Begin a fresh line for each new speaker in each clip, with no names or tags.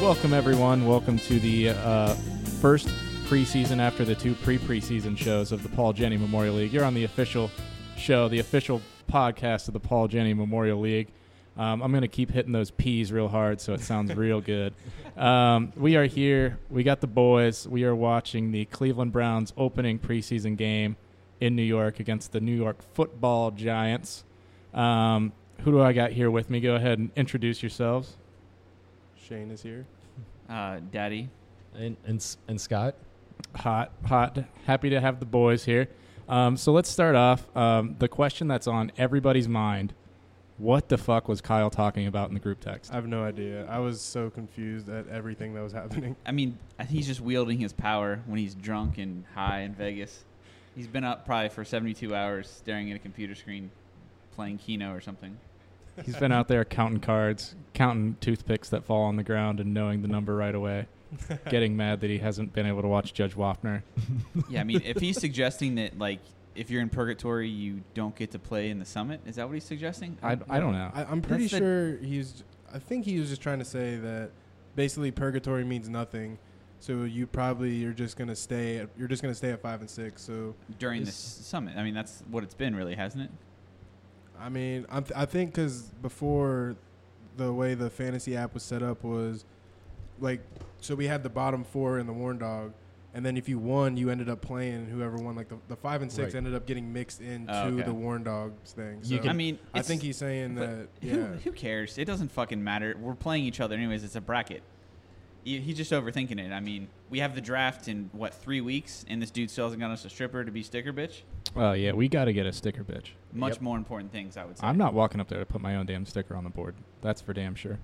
Welcome, everyone. Welcome to the uh, first preseason after the two pre preseason shows of the Paul Jenny Memorial League. You're on the official show, the official podcast of the Paul Jenny Memorial League. Um, I'm going to keep hitting those P's real hard so it sounds real good. Um, we are here. We got the boys. We are watching the Cleveland Browns opening preseason game in New York against the New York football giants. Um, who do I got here with me? Go ahead and introduce yourselves.
Shane is here.
Uh, Daddy.
And, and, S- and Scott?
Hot, hot. Happy to have the boys here. Um, so let's start off. Um, the question that's on everybody's mind what the fuck was Kyle talking about in the group text?
I have no idea. I was so confused at everything that was happening.
I mean, he's just wielding his power when he's drunk and high in Vegas. He's been up probably for 72 hours staring at a computer screen, playing Keno or something.
He's been out there counting cards, counting toothpicks that fall on the ground and knowing the number right away, getting mad that he hasn't been able to watch Judge Wapner.
yeah, I mean, if he's suggesting that, like, if you're in purgatory, you don't get to play in the summit, is that what he's suggesting?
I, I don't know.
I, I'm pretty
That's the-
sure he's. I think he was just trying to say that basically purgatory means nothing. So you probably you're just gonna stay. At, you're just gonna stay at five and six. So
During this
This-
summit. I mean, that's what it's been, really, hasn't it?
I mean, I'm th- I think because before the way the fantasy app was set up was like so we had the bottom four and the Warn Dog, and then if you won, you ended up playing whoever won. Like the, the five and six
Right.
ended up getting mixed into
Oh, okay.
the Warn Dogs thing. So
You can-
I mean,
I
it's-
think he's saying
but
that.
Who,
Yeah.
who cares? It doesn't fucking matter. We're playing each other anyways. It's a bracket. He- He's just overthinking it. I mean, we have the draft in what three weeks, and this dude still hasn't got us a stripper to be sticker bitch.
Oh, yeah, we got to get a sticker, bitch.
Much
Yep.
more important things, I would say.
I'm not walking up there to put my own damn sticker on the board. That's for damn sure.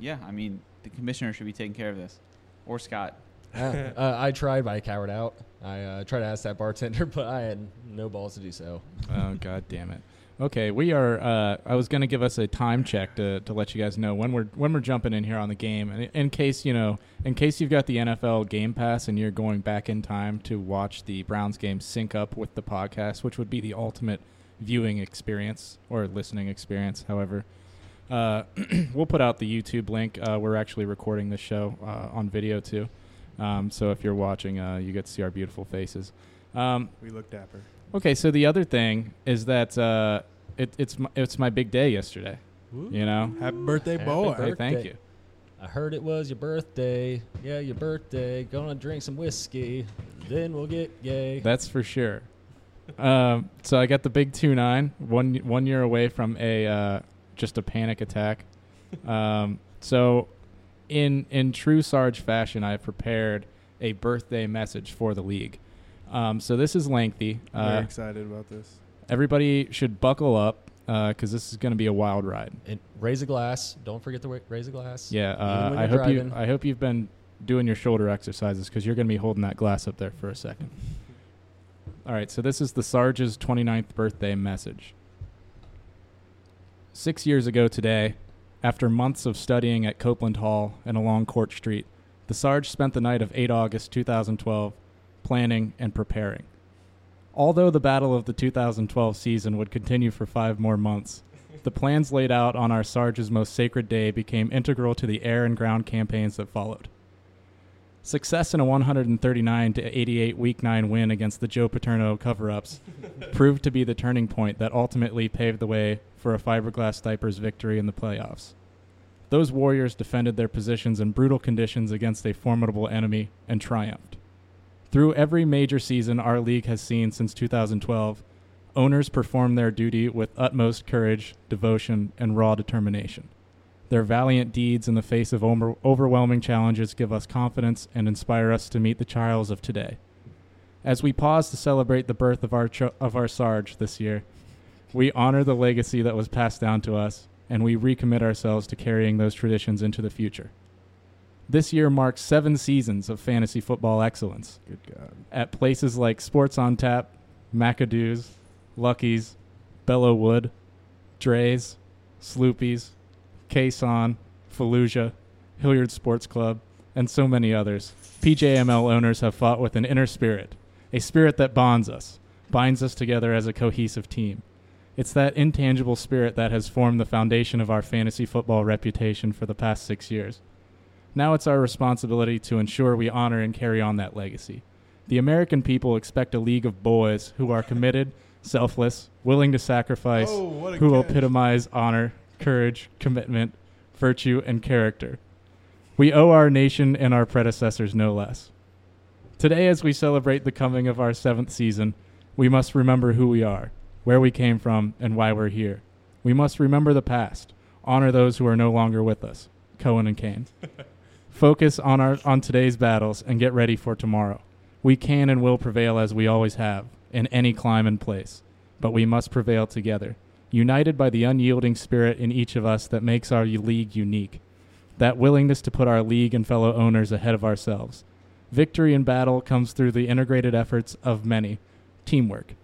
Yeah, I mean, the commissioner should be taking care of this, or Scott.
Yeah. uh, I tried, but I cowered out. I uh, tried to ask that bartender, but I had no balls to do so.
oh god damn it okay we are uh, i was gonna give us a time check to, to let you guys know when we're when we're jumping in here on the game and in case you know in case you've got the nfl game pass and you're going back in time to watch the browns game sync up with the podcast which would be the ultimate viewing experience or listening experience however uh, we'll put out the youtube link uh, we're actually recording this show uh, on video too um, so if you're watching uh, you get to see our beautiful faces um,
We look dapper.
Okay, so the other thing is that uh, it, it's my, it's my big day yesterday. You know,
Happy birthday,
Happy
boy.
hey, thank
birthday.
you.
I heard it was your birthday. Yeah, your birthday. Gonna drink some whiskey. Then we'll get gay.
That's for sure. Um, so I got the big two nine, one one year away from a uh, just a panic attack. Um, so, in in true Sarge fashion, I prepared a birthday message for the league. Um, so this is lengthy.
I'm
Uh,
very excited about this.
everybody should buckle up because this is going to be a wild ride.
and raise a glass. Don't forget to wa- raise a glass.
Yeah, uh,
when
I
you're
hope you.
driving.
I hope you've been doing your shoulder exercises because you're going to be holding that glass up there for a second. All right, so this is the Sarge's 29th birthday message. Six years ago today, after months of studying at Copeland Hall and along Court Street, the Sarge spent the night of 8 August 2012 planning and preparing. Although the battle of the 2012 season would continue for five more months, the plans laid out on our Sarge's most sacred day became integral to the air and ground campaigns that followed. Success in a 139 to 88 Week 9 win against the Joe Paterno cover ups proved to be the turning point that ultimately paved the way for a fiberglass diapers victory in the playoffs. Those Warriors defended their positions in brutal conditions against a formidable enemy and triumphed. Through every major season our league has seen since 2012, owners perform their duty with utmost courage, devotion, and raw determination. Their valiant deeds in the face of over- overwhelming challenges give us confidence and inspire us to meet the trials of today. As we pause to celebrate the birth of our, cho- of our Sarge this year, we honor the legacy that was passed down to us and we recommit ourselves to carrying those traditions into the future. This year marks seven seasons of fantasy football excellence
Good God.
at places like Sports on Tap, McAdoo's, Lucky's, Bellow Wood, Dre's, Sloopy's, Quezon, Fallujah, Hilliard Sports Club, and so many others. PJML owners have fought with an inner spirit, a spirit that bonds us, binds us together as a cohesive team. It's that intangible spirit that has formed the foundation of our fantasy football reputation for the past six years. Now it's our responsibility to ensure we honor and carry on that legacy. The American people expect a league of boys who are committed, selfless, willing to sacrifice,
Oh, what a
who
catch.
epitomize honor, courage, commitment, virtue, and character. We owe our nation and our predecessors no less. Today, as we celebrate the coming of our seventh season, we must remember who we are, where we came from, and why we're here. We must remember the past, honor those who are no longer with us, Cohen and Kane. Focus on, our, on today's battles and get ready for tomorrow. We can and will prevail as we always have, in any climb and place, but we must prevail together, united by the unyielding spirit in each of us that makes our league unique, that willingness to put our league and fellow owners ahead of ourselves. Victory in battle comes through the integrated efforts of many, teamwork.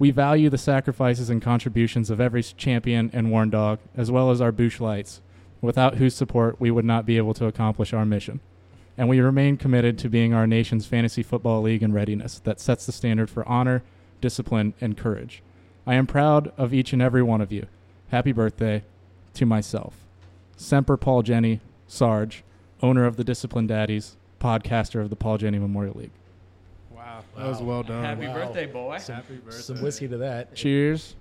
We value the sacrifices and contributions of every champion and worn dog, as well as our Bush lights, without whose support we would not be able to accomplish our mission. And we remain committed to being our nation's fantasy football league in readiness that sets the standard for honor, discipline, and courage. I am proud of each and every one of you. Happy birthday to myself. Semper Paul Jenny, Sarge, owner of the Discipline Daddies, podcaster of the Paul Jenny Memorial League.
Wow, that was well done.
Happy
Uh, Wow.
birthday, boy.
Some,
Happy birthday.
some whiskey to that.
Cheers.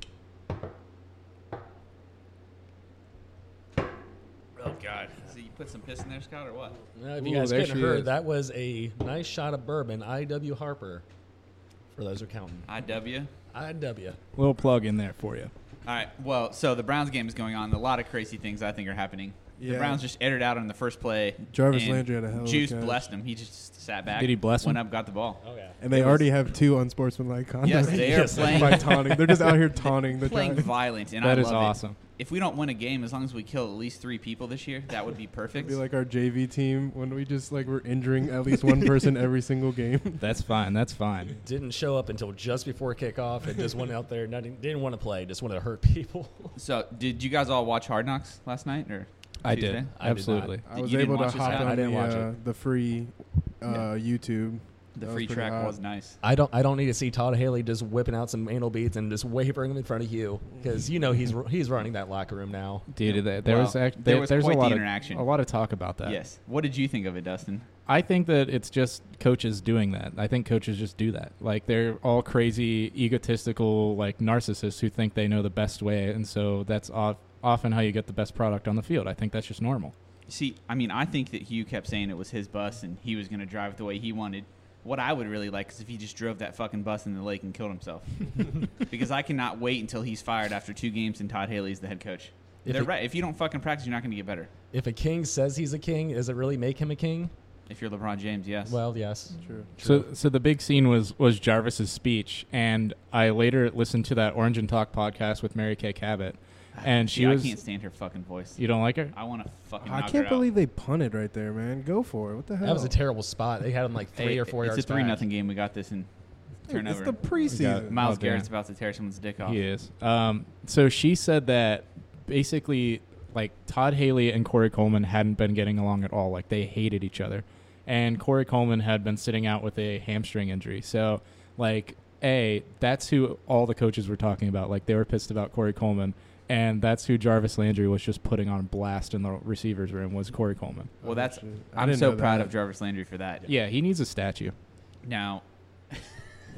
Oh God. So you put some piss in there, Scott, or what?
Now, if you
Ooh,
guys
there
couldn't
she
hear,
is.
that was a nice shot of bourbon. I.W. Harper, for those who are counting.
IW.
I.W.
Little plug in there for you.
All right. Well, so the Browns game is going on. A lot of crazy things I think are happening. The
Yeah.
Browns just aired it out on the first play.
Jarvis
and
Landry had a hell of a
Juice
catch.
blessed him. He just sat back.
Did he bless him?
Went up, got the ball.
Oh yeah.
And they already have two unsportsmanlike conduct.
Yes, they are
Yes.
playing
by taunting. They're just out here taunting the
playing
Giants.
violent, and
That
I
is
love
awesome.
it. If we don't win a game, as long as we kill at least three people this year, that would be perfect.
Be like our JV team when we just like we're injuring at least one person every single game.
That's fine. That's fine.
Didn't show up until just before kickoff, and just went out there. Not, didn't want to play. Just wanted to hurt people.
so, did you guys all watch Hard Knocks last night? Or
I
Tuesday?
did.
I did
Absolutely.
I
Did-
was
you didn't
able to
watch this
hop
happen?
on
I didn't
the,
watch
uh, the free uh, YouTube.
The
That
free
pretty
track
hot.
was nice.
I don't. I don't need to see Todd Haley just whipping out some anal beads and just wavering them in front of you because you know he's he's running that locker room now.
Dude, there, there
Wow.
was act-
There
there,
was
there's
quite
a
the
lot
interaction.
of a lot of talk about that.
Yes. What did you think of it, Dustin?
I think that it's just coaches doing that. I think coaches just do that. Like they're all crazy, egotistical, like narcissists who think they know the best way, and so that's of often how you get the best product on the field. I think that's just normal.
See, I mean, I think that Hugh kept saying it was his bus and he was going to drive it the way he wanted. What I would really like is if he just drove that fucking bus in the lake and killed himself. because I cannot wait until he's fired after two games and Todd Haley's the head coach.
If
They're
it-
right. If you don't fucking practice, you're not going to get better.
If a king says he's a king, does it really make him a king?
If you're LeBron James, yes.
Well, yes.
True.
So, so the big scene was was Jarvis's speech, and I later listened to that Orange and Talk podcast with Mary Kay Cabot, and she
Dude,
was.
I can't stand her fucking voice.
you don't like her?
I want to fucking.
I
knock
can't
her
believe
out.
they punted right there, man. Go for it. What the hell?
That was a terrible spot. They had him like three
Hey,
or four
It's
yards.
a three
back.
nothing game. We got this in
Dude, It's
turnover.
the preseason.
Miles
Oh, damn.
Garrett's about to tear someone's dick off.
He is. Um, so she said that basically, like Todd Haley and Corey Coleman hadn't been getting along at all. Like they hated each other, and Corey Coleman had been sitting out with a hamstring injury. So, like, a that's who all the coaches were talking about. Like they were pissed about Corey Coleman, and that's who Jarvis Landry was just putting on blast in the receivers room was Corey Coleman.
Well,
Oh,
that's.
shit. I
I'm
didn't
so
know
proud
that.
of Jarvis Landry for that.
Yeah, he needs a statue.
Now,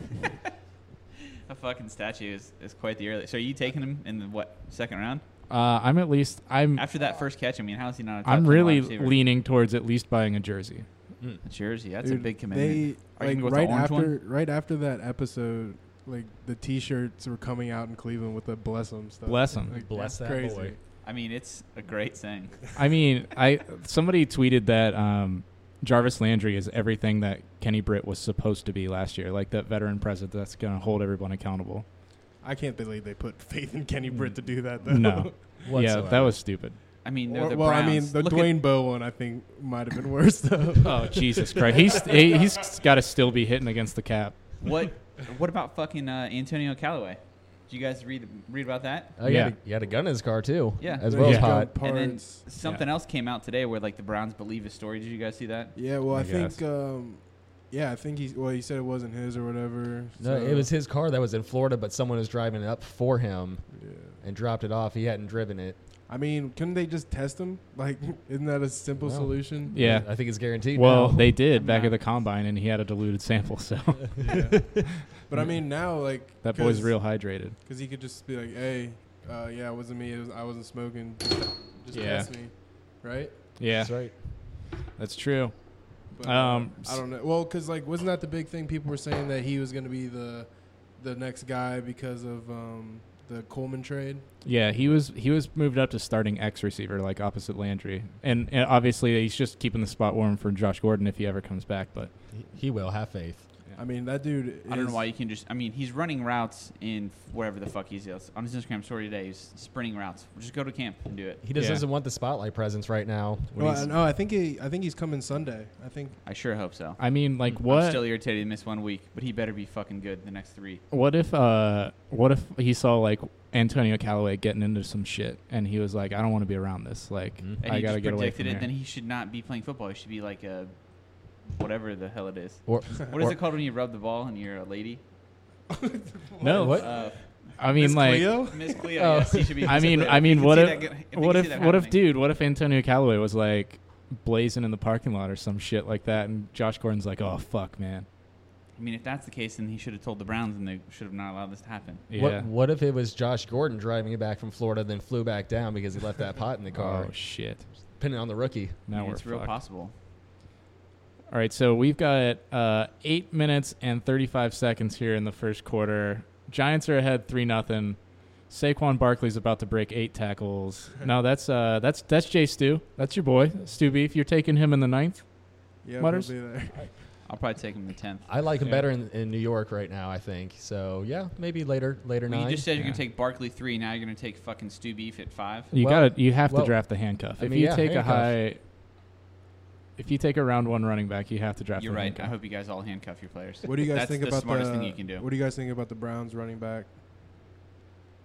a fucking statue is, is quite the early. So are you taking him in the what second round?
Uh, I'm at least
Mm.
I'm
After that first catch, I mean, how is he not? A top
I'm
10 wide
really
receiver?
leaning towards at least buying a jersey.
A jersey. That's a
Dude,
big commitment.
They,
Are you
like
gonna go with the
right
orange
after
one?
right after that episode, like the T-shirts were coming out in Cleveland with the bless 'em stuff.
Bless 'em.
Like,
Bless
that's
that
crazy.
boy.
I mean, it's a great thing.
I mean, I somebody tweeted that um, Jarvis Landry is everything that Kenny Britt was supposed to be last year, like that veteran presence that's going to hold everyone accountable.
I can't believe they put faith in Kenny Britt to do that though.
No, yeah, that was stupid.
I mean, they're
Or-
the
well, I mean,
Browns.
the
Look at-
Dwayne Bowe one I think might have been worse though.
Oh Jesus Christ, he's he, he's got to still be hitting against the cap.
what? What about fucking uh, Antonio Callaway? Did you guys read read about that?
Oh, you,
Yeah.
had a, you had a gun in his car too.
Yeah.
As
They
well as
Yeah.
pot.
dumped
And then
parts.
something else came out today where like the Browns believe his story. Did you guys see that?
yeah, well, I,
I
think,
guess.
um, yeah, I think he. Well, he said it wasn't his or whatever.
No,
so-
it was his car that was in Florida, but someone was driving it up for him
Yeah.
and dropped it off. He hadn't driven it.
I mean, couldn't they just test him? Like, isn't that a simple
Well,
solution?
Yeah.
I think it's guaranteed.
Well,
now.
they did
I'm
back
not-
at the combine, and he had a diluted sample, so
Yeah. but I mean, now like
that boy's real hydrated.
because he could just be like, "Hey, uh, yeah, it wasn't me. It was, I wasn't smoking. Just, just
Yeah.
test me, right?"
Yeah,
That's right.
that's true.
But,
Um,
I don't know. Well, because like, wasn't that the big thing? People were saying that he was going to be the the next guy because of um, the Coleman trade.
Yeah, he was he was moved up to starting X receiver, like opposite Landry, and, and obviously he's just keeping the spot warm for Josh Gordon if he ever comes back. But
He- He will have faith.
I mean, that dude.
I don't know
is-
why you can just. I mean, he's running routes in wherever the fuck he's at. on his Instagram story today. He's sprinting routes. Just go to camp and do it.
He just
Yeah.
doesn't want the spotlight presence right now. when
No, I,
he's-
no, I think he. I think he's coming Sunday. I think.
I sure hope so.
I mean, like, what
Mm, I'm still irritated he missed one week, but he better be fucking good the next three.
What if uh what if he saw like Antonio Callaway getting into some shit and he was like, I don't want to be around this. Like
Mhm.
And
I
he
gotta
just
get away
predicted
from
it.
here.
Then he should not be playing football. He should be like a whatever the hell it is.
Or,
What is
or-
it called when you rub the ball and you're a lady?
no,
What?
Uh,
I mean
Miss
like
Cleo?
Miss Cleo.
Oh.
Yes, he should be.
I
Miss
mean-
Cleo.
I mean,
You can
what
see
if-
that get- if you
what
can see
if
that
what if
happening.
dude, what if Antonio Callaway was like blazing in the parking lot or some shit like that and Josh Gordon's like, Oh fuck man.
I mean, if that's the case, then he should have told the Browns, and they should have not allowed this to happen.
Yeah.
what, what if it was Josh Gordon driving it back from Florida, then flew back down because he left that pot in the car?
Oh shit.
Depending on the rookie.
I
Now
mean,
we're
it's real
fucked.
possible.
All right, so we've got uh, eight minutes and thirty-five seconds here in the first quarter. Giants are ahead three nothing. Saquon Barkley's about to break eight tackles. no, that's uh, that's that's Jay Stu. That's your boy, Stu Beef. You're taking him in the ninth.
Yeah,
Mutters?
probably there.
I'll probably take him the tenth.
I like him
Yeah.
better in, in New York right now, I think. So, yeah, maybe later, later
Well,
nine.
you just said you're
Yeah.
gonna take Barkley three. Now you're gonna take fucking Stu Beef at five.
You
Well-
got you have
well,
to draft the handcuff.
I
If
mean,
you
yeah,
take
handcuff.
a high, if you take a round one running back, you have to draft.
You're
the
right. I
handcuff.
hope you guys all handcuff your players.
What do you guys
That's
think
the
about
smartest
the?
thing you can do?
What do you guys think about the Browns running back?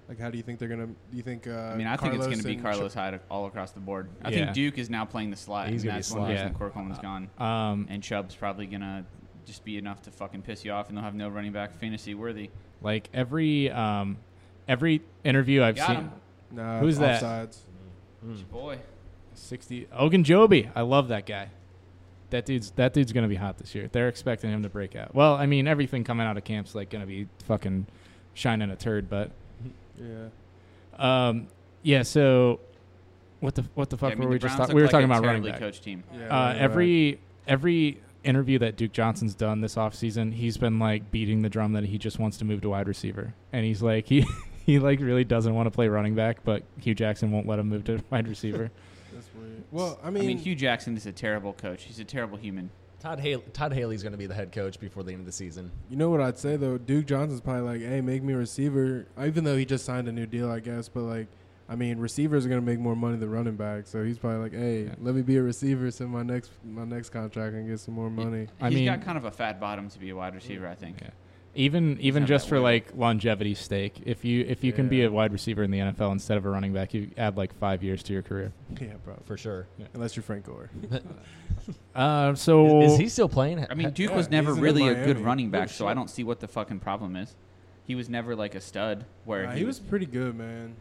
Like, how do you think they're gonna? Do you think? Uh,
I mean, I think it's going to be
and Ch-
Carlos Hyde all across the board. I
Yeah.
think Duke is now playing the slot.
He's
and
gonna be
that's one
slot.
reason
Yeah.
Cork Coleman's gone,
Um,
and Chubb's probably going to just be enough to fucking piss you off, and they'll have no running back fantasy worthy.
like every um, every interview I've
Got
seen,
him.
Nah,
Who's that?
offsides.
It's your boy.
sixty Ogunjobi. I love that guy. That dude's that dude's gonna be hot this year. They're expecting him to break out. Well, I mean, everything coming out of camp's like gonna be fucking shining a turd. But Uh,
Yeah.
um, yeah. So what the what the fuck
Yeah, I mean,
were
the
we just
Browns
talking?
look
We were
like
talking
a
about running
terribly
back.
coached team.
yeah
Uh,
running back.
every every interview that Duke Johnson's done this offseason, he's been like beating the drum that he just wants to move to wide receiver, and he's like he. He like really doesn't want to play running back, but Hugh Jackson won't let him move to wide receiver.
That's weird. Well, I
I
mean,
mean, Hugh Jackson is a terrible coach. He's a terrible human.
Todd, Haley, Todd Haley's going to be the head coach before the end of the season.
you know what I'd say though. Duke Johnson's probably like, "Hey, make me a receiver," Uh, even though he just signed a new deal, I guess. But like, I mean, receivers are gonna make more money than running back, so he's probably like, "Hey,
Yeah.
let me be a receiver, so my next my next contract and get some more money."
I
He's
mean-
got kind of a fat bottom to be a wide receiver, I think.
Yeah. Even even
not
just
that
for
weird.
like longevity's sake, if you if you can be
Yeah.
a wide receiver in the NFL instead of a running back, you add like five years to your career.
yeah, bro.
For sure.
Unless you're Frank Gore.
Uh,
Is,
so
is he still playing?
I mean, Duke
Yeah,
was never
he's in
really a
Miami.
good running back,
Oh,
so I
shit.
don't see what the fucking problem is. He was never like a stud where
Nah,
he,
he was pretty good, man.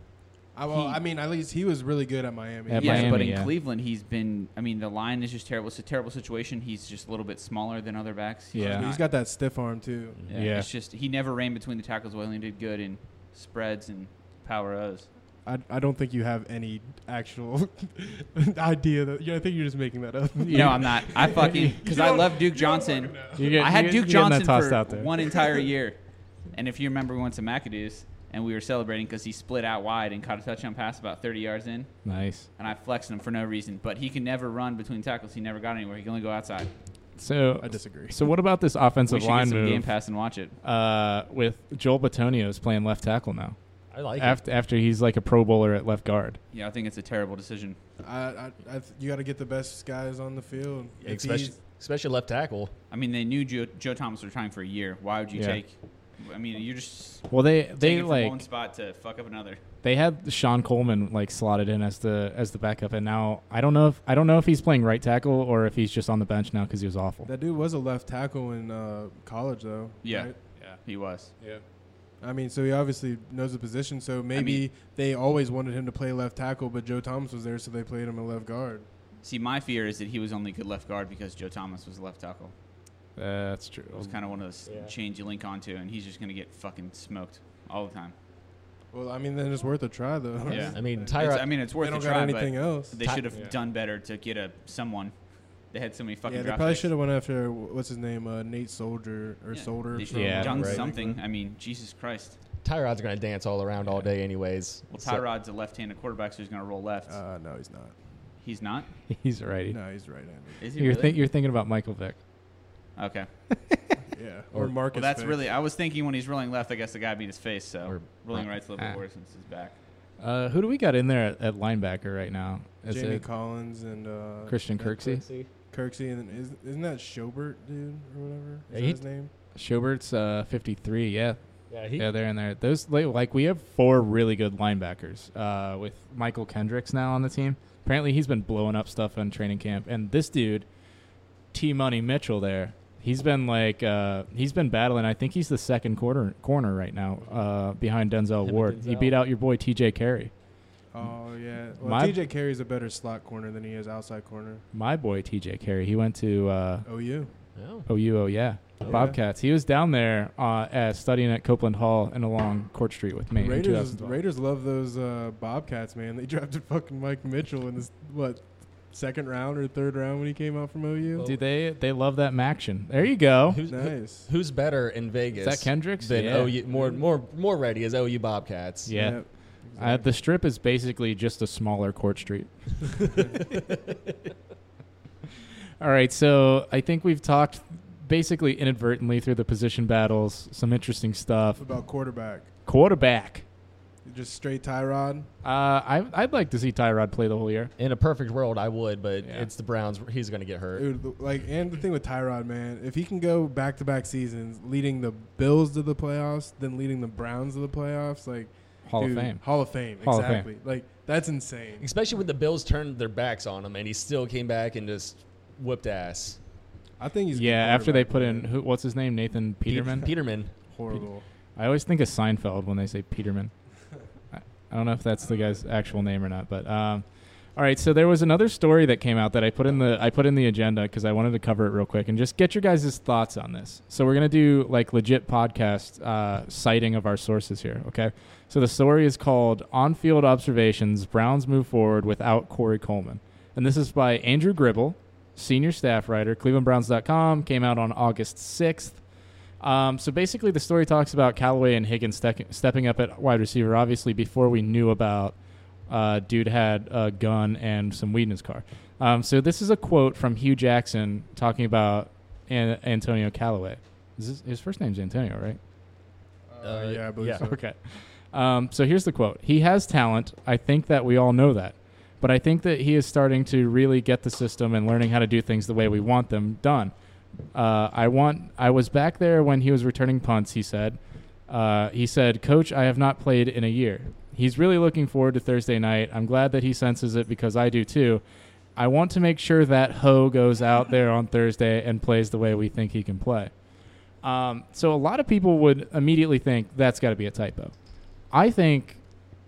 I, well,
He-
I mean, at least he was really good at Miami.
At
yeah,
Miami,
but in
yeah.
Cleveland, he's been. I mean, the line is just terrible. It's a terrible situation. He's just a little bit smaller than other backs. He's
Yeah.
But he's
not-
got that stiff arm too.
yeah,
Yeah.
It's just he never ran between the tackles. Well, he did good in spreads and power O's.
I, I don't think you have any actual idea that yeah, I think you're just making that up.
No, I'm not. I fucking because I
don't-
love Duke
you don't
Johnson.
you get,
I had
you,
Duke
you're getting
Johnson
that tossed
for
out there.
one entire year, and if you remember, we went to McAdoo's and we were celebrating because he split out wide and caught a touchdown pass about 30 yards in,
Nice.
and I flexed him for no reason. But he can never run between tackles. He never got anywhere. He can only go outside.
So
I disagree.
so what about this
So we
offensive
should
line
get some game
move
pass and watch it.
uh, with Joel Batonio is playing left tackle now
I like it.
after after he's like a Pro Bowler at left guard.
Yeah, I think it's a terrible decision.
I, I, I th- you got to get the best guys on the field. If
Especially,
he's-
especially left tackle.
I mean, they knew Joe, Joe Thomas was trying for a year. Why would you
Yeah.
take? I mean, you're just
Well, they
taking
they
from
like
one spot to fuck up another.
they had Sean Coleman like slotted in as the as the backup, and now I don't know if I don't know if he's playing right tackle or if he's just on the bench now because he was awful.
that dude was a left tackle in uh, college though.
Yeah.
right?
Yeah.
He was.
Yeah.
I mean, so he obviously knows the position. So maybe they always wanted him to play left tackle, but Joe Thomas was there, so they played him at left guard.
See, my fear is that he was only good left guard because Joe Thomas was left tackle.
That's true.
It was
Um,
kind of one of those
Yeah.
chains you link onto, and he's just going to get fucking smoked all the time.
Well, I mean, then it's worth a try though.
Yeah.
I mean,
It's-
Tyrod.
I mean, it's
they
worth a
don't
try,
got
but
anything else.
they
Ty-
should have
Yeah.
done better to get a someone. They had so many fucking.
Yeah, they
draft
probably
picks.
should have went after what's his name, uh, Nate Soldier or
Yeah.
Solder.
They should
from-
Yeah,
have done
right.
something. I mean, Jesus Christ.
Tyrod's going to dance all around all day, anyways.
Well,
So-
Tyrod's a left-handed quarterback, so he's going to roll left.
Uh, no, he's not.
he's not.
He's righty.
No, he's right-handed.
Is he
You're,
really?
think you're thinking about Michael Vick.
okay.
Yeah,
Or-
or Marcus.
Well, that's
Fix.
really. I was thinking when he's rolling left, I guess the guy beat his face. So
Or-
rolling right's a little
Ah.
bit worse since his back.
Uh, who do we got in there at, at linebacker right now? Is
Jamie
it
Collins and uh,
Christian Kirksey?
Kirksey, and is, isn't that Schobert, dude, or whatever? Is
Yeah,
that
he-
his name?
Schobert's uh, 53. Yeah,
Yeah, he,
yeah, they're in there. Those like, like we have four really good linebackers. Uh, with Michael Kendricks now on the team. Apparently, he's been blowing up stuff in training camp. And this dude, T Money Mitchell, there, he's been like uh, he's been battling. I think he's the second quarter corner right now, uh, behind Denzel
Him and
Ward. He
Denzel.
beat out your boy T.J. Carey,
Oh yeah. Well,
My-
TJ Carey's a better slot corner than he is outside corner.
my boy T.J. Carey. He went to uh,
OU.
Oh,
OU, oh yeah.
Oh, yeah.
Bobcats. He was down there uh, at studying at Copeland Hall and along Court Street with me. in
Raiders
2012.
Raiders love those uh, Bobcats, man. They drafted fucking Mike Mitchell in this what second round or third round when he came out from OU.
Dude, they they love that action. There you go.
who's, who-
nice.
who's better in Vegas?
Is that Kendricks?
Than
yeah.
OU, more, more, more ready is OU Bobcats.
Yeah.
Yep.
Uh, the strip is basically just a smaller Court Street. All right, so I think we've talked basically inadvertently through the position battles, some interesting stuff.
about quarterback.
Quarterback.
Just straight Tyrod.
Uh, I, I'd like to see Tyrod play the whole year.
In a perfect world, I would, but
Yeah.
it's the Browns. He's going to get hurt.
Dude, the- like, and the thing with Tyrod, man, if he can go back to back seasons, leading the Bills to the playoffs, then leading the Browns to the playoffs, like
Hall
dude,
of Fame.
Hall of Fame,
Hall of Fame.
exactly. Like that's insane.
Especially when the Bills turned their backs on him, and he still came back and just whipped ass.
I think he's a good
Yeah, after they put
quarterback,
in,
man.
who, what's his name? Nathan Peterman?
Pe- Peterman.
horrible.
I always think of Seinfeld when they say Peterman. I, I don't know if that's the guy's actual name or not, but um, all right. So there was another story that came out that I put in the I put in the agenda because I wanted to cover it real quick and just get your guys' thoughts on this. So we're gonna do like legit podcast uh, citing of our sources here. Okay. So the story is called "On Field Observations: Browns Move Forward Without Corey Coleman," and this is by Andrew Gribble, senior staff writer, ClevelandBrowns.com. Came out on August sixth. Um, so basically, the story talks about Callaway and Higgins stec- stepping up at wide receiver. Obviously, before we knew about uh, dude had a gun and some weed in his car. Um, so this is a quote from Hugh Jackson talking about An- Antonio Callaway. Is this, his first name's Antonio, right?
Uh, yeah, I believe
yeah.
so.
Okay. Um, so here's the quote. He has talent. I think that we all know that. But I think that he is starting to really get the system and learning how to do things the way we want them done. Uh, I want. I was back there when he was returning punts. He said. Uh, he said, "Coach, I have not played in a year." He's really looking forward to Thursday night. I'm glad that he senses it because I do too. I want to make sure that Ho goes out there on Thursday and plays the way we think he can play. Um, so a lot of people would immediately think that's got to be a typo. I think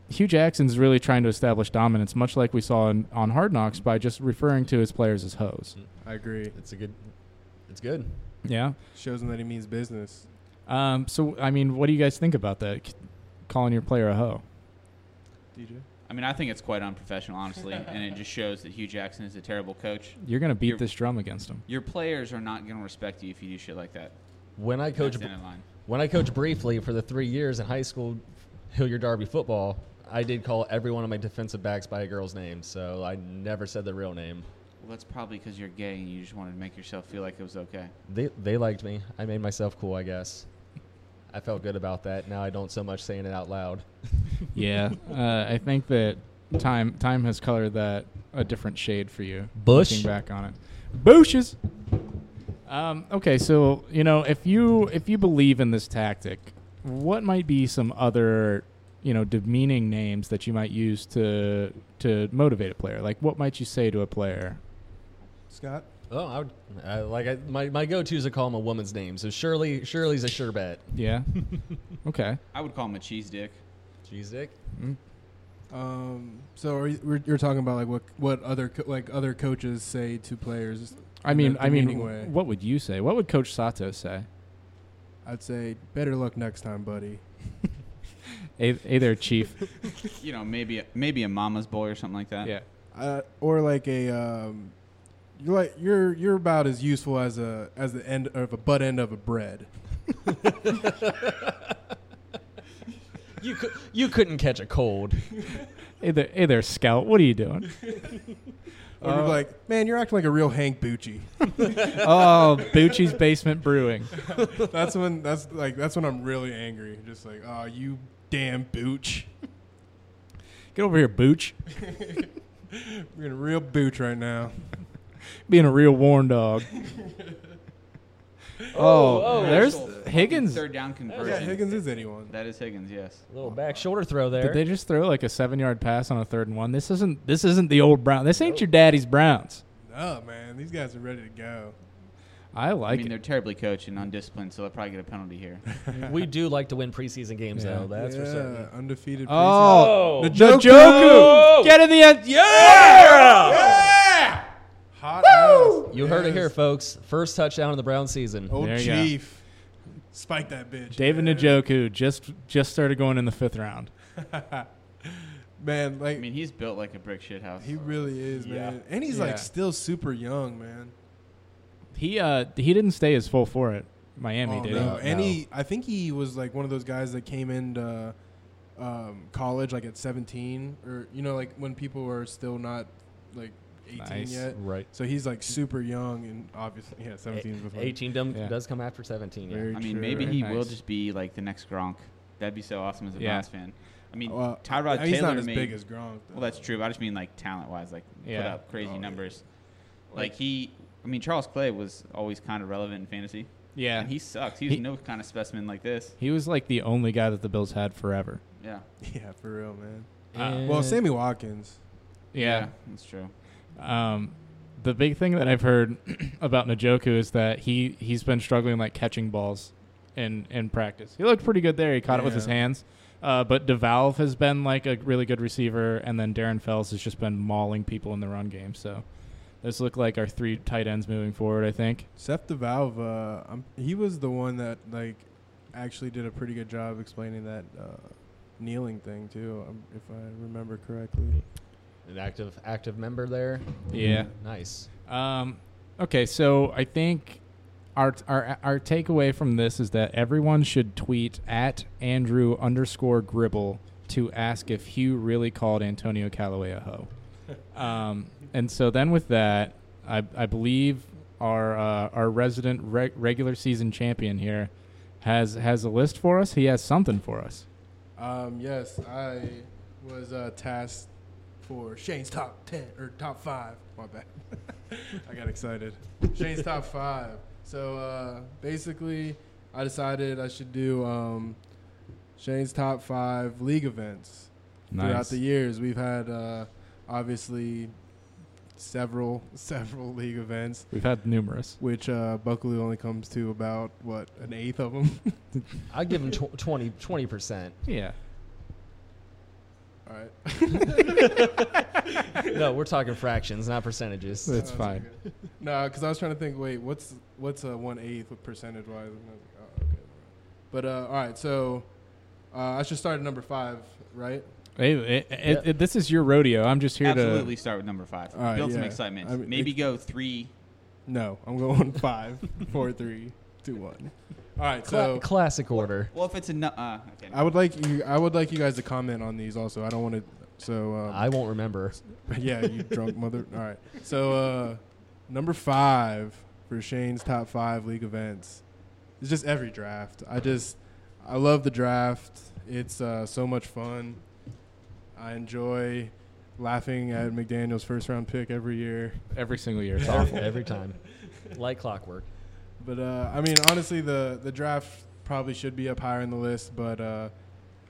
Hugh Jackson's really trying to establish dominance, much like we saw in, on Hard Knocks, by just referring to his players as hoes.
I agree.
It's a good. It's good.
Yeah.
Shows him that he means business.
Um, so I mean, what do you guys think about that? C- Calling your player a hoe?
DJ.
I mean, I think it's quite unprofessional, honestly, and it just shows that Hugh Jackson is a terrible coach.
You're gonna beat
You're-
this drum against him.
Your players are not going to respect you if you do shit like that.
When I coach,
That's the end of line.
when I coached briefly for the three years in high school, Hilliard Derby football, I did call every one of my defensive backs by a girl's name, so I never said their real name.
Well, that's probably because you're gay and you just wanted to make yourself feel like it was okay.
They they liked me. I made myself cool, I guess. I felt good about that. Now I don't so much saying it out loud.
yeah. Uh, I think that time time has colored that a different shade for you.
Bush?
Looking back on it, bushes. Um, okay, so you know if you if you believe in this tactic, what might be some other you know demeaning names that you might use to to motivate a player? Like what might you say to a player?
Scott.
Oh, I would I, like I, my my go to is to call him a woman's name. So Shirley Shirley's a sure bet.
Yeah. okay.
I would call him a cheese dick.
Cheese dick.
Mm. Um, so are you, we're, you're talking about like what what other co- like other coaches say to players?
I
in
mean,
a
I mean,
demeaning way.
what would you say? What would Coach Sato say?
I'd say better luck next time, buddy.
Hey, hey there, Chief.
You know, maybe a, maybe a mama's boy or something like that.
yeah.
Uh, or like a um, you're like you're you're about as useful as a as the end of a butt end of a bread.
You could you couldn't catch a cold.
Hey there, hey there, Scout. What are you doing?
Or you're
Uh,
like, man, you're acting like a real Hank Bucci.
oh, Bucci's Basement Brewing.
that's when that's like that's when I'm really angry. Just like, oh, you damn booch.
Get over here, Booch.
You're in a real booch right now.
Being a real warn dog. oh,
oh,
there's
Actual fucking
Higgins.
Third down conversion.
Yeah, Higgins is anyone.
That is Higgins, yes.
little back shoulder throw there.
Did they just throw like a seven-yard pass on a third and one? This isn't. This isn't the old Brown. This ain't your daddy's Browns.
No, Oh, man, these guys are ready to go.
I
I
like
mean,
it.
they're terribly coached and undisciplined, so they'll probably get a penalty here.
we do like to win preseason games
Yeah.
though. That's for
Yeah,
certain.
Undefeated.
Oh,
Oh.
Njoku.
Njoku!
Get in the end. Yeah.
preseason. hot ass.
You heard it
Yes.
here, folks. First touchdown of the Brown season.
Old
There you go.
Chief, spike that bitch.
David Njoku just just started going in the fifth round.
man, like
I mean, he's built like a brick shit house.
he really is, man. And he's
Yeah.
like still super young, man.
He uh he didn't stay his full for it. Miami
Oh,
did.
no.
No.
And he, I think he was like one of those guys that came into um, college like at 17, or you know, like when people are still not like 18
Nice.
yet.
Right.
So he's like super young and obviously, yeah, 17 is before.
18 dum-
Yeah.
does come after 17. Yeah.
Very
I mean,
true.
maybe
Very
he will
nice.
just be like the next Gronk. That'd be so awesome as a
Yeah.
Browns fan. I mean,
Well,
Tyrod
Oh, he's
Taylor
not as
made-
big as Gronk. though.
Well, that's true. But I just mean like talent wise, like put
Yeah.
up crazy
Oh, yeah.
numbers. Like he, I mean, Charles Clay was always kind of relevant in fantasy.
Yeah.
And he sucks. He was
He-
no kind of specimen like this.
He was like the only guy that the Bills had forever.
Yeah.
yeah, for real, man.
Uh,
Well, Sammy Watkins.
Yeah.
that's true.
Um, the big thing that I've heard about Najoku is that he he's been struggling like catching balls in in practice. He looked pretty good there. He caught it with his
Yeah.
hands. Uh, but DeValve has been like a really good receiver, and then Darren Fells has just been mauling people in the run game. So those look like our three tight ends moving forward. I think.
Seth DeValve, uh, um, he was the one that like actually did a pretty good job explaining that uh, kneeling thing too, um, if I remember correctly.
An active active member there.
Yeah.
Nice.
Um, okay, so I think our our our takeaway from this is that everyone should tweet at Andrew underscore Gribble to ask if Hugh really called Antonio Callaway a hoe. Um, and so then with that, I I believe our uh, our resident reg- regular season champion here has has a list for us. He has something for us.
Um, yes, I was uh, tasked for Shane's top ten or top five. My bad. I got excited. Shane's top five. So uh, basically, I decided I should do um, Shane's top five league events throughout the years. We've had uh, obviously several several league events,
We've had numerous.
which uh, Buckaloo only comes to about what an eighth of them.
I give him tw- 20 percent.
Yeah.
All right,
No, we're talking fractions, not percentages.
It's
Oh,
fine.
okay. No, because I was trying to think. Wait, what's what's a one eighth percentage wise? And I was like, oh, okay. But uh, all right, so uh, I should start at number five, right?
Hey, it- it-
Yeah.
it- this is your rodeo. I'm just here to
Absolutely start with number five.
All right,
Build some
yeah.
excitement.
I mean,
Maybe
it-
go three.
No, I'm going five, four, three, two, one. All right,
Cla-
so
classic order.
Well, if it's a nu- uh, okay.
I would like you. I would like you guys to comment on these also. I don't want to. So um,
I won't remember.
yeah, you drunk mother. All right. So uh, number five for Shane's top five league events is just every draft. I just I love the draft. It's uh, so much fun. I enjoy laughing at McDaniel's first round pick every year.
every single year. It's awful.
Awful every time. Like clockwork.
But uh, I mean, honestly, the the draft probably should be up higher in the list, but. Uh,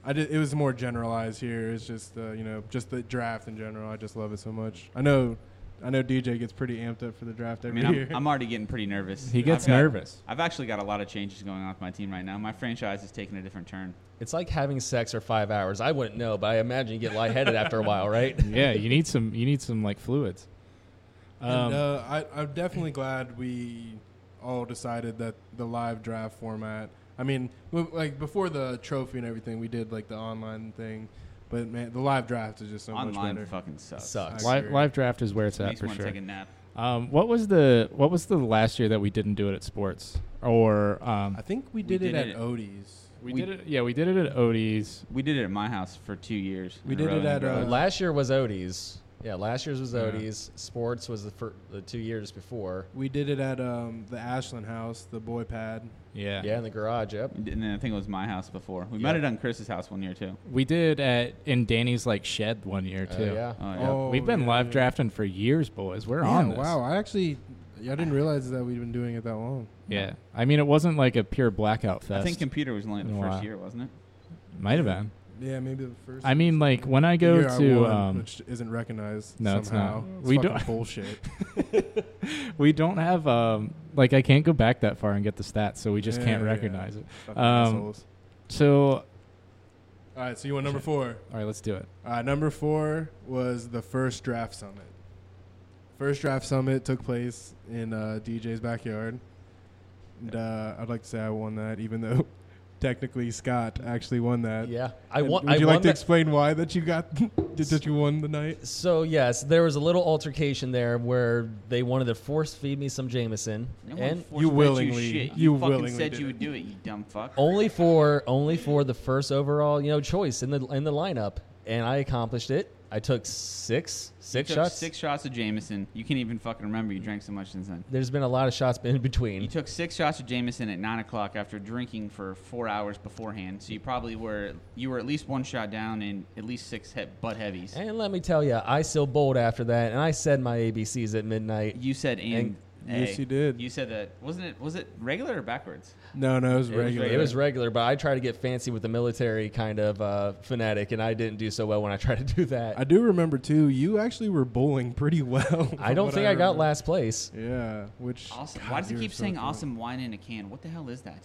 I did, it was more generalized here. It's just uh, you know just the draft in general. I just love it so much. I know I know DJ gets pretty amped up for the draft
I
every
mean,
year.
I'm, I'm already getting pretty nervous.
He gets
I've got-
nervous.
I've actually got a lot of changes going on with my team right now. My franchise is taking a different turn.
It's like having sex for five hours. I wouldn't know, but I imagine you get lightheaded after a while, right?
yeah, you need some. You need some like fluids.
and,
Um,
uh, I, I'm definitely glad we all decided that the live draft format. I mean, w- like before the trophy and everything, we did like the online thing, but man, the live draft is just so much
Online
better.
fucking sucks.
Sucks.
live,
agree.
live draft is where it's at
Makes me
for
want
sure.
to take a nap.
Um, what was the What was the last year that we didn't do it at sports or um,
I think we did,
did
it at
it-
Odie's.
we,
we-
did it? Yeah, we did it at Odie's.
We did it at my house for two years.
We
in a
did
row
it
in a
at,
row.
uh,
Last year was Odie's. Yeah, last year's was
Yeah.
Odie's. Sports was the, fir- the two years before.
We did it at um, the Ashland house, the boy pad.
Yeah,
Yeah, in the garage. Yep.
and then I think it was my house before. We might have done Chris's house one year too.
we did at in Danny's like shed one year
Uh,
too.
yeah.
Oh, yeah.
Oh,
We've been
yeah,
live
yeah.
drafting for years, boys. We're
Yeah,
on this.
wow. I actually, I didn't realize that we'd been doing it that long.
Yeah, I mean, it wasn't like a pure blackout
I
fest.
think computer was only the
Been a
first
while.
year, wasn't it?
might have been.
Yeah, maybe the first.
I mean, like when I
the
go
year I
to
won,
um,
which isn't recognized.
No, it's
somehow.
not.
It's
We
fucking
don't-
bullshit.
we don't have um, like I can't go back that far and get the stats, so we just
Yeah,
can't
yeah.
recognize it.
Fucking
Um,
assholes.
So,
All right, so you want number four.
all right, let's do it.
Uh, number four was the first draft summit. First draft summit took place in uh, DJ's backyard, and uh, I'd like to say I won that, even though technically Scott actually won that.
Yeah. I
Uh, And
want.
Would
I
you
won
like to
that-
explain why that you got that you won the night?
So yes, there was a little altercation there where they wanted to force feed me some Jameson,
No one
and
forced
you
fed
willingly-
shit. you,
you
fucking
willingly
said
did
you
it. Oh,
would do it, you dumb fuck.
only for only for the first overall you know choice in the in the lineup, and I accomplished it. I took six
You
six
took
shots.
Six shots of Jameson. You can't even fucking remember. You drank so much since then.
There's been a lot of shots in
You
between.
took six shots of Jameson at nine o'clock after drinking for four hours beforehand. So you probably were you were at least one shot down and at least six he- butt heavies.
And let me tell you, I still bowled after that, and I said my ABCs at midnight.
You said and,
And- yes,
hey,
you did.
You said that wasn't it? Was it regular or backwards?
No, no, it was
It was,
regular.
it was regular, but I try to get fancy with the military kind of uh, fanatic, and I didn't do so well when I tried to do that.
I do remember too. You actually were bowling pretty well. from
I don't
what
think I, got
remember.
last place.
Yeah, which
Awesome.
God,
Why does
you
it
were
keep
so
saying
close.
awesome wine in a can? What the hell is that?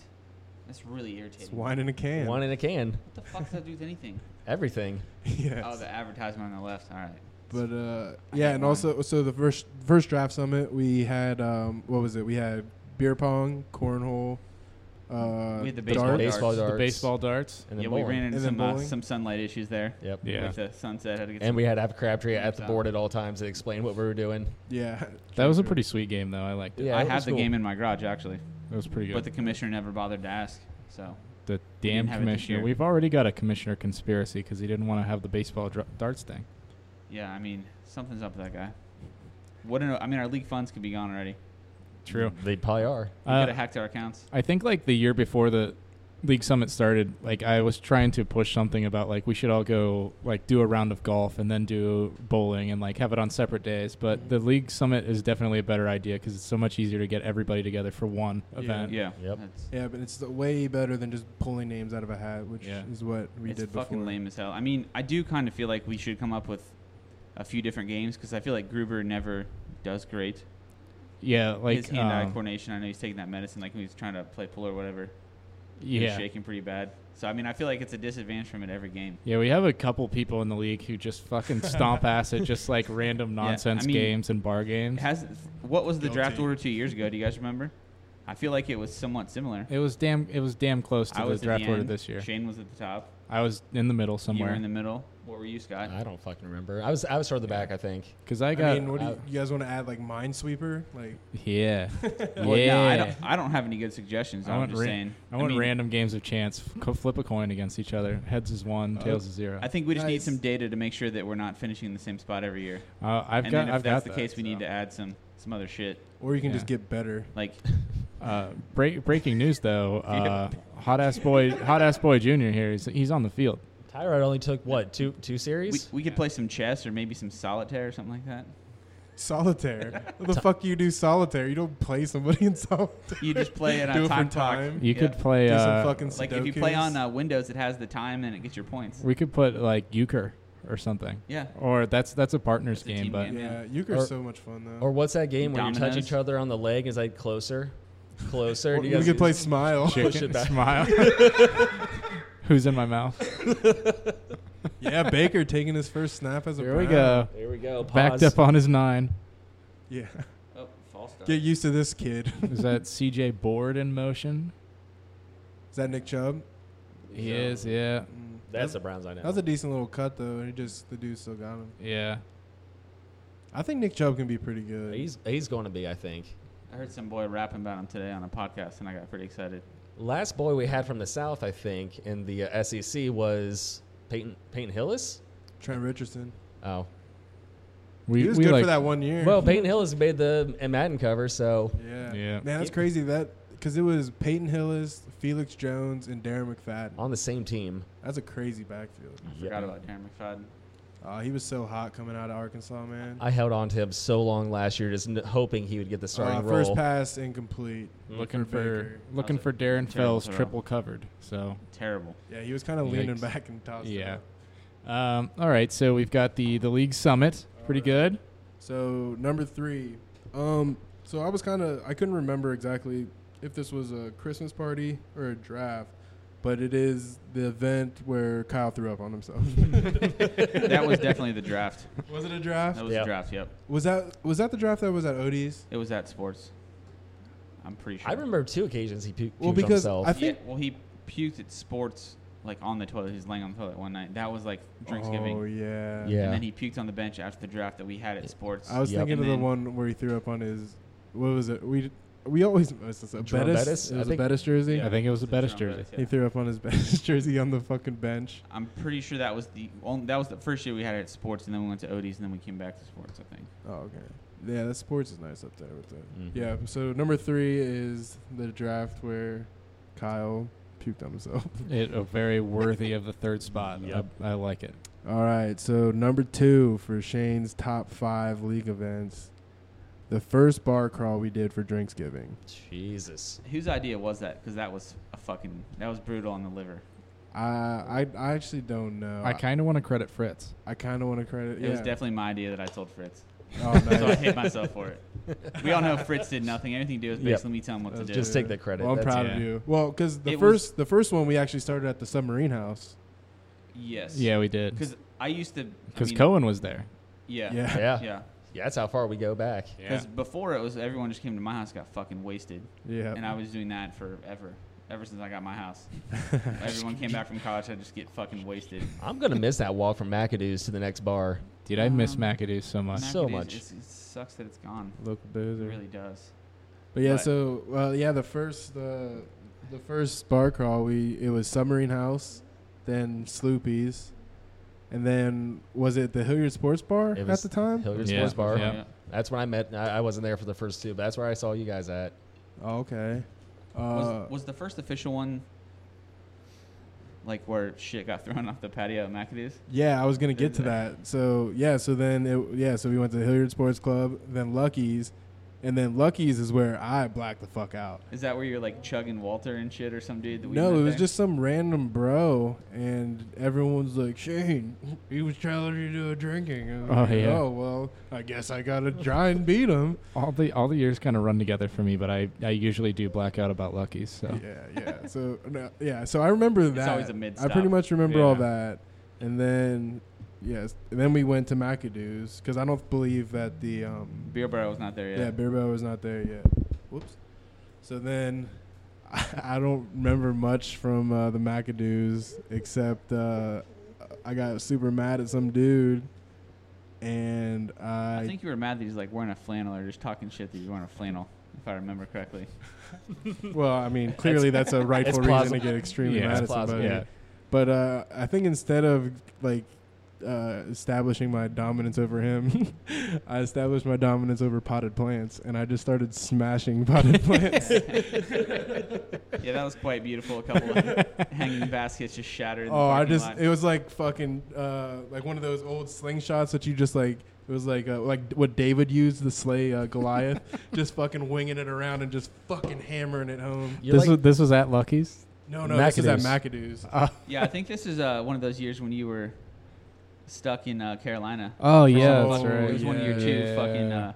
That's really irritating.
It's wine in a can.
One in a can.
What the fuck does that do with anything?
Everything.
yes.
Oh, the advertisement on the left. All right.
But uh,
I
yeah,
had
and
one.
also so the first first draft summit we had um, what was it? We had beer pong, cornhole, uh,
We had the
darts.
Darts.
Baseball darts.
The baseball darts.
And then
Yeah, we
bowling.
ran into
And then
some uh,
bowling?
some sunlight issues there.
Yep.
Yeah.
With the sunset, had to get
And
some-
we had to have Crabtree at the
Lights out.
board at all times to explain what we were doing.
Yeah,
That was a pretty sweet game, though. I liked it.
Yeah,
I
it
have
was
the
cool.
game in my garage actually,
It was pretty
but
good.
the commissioner never bothered to ask. So
The, damn
didn't have it this
commissioner.
year.
We've already got a commissioner conspiracy because he didn't want to have the baseball dr- darts thing.
yeah, I mean something's up with that guy. What an, I mean, our league funds could be gone already.
True.
They probably are.
We
Uh,
could have hacked our accounts.
I think like the year before the league summit started, like I was trying to push something about like we should all go like do a round of golf and then do bowling and like have it on separate days. But the league summit is definitely a better idea because it's so much easier to get everybody together for one
Yeah.
event.
Yeah.
Yep.
That's-
Yeah, but it's the way better than just pulling names out of a hat, which
Yeah.
is what we
it's
did
fucking
before.
lame as hell. I mean, I do kind of feel like we should come up with a few different games because I feel like Gruber never does great.
Yeah, like
His hand-eye
um,
coordination. I know he's taking that medicine, like when he's trying to play pool or whatever. He was
yeah.
shaking pretty bad. So I mean, I feel like it's a disadvantage from it every game.
Yeah, we have a couple people in the league who just fucking stomp ass at just like random
I
nonsense
mean-
games and bar games.
It has what was the draft
Guilty.
order two years ago? Do you guys remember? I feel like it was somewhat similar.
It was damn. It was damn close
I
to the
was at
draft
the
order
end.
this year.
Shane was at the top.
I was in the middle
You were
somewhere Uh,
in the middle. What were you, Scott?
I don't fucking remember. I was I was toward the back, I think.
because I
I,
got
mean, what do you,
uh,
you guys want to add? Like Minesweeper? Like
yeah,
Well,
yeah.
No, I don't. I don't have any good suggestions.
I
I'm
want
just
ra-
saying.
I want
mean,
random games of chance. F- co- flip a coin against each other. Heads is one,
Oh.
tails is zero.
Uh, I think we just need
Nice.
some data to make sure that we're not finishing in the same spot every year.
uh, I've
and
got.
then if
I've got
that's the
that,
case, we need
so.
to add some some other shit.
or you can just
Yeah.
get better.
Like
Uh, break, breaking news though. Uh,
Yeah.
Hot ass boy. Hot ass boy junior here. He's he's on the field.
Tyrod only took what two two
we,
series?
we could play some chess or maybe some solitaire or something like that.
Solitaire. what the fuck you do solitaire? You don't play somebody in solitaire.
You just play it on
Do it for
time clock.
time.
You could
Yeah.
play.
do some
Uh,
fucking
Like if you play uh,
Sudokus.
on uh, Windows, it has the time and it gets your points.
we could put like euchre. or something.
Yeah.
Or that's that's a partners
That's
game,
a team
but
game.
Yeah,
man.
euchre's
Or-
so much fun though.
Or what's that game where you touch
Dominoes?
each other on the leg? Is like closer, closer.
Or
Do
we
you guys
could play smile.
Push
chicken
it back.
smile. Who's in my mouth?
yeah, Baker taking his first snap as a
Here we
Brown.
go.
There we go.
Backed up on his nine.
Yeah,
Oh, false start.
get used to this kid.
Is that CJ Board in motion?
Is that Nick Chubb?
He
No.
is, yeah.
Mm.
That's the Browns I know.
That was a decent little cut though. He just the dude still got him.
Yeah.
I think Nick Chubb can be pretty good.
he's he's going to be, I think.
I heard some boy rapping about him today on a podcast, and I got pretty excited.
Last boy we had from the South, I think, in the uh, SEC was Peyton Peyton Hillis.
Trent Richardson.
Oh,
We,
He was
we
good
like,
for that one year.
well, Peyton Hillis made the Madden cover, so
yeah,
Yeah.
man, that's
Yeah.
crazy. That because it was Peyton Hillis, Felix Jones, and Darren McFadden.
on the same team.
That's a crazy backfield.
I forgot about Darren McFadden.
Uh, he was so hot coming out of Arkansas, man.
I held on to him so long last year, just n- hoping he would get the starting
Uh,
role.
first pass incomplete.
looking
for
for
Baker.
looking
That
for Darren
terrible
Fells
throw.
triple covered. So
Terrible.
Yeah, he was kind of leaning
Yikes.
back and tossed. it
yeah.
up.
Um, all right, so we've got the the league summit. Pretty good.
So number three. Um. So I was kind of I couldn't remember exactly if this was a Christmas party or a draft, but it is the event where Kyle threw up on himself.
that was definitely the draft.
was it a draft?
That was
Yep.
the draft. Yep.
Was that was that the draft that was at Odie's?
It was at sports. I'm pretty sure.
I remember two occasions he pu- puked
Well,
on
because
himself.
I think
yeah, well, he puked at sports, like on the toilet. He was laying on the toilet one night. That was like Drinksgiving.
Oh yeah.
Yeah.
And then he puked on the bench after the draft that we had at sports.
I was
Yep.
thinking
And
of the
then-
one where he threw up on his. What was it? We we always mess this up.
Jerome
Bettis.
Bettis,
It
I
was a
think-
Bettis jersey.
I think it was the Bettis
Jerome
jersey.
Bettis,
He
yeah.
threw up on his Bettis jersey on the fucking bench.
I'm pretty sure that was the only, that was the first year we had it at sports, and then we went to Odie's, and then we came back to sports. I think.
Oh, okay. Yeah, that sports is nice up there with that.
Mhm.
Yeah, so number three is the draft where Kyle puked on himself.
It uh, very worthy of the third spot.
Yep.
I, I like it.
All right, so number two for Shane's top five league events. The first bar crawl we did for Drinksgiving.
Jesus.
Whose idea was that? Because that was a fucking that was brutal on the liver.
I I, I actually don't know.
I kind of want to credit Fritz.
I kind of want to credit.
It
yeah.
was definitely my idea that I told Fritz.
Oh,
so I
nice.
hate myself for it. We all know Fritz did nothing. Anything to do with
Yep.
basically me telling him what to
That's
do.
Just
Yeah.
take the credit.
well, I'm
That's-
proud
yeah.
of you. Well, because the
It was-
first the first one we actually started at the submarine house.
yes.
Yeah, we did.
Because I used to. I
Because
mean,
Cohen was there.
Yeah.
Yeah.
Yeah. yeah.
Yeah.
that's how far we go back.
Because before it was everyone just came to my house, got fucking wasted,
Yeah.
and I was doing that forever. Ever since I got my house, everyone came back from college. I just get fucking wasted.
I'm gonna miss that walk from McAdoo's to the next bar.
Dude, I miss
Um,
McAdoo so much.
So
McAdoo's,
much.
it's- It sucks that it's gone.
Local
It
boozer.
really does.
But yeah,
But-
so uh, yeah, the first uh, the first bar crawl we it was Submarine House, then Sloopy's, and then was it the Hilliard Sports Bar
It
at
was
the time?
Hilliard
Yeah.
Sports Bar.
Yeah.
That's when I met. I, I wasn't there for the first two, but that's where I saw you guys at.
Oh, okay. Uh,
was, was the first official one like where shit got thrown off the patio at McAdoo's?
yeah, I was gonna get to
Isn't there?
that. So yeah, so then it, yeah, so we went to Hilliard Sports Club, then Lucky's, and then Lucky's is where I blacked the fuck out.
Is that where you're like chugging Walter and shit or some dude? That we
No,
met
it was
there?
just some random bro, and everyone's like, Shane, he was challenging you to a drinking. And I'm
Oh,
like,
yeah.
Oh, well, I guess I got to try and beat him.
all the all the years kind of run together for me, but I, I usually do black out about Lucky's. So
Yeah, yeah. So, no, yeah, so I remember that.
always a mid
I pretty
stop.
much remember all
Yeah.
that. And then, yes, and then we went to McAdoo's because I don't believe that the, um,
beer barrel was not there yet.
yeah, Beer Bell was not there yet. Whoops. So then. I don't remember much from uh, the McAdoo's except uh, I got super mad at some dude, and I,
I think you were mad that he's like wearing a flannel or just talking shit that you're wearing a flannel, if I remember correctly.
well, I mean, clearly that's a rightful reason to
plausible.
get extremely
Yeah,
mad
it's
at somebody.
yeah,
But uh, I think instead of like uh, establishing my dominance over him, I established my dominance over potted plants, and I just started smashing potted plants.
Yeah, that was quite beautiful. A couple of hanging baskets just shattered. in the
Oh, I
parking
just
lot.
it was like fucking uh, like one of those old slingshots that you just like it was like uh, like what David used to slay uh, Goliath, just fucking winging it around and just fucking hammering it home.
You're
this
like,
was this was at Lucky's. Uh,
No, no, this is at McAdoo's.
yeah, I think this is uh, one of those years when you were stuck in uh, Carolina.
Oh
for
yeah,
some
that's
fucking-
right.
It was one of your
Yeah,
two
yeah,
fucking,
yeah.
uh,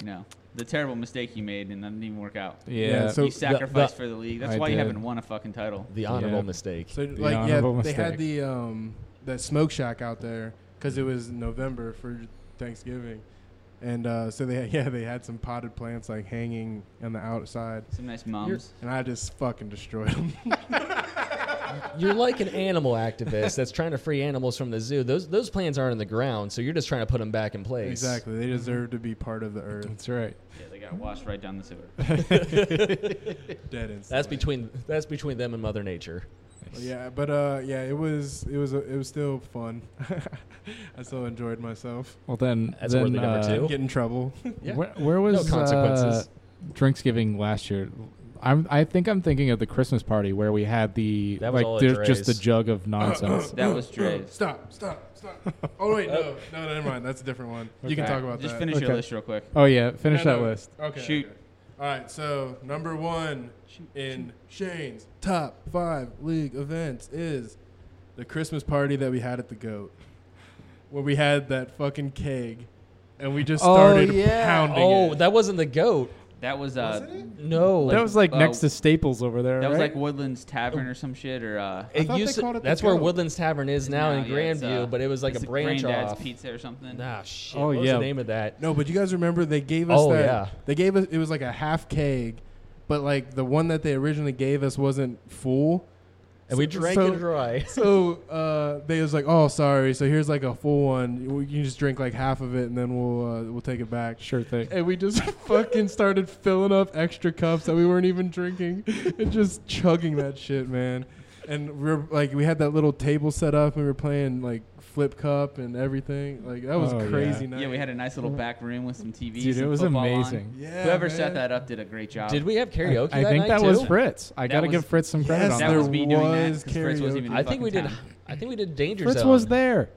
you know, the terrible mistake you made and that didn't even work out.
yeah.
Yeah, so-
you
the-
sacrificed for the league. That's
I
why you
did.
haven't won a fucking title.
The honorable
Yeah.
mistake.
So like yeah,
honorable
they
mistake.
had the um that smoke shack out there because it was November for Thanksgiving, and uh, so they had, yeah they had some potted plants like hanging on the outside,
Some nice mums.
and I just fucking destroyed them.
You're like an animal activist that's trying to free animals from the zoo. Those those plants aren't in the ground, so you're just trying to put them back in place.
exactly,
Mm-hmm.
they deserve to be part of the earth.
that's right.
Yeah, they got washed right down the sewer.
Dead instantly.
That's between that's between them and Mother Nature.
Yeah, but uh, yeah, it was it was it was still fun. I still enjoyed myself.
Well then,
That's
then,
worthy number
uh,
two.
Didn't get in trouble.
Yeah.
Where, where was
no consequences.
Uh, Drinksgiving last year? I'm, I think I'm thinking of the Christmas party where we had the
That was
like
all at
there's just a
Dre's.
jug of nonsense.
That was Dre's.
Stop! Stop! Stop! Oh wait, no, no, never mind. That's a different one. You can
All
talk
right,
about
Just
that.
finish
Okay.
your list real quick.
oh yeah, finish
No,
that
no,
list.
Okay.
Shoot.
okay. All right. So number one in Shane's top five league events is the Christmas party that we had at the Goat, where we had that fucking keg, and we just
Oh,
started
yeah.
pounding
Oh,
it.
that wasn't the goat.
That was uh,
Wasn't it?
No,
that was like
uh,
next to Staples over there.
that was
right?
like Woodlands Tavern or some shit or uh.
I thought
it
they
used
called
to,
it the
that's where
goat.
Woodlands Tavern is now in
yeah, it's,
Grandview,
uh,
but it was like
it's
a branch
Granddad's
off.
Pizza or something.
Nah, shit.
Oh,
what was
yeah.
the name of that?
No, but you guys remember they gave us
Oh,
that.
yeah.
They gave us it was like a half keg, but like the one that they originally gave us wasn't full.
And we
So-
drank
so-
it dry.
So uh, they was like, "Oh, sorry. So here's like a full one. You can just drink like half of it, and then we'll uh, we'll take it back."
sure thing.
And we just fucking started filling up extra cups that we weren't even drinking, and just chugging that shit, man. And we are like, we had that little table set up, and we were playing like flip cup and everything. Like that was
Oh, yeah.
crazy. Night.
Yeah, we had a nice little back room with some TVs.
Dude, it
and
was
football on.
amazing.
Yeah,
Whoever set
man.
that up did a great job.
Did we have
I-
karaoke?
I,
that
think
night
that
too?
was Fritz. I
That
gotta
was-
give Fritz some credit
Yes,
on
That
that.
was me doing that
was
because Fritz wasn't even. in
I think we
fucking
did.
town.
I think we did Danger
Fritz
Zone.
was there.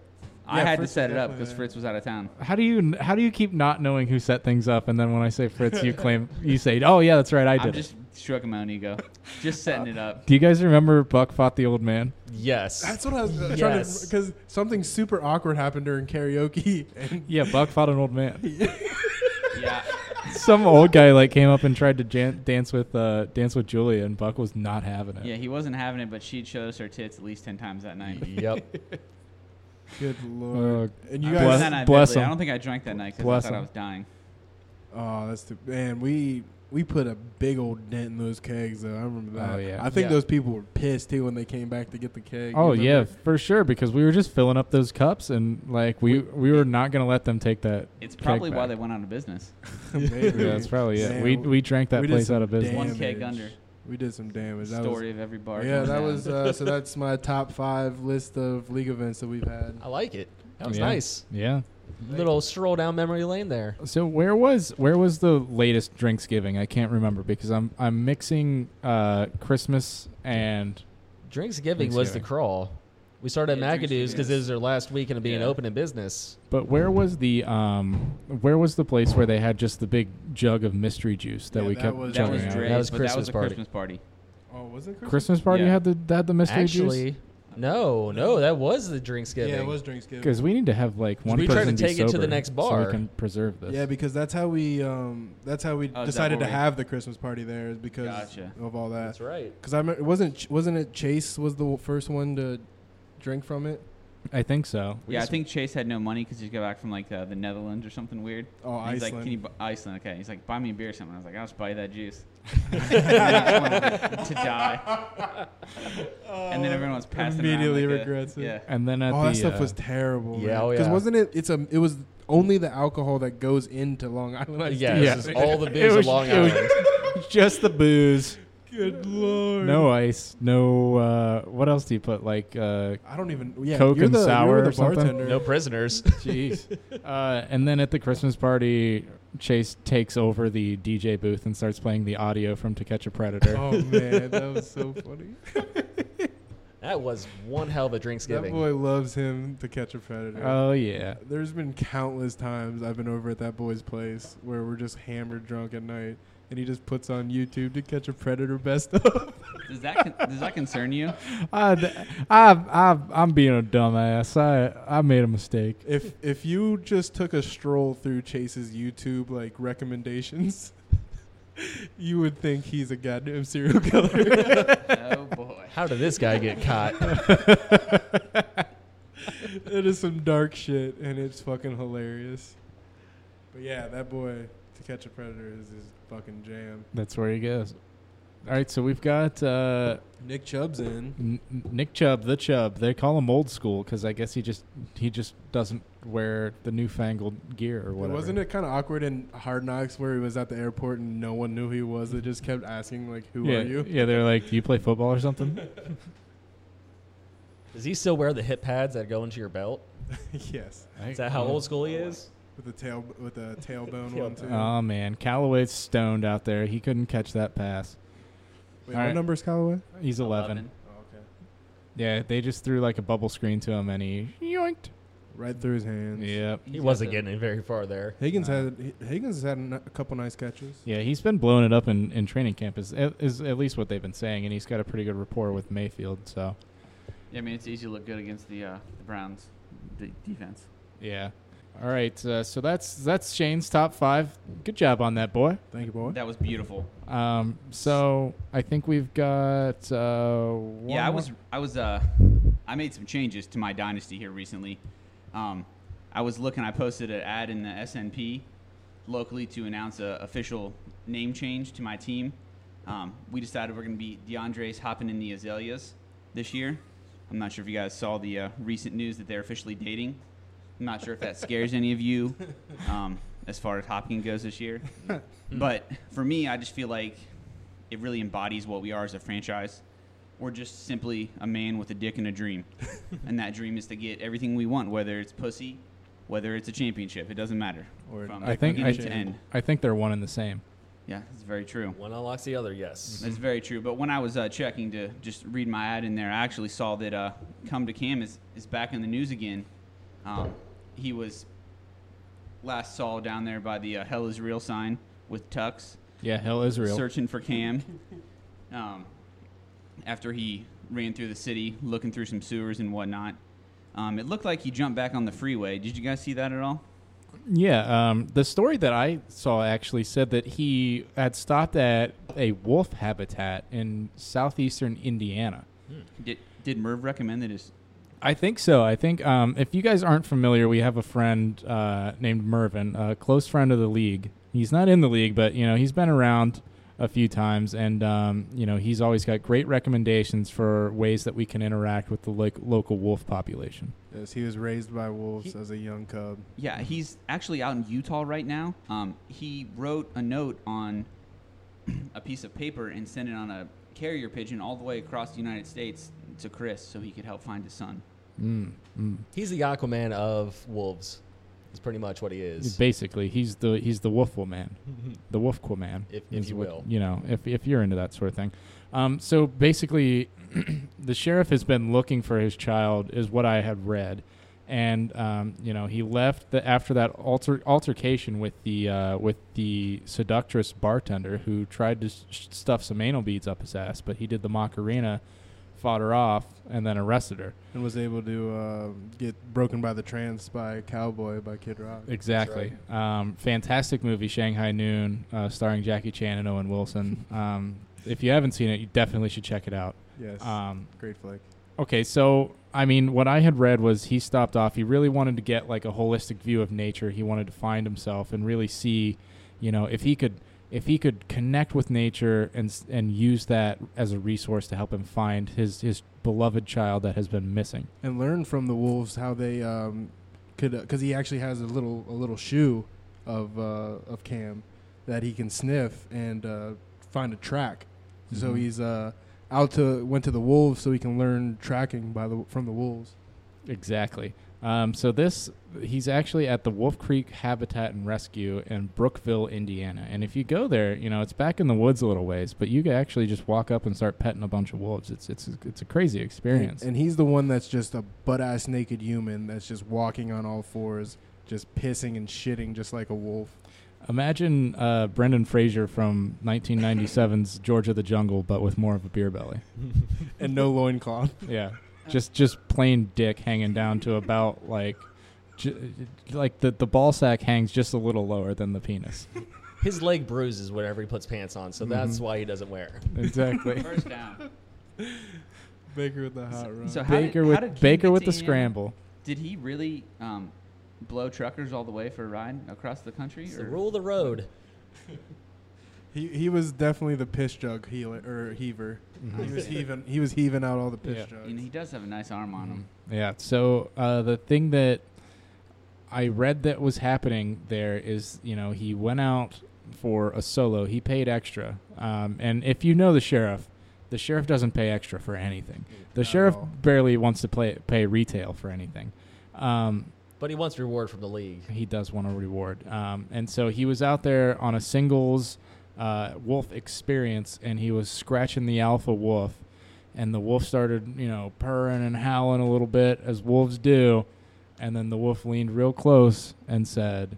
I
Yeah,
had
Fritz
to set
was
it up
definitely
because
there.
Fritz was out of town.
How do you how do you keep not knowing who set things up, and then when I say Fritz, you claim you say, "Oh yeah, that's right, I
I'm
did."
just stroking my own ego, just setting it up.
it. Do you guys remember Buck fought the old man?
Yes.
That's what I was uh trying to
Yes.
because something super awkward happened during karaoke, and
Yeah, Buck fought an old man.
Yeah,
Some old guy like came up and tried to jan- dance with uh, dance with Julia, and Buck was not having it.
yeah, he wasn't having it, but she'd showed us her tits at least ten times that night.
yep.
good lord,
Uh,
and you
Well,
bless-
that
guys,
night,
bless
vividly.
him.
I don't think I drank that night because
Bless
I thought I
him.
was dying.
oh, that's too, man, we we put a big old dent in those kegs. Though I remember that.
Oh, yeah.
I think
Yeah.
those people were pissed too when they came back to get the keg.
Oh
You
yeah,
remember?
for sure. Because we were just filling up those cups, and like we we were not gonna let them take that.
It's
Keg
probably why
back.
they went out of business.
Maybe.
Yeah, that's probably it.
Man,
we we drank that
we did
place
some
out of business.
One keg
Damage.
under.
we did some damage. That
Story of every bar.
was, yeah,
going
that
down.
was uh, so. That's my top five list of league events that we've had.
I like it. That was
Yeah.
nice.
Yeah.
Little stroll down memory lane there.
So where was where was the latest Drinksgiving? I can't remember because I'm I'm mixing uh, Christmas and
Drinksgiving was the
Drinksgiving.
crawl. We started
Yeah,
at McAdoo's because
Drinksgiving.
it was their last weekend of being
Yeah.
open in business.
but where was the um where was the place where they had just the big jug of mystery juice that
Yeah,
we
that
kept
was-
that
juggling
was
out?
Dre's,
That was
but that
Christmas
was a
party.
Christmas party.
Oh, was it Christmas?
Christmas party
Yeah.
had the had the mystery
Actually,
juice
no, no, that was the Drinksgiving.
Yeah, it was Drinksgiving.
because we need to have like one
we tried to
person be
take it to
sober
the next
so
bar.
we can preserve this.
Yeah, because that's how we um, that's how we
Oh, is that
decided to
where we-
have the Christmas party there is because
Gotcha.
of all that.
That's right.
Because I remember, wasn't Ch- wasn't it Chase was the first one to drink from it?
I think so.
We
yeah, I
just-
think Chase had no money because he got back from like uh, the Netherlands or something weird.
Oh,
And he's
Iceland.
like, "Can you bu- Iceland?" Okay, he's like, "Buy me a beer or something." I was like, "I'll just buy you that juice." to die. and then everyone was passing around,
immediately
like, a-
regrets it.
Yeah,
And then at
oh,
the
that stuff
uh,
was terrible.
Yeah, oh,
Because
yeah.
wasn't it? It's a. It was only the alcohol that goes into Long Island. Iced
Yeah,
Tea.
Yeah.
this is all the
It
beers
was-
of Long
it was-
Island.
just the booze,
Good lord.
no uh, ice, no uh, what else do you put like uh,
I don't even. Yeah,
Coke
you're
and
the,
sour
you're
or
the
something?
bartender.
no prisoners.
Jeez. Uh, and then at the Christmas party, Chase takes over the DJ booth and starts playing the audio from To Catch a Predator.
Oh man, that was so funny.
that was one hell of a
that
Drinksgiving.
boy loves him to catch a predator.
Oh, yeah.
There's been countless times I've been over at that boy's place where we're just hammered drunk at night, and and he just puts on YouTube to catch a predator best of.
Does that con- does that concern you?
I, I, I, I'm being a dumbass. I, I made a mistake.
if if you just took a stroll through Chase's YouTube like recommendations, you would think he's a goddamn serial killer.
Oh boy.
How did this guy get caught?
it is some dark shit, and it's fucking hilarious. But yeah, that boy to catch a predator is his fucking jam.
That's where he goes. All right, so we've got uh,
Nick Chubb's in.
N- N- Nick Chubb, the Chubb. They call him old school because I guess he just he just doesn't wear the newfangled gear or whatever.
Wasn't it kind of awkward in Hard Knocks where he was at the airport and no one knew who he was? They just kept asking like, "Who
yeah,
are you?"
Yeah, they're like, "Do you play football or something?"
Does he still wear the hip pads that go into your belt?
yes,
Is that how old school he is?
with the tail with the tailbone
Tail-
one too.
Oh man, Callaway's stoned out there. He couldn't catch that pass.
Wait,
all
what
right.
number is Callaway?
He's 11.
Oh, okay,
Yeah, they just threw like a bubble screen to him and he yoinked.
right through his hands.
Yep.
He wasn't getting it very far there.
Higgins
Nah.
had Higgins has had a n- a couple nice catches.
Yeah, he's been blowing it up in, in training camp is, is at least what they've been saying, and he's got a pretty good rapport with Mayfield. So
Yeah, I mean it's easy to look good against the uh, the Browns d- defense.
yeah. All right, uh, so that's that's Shane's top five. Good job on that, boy.
Thank you, boy.
That was beautiful.
Um, so I think we've got. Uh, one
yeah, I
more-
was I was uh I made some changes to my dynasty here recently. Um, I was looking. I posted an ad in the SNP locally to announce a official name change to my team. Um, we decided we're going to be DeAndre's hopping in the azaleas this year. I'm not sure if you guys saw the uh, recent news that they're officially dating. I'm not sure if that scares any of you um, as far as hopping goes this year. but for me, I just feel like it really embodies what we are as a franchise. We're just simply a man with a dick and a dream. and that dream is to get everything we want, whether it's pussy, whether it's a championship, it doesn't matter.
Or
From
I think I,
beginning to end.
I think they're one and the same.
Yeah, it's very true.
One unlocks the other, yes.
That's very true. But when I was uh, checking to just read my ad in there, I actually saw that uh, Come to Cam is, is back in the news again. Um, he was last saw down there by the uh, Hell is Real sign with Tux,
Yeah, hell is real.
searching for Cam. Um, after he ran through the city looking through some sewers and whatnot. Um, it looked like he jumped back on the freeway. Did you guys see that at all?
Yeah, um, the story that I saw actually said that he had stopped at a wolf habitat in southeastern Indiana.
Did, did Merv recommend that his
I think so. I think um, if you guys aren't familiar, we have a friend uh, named Mervin, a close friend of the league. He's not in the league, but you know he's been around a few times, and um, you know he's always got great recommendations for ways that we can interact with the lo- local wolf population.
Yes, he was raised by wolves
He-
as a young cub.
Yeah, he's actually out in Utah right now. Um, he wrote a note on a piece of paper and sent it on a carrier pigeon all the way across the United States to Chris so he could help find his son.
Mm, mm.
He's the Aquaman of wolves. That's pretty much what he is.
Basically, he's the he's the wolfquaman, man, the wolfquaman. man.
If- if you will.
you know, if if you're into that sort of thing. Um, so basically, the sheriff has been looking for his child, is what I had read, and um, you know, he left the, after that alter, altercation with the uh, with the seductress bartender who tried to s- stuff some anal beads up his ass, but he did the macarena, fought her off, and then arrested her.
and was able to uh, get broken by the trance by Cowboy by Kid Rock.
Exactly. Um, fantastic movie, Shanghai Noon, uh, starring Jackie Chan and Owen Wilson. Um, if you haven't seen it, you definitely should check it out.
Yes,
Um,
great flick.
okay, so I mean, what I had read was he stopped off. He really wanted to get like a holistic view of nature. He wanted to find himself and really see, you know, if he could if he could connect with nature and s- and use that as a resource to help him find his his beloved child that has been missing.
And learn from the wolves how they um, could, because he actually has a little a little shoe of uh, of Cam that he can sniff and uh, find a track. So
Mhm.
he's uh, out to went to the wolves so he can learn tracking by the from the wolves.
Exactly. Um, so this, he's actually at the Wolf Creek Habitat and Rescue in Brookville, Indiana. And if you go there, you know it's back in the woods a little ways, but you can actually just walk up and start petting a bunch of wolves. It's it's it's a crazy experience.
And, and he's the one that's just a butt ass naked human that's just walking on all fours, just pissing and shitting just like a wolf.
Imagine uh, Brendan Fraser from 1997's George of the Jungle, but with more of a beer belly.
and no loincloth.
Yeah, just just plain dick hanging down to about like, j- like the the ball sack hangs just a little lower than the penis.
His leg bruises whenever he puts pants on, so that's
Mhm.
why he doesn't wear.
Exactly.
First down.
Baker with the hot rod.
So how
Baker
did,
with
how did he
Baker
get
with
to
the
Indiana?
scramble.
Did he really um, blow truckers all the way for a ride across the country?
It's
or-
the rule of the road.
he he was definitely the piss jug healer or heaver.
Mm-hmm.
He was heaving he was heaving out all the piss
Yeah.
jugs.
You know, he does have a nice arm on him.
Yeah. So uh, the thing that I read that was happening there is, you know, he went out for a solo. He paid extra, um, and if you know the sheriff, the sheriff doesn't pay extra for anything. The
Not at
sheriff
all.
barely wants to play, pay retail for anything. Um,
But he wants reward from the league.
he does want a reward. Um, and so he was out there on a singles uh, wolf experience, and he was scratching the alpha wolf, and the wolf started, you know, purring and howling a little bit as wolves do, and then the wolf leaned real close and said.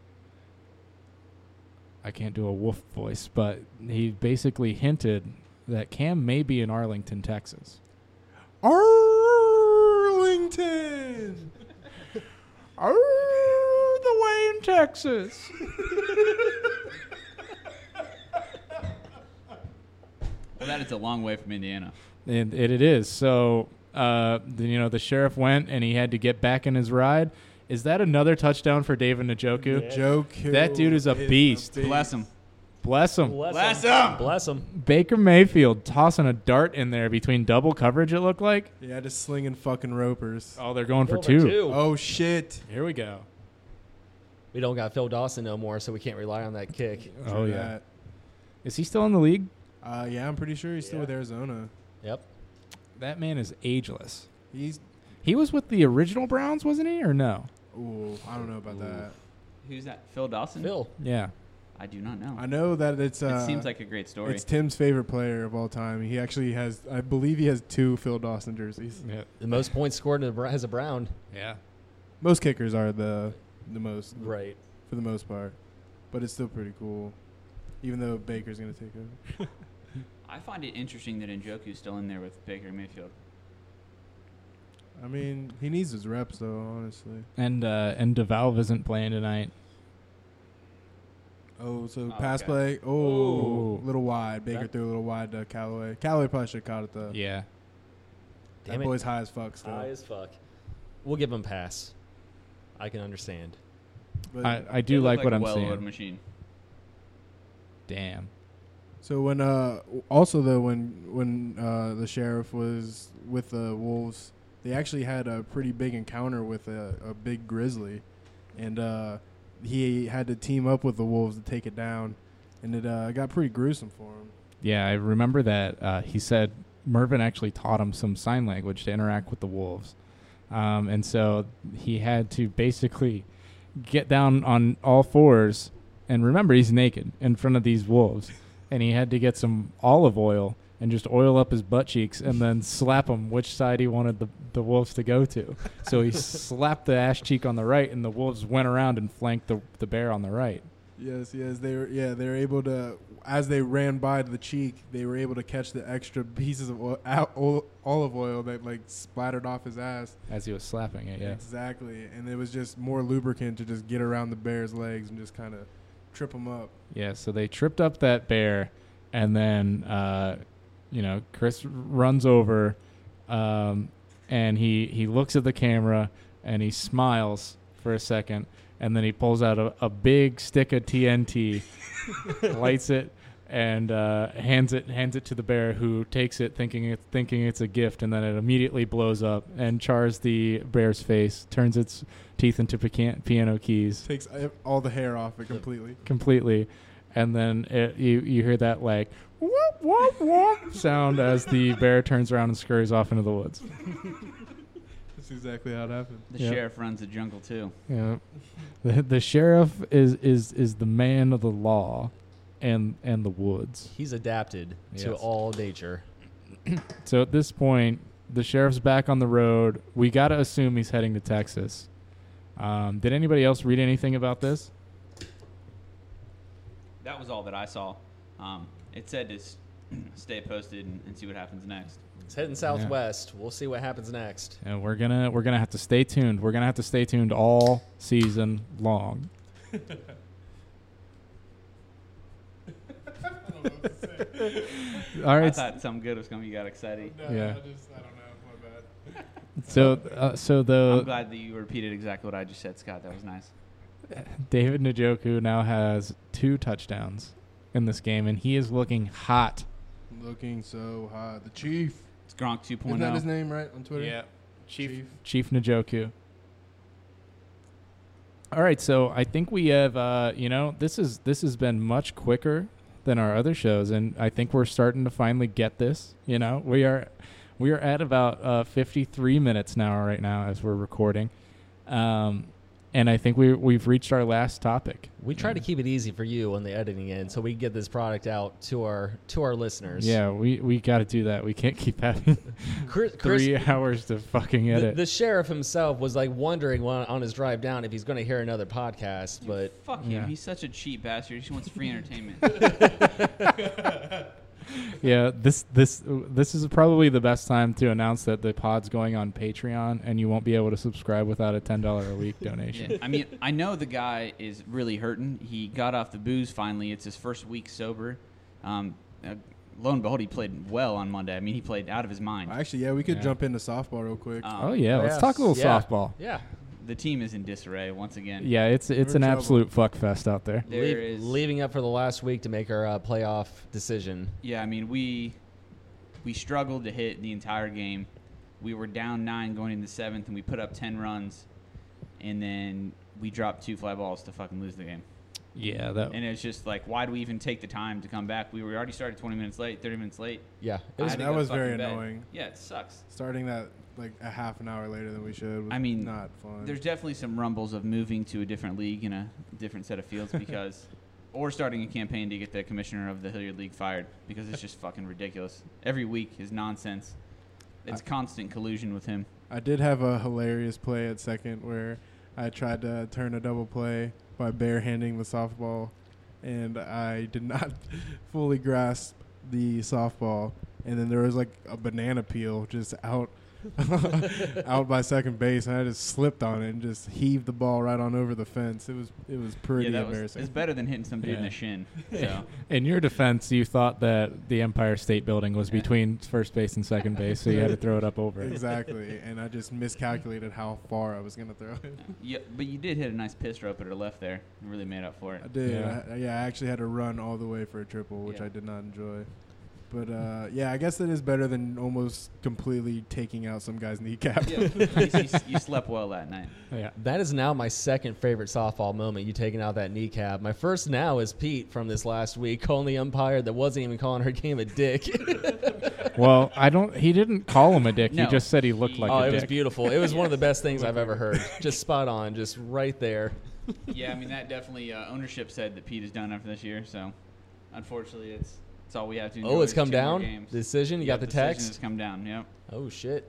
I can't do a wolf voice, but he basically hinted that Cam may be in Arlington, Texas.
Arlington.
Oh, the way in Texas.
Well, that is a long way from Indiana.
And it, it is. So, uh, the, you know, the sheriff went and he had to get back in his ride. Is that another touchdown for David Njoku?
Joe
That dude is a beast.
Bless him.
Bless him.
Bless
him.
him.
Bless him.
Baker Mayfield tossing a dart in there between double coverage, it looked like.
Yeah, just slinging fucking ropers.
Oh, they're going for
Over
two.
Oh shit.
Here we go.
We don't got Phil Dawson no more, so we can't rely on that kick.
Oh,
Try
yeah. Is he still in the league?
that. Uh, yeah, I'm pretty sure he's still
Yeah.
with Arizona.
Yep.
That man is ageless.
He's.
He was with the original Browns, wasn't he, or no?
Ooh, I don't know about that.
Who's that? Phil Dawson?
Phil.
Yeah.
I do not know.
I know that it's. Uh,
it seems like a great story.
it's Tim's favorite player of all time. He actually has, I believe, he has two Phil Dawson jerseys.
Yeah.
The most points scored in a, Bra- has a Brown.
Yeah.
Most kickers are the the most
Right.
for the most part, but it's still pretty cool. Even though Baker's gonna take over.
I find it interesting that Njoku's still in there with Baker Mayfield.
I mean, he needs his reps though, honestly.
And uh, and DeValve isn't playing tonight.
Oh, so
Oh,
pass
okay.
play. Oh,
Ooh.
little wide. Baker
That-
threw a little wide to Callaway. Callaway probably should have caught it though.
Yeah.
that
Damn it.
boy's high as fuck still.
High as fuck. We'll give him pass. I can understand.
But-
I, I
They
do
look
like what I'm
well-oiled
seeing.
machine.
Damn.
So when uh also though when when uh the sheriff was with the wolves, they actually had a pretty big encounter with a, a big grizzly, and uh he had to team up with the wolves to take it down, and it uh, got pretty gruesome for him.
Yeah, I remember that. Uh, he said Mervin actually taught him some sign language to interact with the wolves. Um, and so he had to basically get down on all fours. And remember, he's naked in front of these wolves. And he had to get some olive oil and just oil up his butt cheeks and then slap them which side he wanted the, the wolves to go to. So he slapped the ass cheek on the right, and the wolves went around and flanked the, the bear on the right.
Yes, yes, they were. Yeah, they were able to. As they ran by the cheek, they were able to catch the extra pieces of oil, o- olive oil that like splattered off his ass.
As he was slapping it, yeah.
Exactly, and it was just more lubricant to just get around the bear's legs and just kind of trip him up.
Yeah, so they tripped up that bear, and then uh, you know Chris r- runs over, um, and he he looks at the camera and he smiles for a second, and then he pulls out a, a big stick of TNT, lights it, and uh, hands it hands it to the bear, who takes it thinking it, thinking it's a gift, and then it immediately blows up and chars the bear's face, turns its teeth into pecan- piano keys
Takes e- all the hair off it completely.
completely, and then it, you you hear that like whoop whoop whoop sound as the bear turns around and scurries off into the woods.
That's exactly how it happened.
The
Yeah.
sheriff runs the jungle too.
Yeah, the, the sheriff is is is the man of the law, and and the woods.
He's adapted to
Yes.
all nature.
So at this point, the sheriff's back on the road. We gotta assume he's heading to Texas. Um, did anybody else read anything about this?
that was all that I saw. Um, it said to s- stay posted and, and see what happens next.
It's heading southwest. We'll see what happens next.
And we're gonna we're gonna have to stay tuned. We're gonna have to stay tuned all season long.
I don't know what to say.
All
I
right.
thought something good was coming. You got excited.
No,
Yeah.
I just I don't know. My bad.
So uh, so
I'm
the
glad that you repeated exactly what I just said, Scott. That was nice.
David Njoku now has two touchdowns in this game, and he is looking hot.
Looking so hot. The Chief.
It's Gronk 2.0.
Isn't that his name, right? On Twitter?
Chief Chief Njoku. All right, so I think we have uh, you know, this is this has been much quicker than our other shows and I think we're starting to finally get this, you know. We are we are at about uh, 53 minutes now right now as we're recording. Um and I think we we've reached our last topic.
We try to keep it easy for you on the editing end, so we can get this product out to our to our listeners.
Yeah, we we got to do that. We can't keep having
Chris, Chris
3 hours to fucking
the,
edit.
the sheriff himself was like wondering while, on his drive down if he's going to hear another podcast, but
oh. Fuck him.
Yeah.
He's such a cheap bastard. He just wants free entertainment.
Yeah, this this this is probably the best time to announce that the pod's going on Patreon, and you won't be able to subscribe without a ten dollar a week donation.
Yeah, I mean, I know the guy is really hurting. He got off the booze finally. It's his first week sober. Um, uh, lo and behold, he played well on Monday. I mean, he played out of his mind.
Actually, yeah, we could
Yeah.
jump into softball real quick.
Um,
Oh yeah, let's talk a little
Yeah.
softball.
yeah,
The team is in disarray once again.
Yeah, it's it's
We're in
an
trouble.
absolute fuck fest out there.
There
leave-
is-
leaving up for the last week to make our uh, playoff decision.
Yeah, I mean, we we struggled to hit the entire game. We were down nine going into the seventh, and we put up ten runs, and then we dropped two fly balls to fucking lose the game.
Yeah,
Oh.
that
And it's just like, why do we even take the time to come back? We were already started twenty minutes late, thirty minutes late.
Yeah,
I
it was
had to
that
go
was
to fucking
very
bed.
annoying.
Yeah, it sucks.
Starting that like a half an hour later than we should. Was
I mean,
not fun.
There's definitely some rumbles of moving to a different league and a different set of fields because, or starting a campaign to get the commissioner of the Hilliard League fired because it's just fucking ridiculous. Every week is nonsense. It's constant collusion with him.
I did have a hilarious play at second where I tried to turn a double play by barehanding the softball, and I did not fully grasp the softball. And then there was like a banana peel just out, out by second base, and I just slipped on it and just heaved the ball right on over the fence. It was it was pretty
yeah, that was,
embarrassing.
it's better than hitting some dude in
Yeah.
the shin. So
in your defense, you thought that the Empire State Building was between first base and second base, so you had to throw it up over. it.
exactly, and I just miscalculated how far I was gonna throw it.
yeah, but you did hit a nice piss rope at her left there. You really made up for it.
I did.
Yeah.
Yeah. I, yeah, I actually had to run all the way for a triple, which
Yeah.
I did not enjoy. But uh, yeah, I guess it is better than almost completely taking out some guy's kneecap.
Yeah, at least you, s- you slept well that night.
Yeah,
That is now my second favorite softball moment. You taking out that kneecap. My first now is Pete from this last week calling the umpire that wasn't even calling her game a dick.
well, I don't. He didn't call him a dick.
No,
he just said he looked
he-
like
oh,
a
it was
dick.
beautiful. It was one of the best things I've ever heard. Just spot on. Just right there.
Yeah, I mean that definitely uh, ownership said that Pete is done after this year. So unfortunately, it's it's all we have to.
Oh,
endure
it's
is
come
two more
down.
games.
Decision. You got the
decision
text.
has come down. Yep.
Oh shit.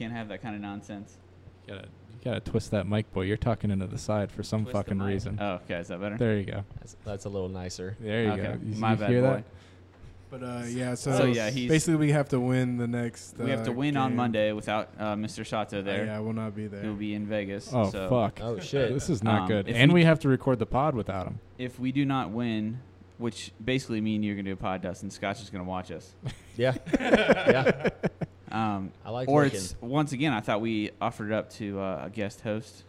Can't have that kind of nonsense.
You gotta, you gotta twist that mic, boy. You're talking into the side for some
Twist the
fucking
mic.
reason.
Oh, okay. Is that better?
There you go.
That's, that's a little nicer.
There you
Okay,
go. You,
my
you
bad,
hear that?
boy.
But uh, yeah, so,
So, Oh, yeah, he's-
basically we have to win the next.
we have to
uh,
win on
game.
Monday without uh, Mr. Sato
Uh,
there.
yeah, I will not be there.
He'll be in Vegas.
Oh
so
fuck!
Oh shit.
This is not
Um,
good.
if
And
we-
we have to record the pod without him.
If we do not win, which basically mean you're gonna do a pod, Dustin. Scott's just gonna watch us.
Yeah. yeah.
Um,
I like
or
looking.
it's once again. I thought we offered it up to uh, a guest host,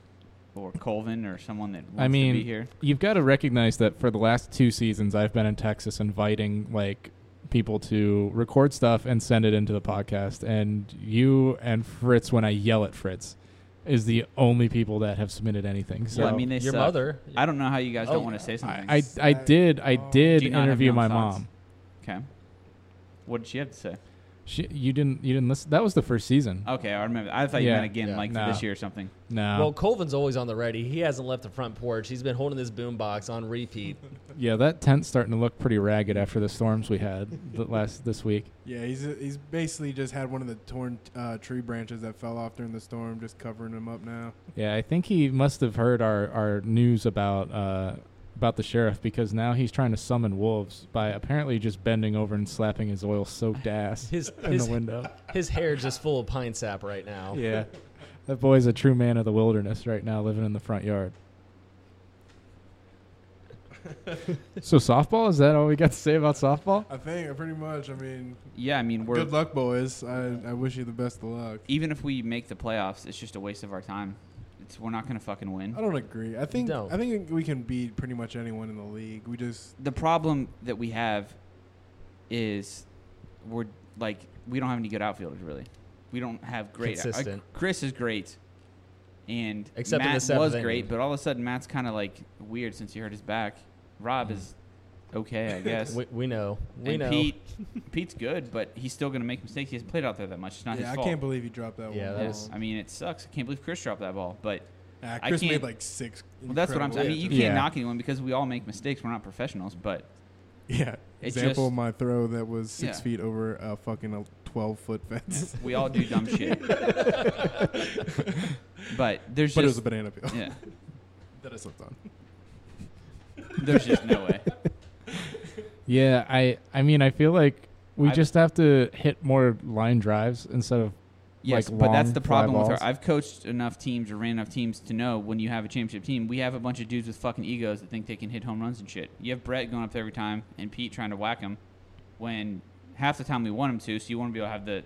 or Colvin, or someone that wants
I mean,
to be here.
You've got to recognize that for the last two seasons, I've been in Texas inviting like people to record stuff and send it into the podcast. And you and Fritz, when I yell at Fritz, is the only people that have submitted anything. So
Well, I mean, they
your
suck.
mother.
I don't know how you guys
Oh,
don't want to say something.
I, I, I did I
Oh.
did
Do you not have
interview
no
my
thoughts?
mom.
okay. What did she have to say?
She, you didn't you didn't listen. That was the first season.
Okay, I remember. I thought you
Yeah.
meant again,
Yeah.
like
No.
for this year or something.
no.
Well, Colvin's always on the ready. He hasn't left the front porch. He's been holding this boombox on repeat.
yeah, that tent's starting to look pretty ragged after the storms we had the last this week.
yeah, he's he's basically just had one of the torn uh, tree branches that fell off during the storm, just covering him up now.
Yeah, I think he must have heard our, our news about uh, about the sheriff because now he's trying to summon wolves by apparently just bending over and slapping his oil-soaked ass
His
in
his, Oh.
the window.
his hair is just full of pine sap right now.
Yeah. That boy's a true man of the wilderness right now, living in the front yard. so softball is that all we got to say about softball?
I think pretty much. I mean,
Yeah, I mean, we're E
good luck, boys. I, I wish you the best of luck.
even if we make the playoffs, it's just a waste of our time. It's we're not gonna fucking win.
I don't agree. I think
Don't.
I think we can beat pretty much anyone in the league. We just
the problem that we have is we're like we don't have any good outfielders really. We don't have great. uh,
Consistent.
Chris is great, and
Except in the
Matt
seventh
was
inning.
great, but all of a sudden Matt's kind of like weird since he hurt his back. Rob is okay, I guess.
Mm. We, we know. We
and
know.
Pete, Pete's good, but he's still gonna make mistakes. He hasn't played out there that much. It's not
yeah.
his
I
fault.
can't believe you dropped that
Yeah,
one.
Yeah.
that
ball.
was-
I mean, it sucks. I can't believe Chris dropped that ball, but
Nah,
I
Chris made
can't-
like six.
well, that's what I'm saying. I mean, you
incredible-
can't
Yeah.
knock anyone because we all make mistakes. We're not professionals, but
Yeah.
It
Example
just-
of my throw that was six
Yeah.
feet over a fucking uh, twelve foot fence.
we all do dumb shit. but there's
but it was
just
a banana peel
yeah,
that I slipped on.
there's just no way.
Yeah, I I mean I feel like we
I've-
just have to hit more line drives instead of
Yes,
Like
but that's
long
the
fly
problem with
balls.
her. I've coached enough teams or ran enough teams to know when you have a championship team, we have a bunch of dudes with fucking egos that think they can hit home runs and shit. You have Brett going up there every time and Pete trying to whack him when half the time we want him to, so you want to be able to have the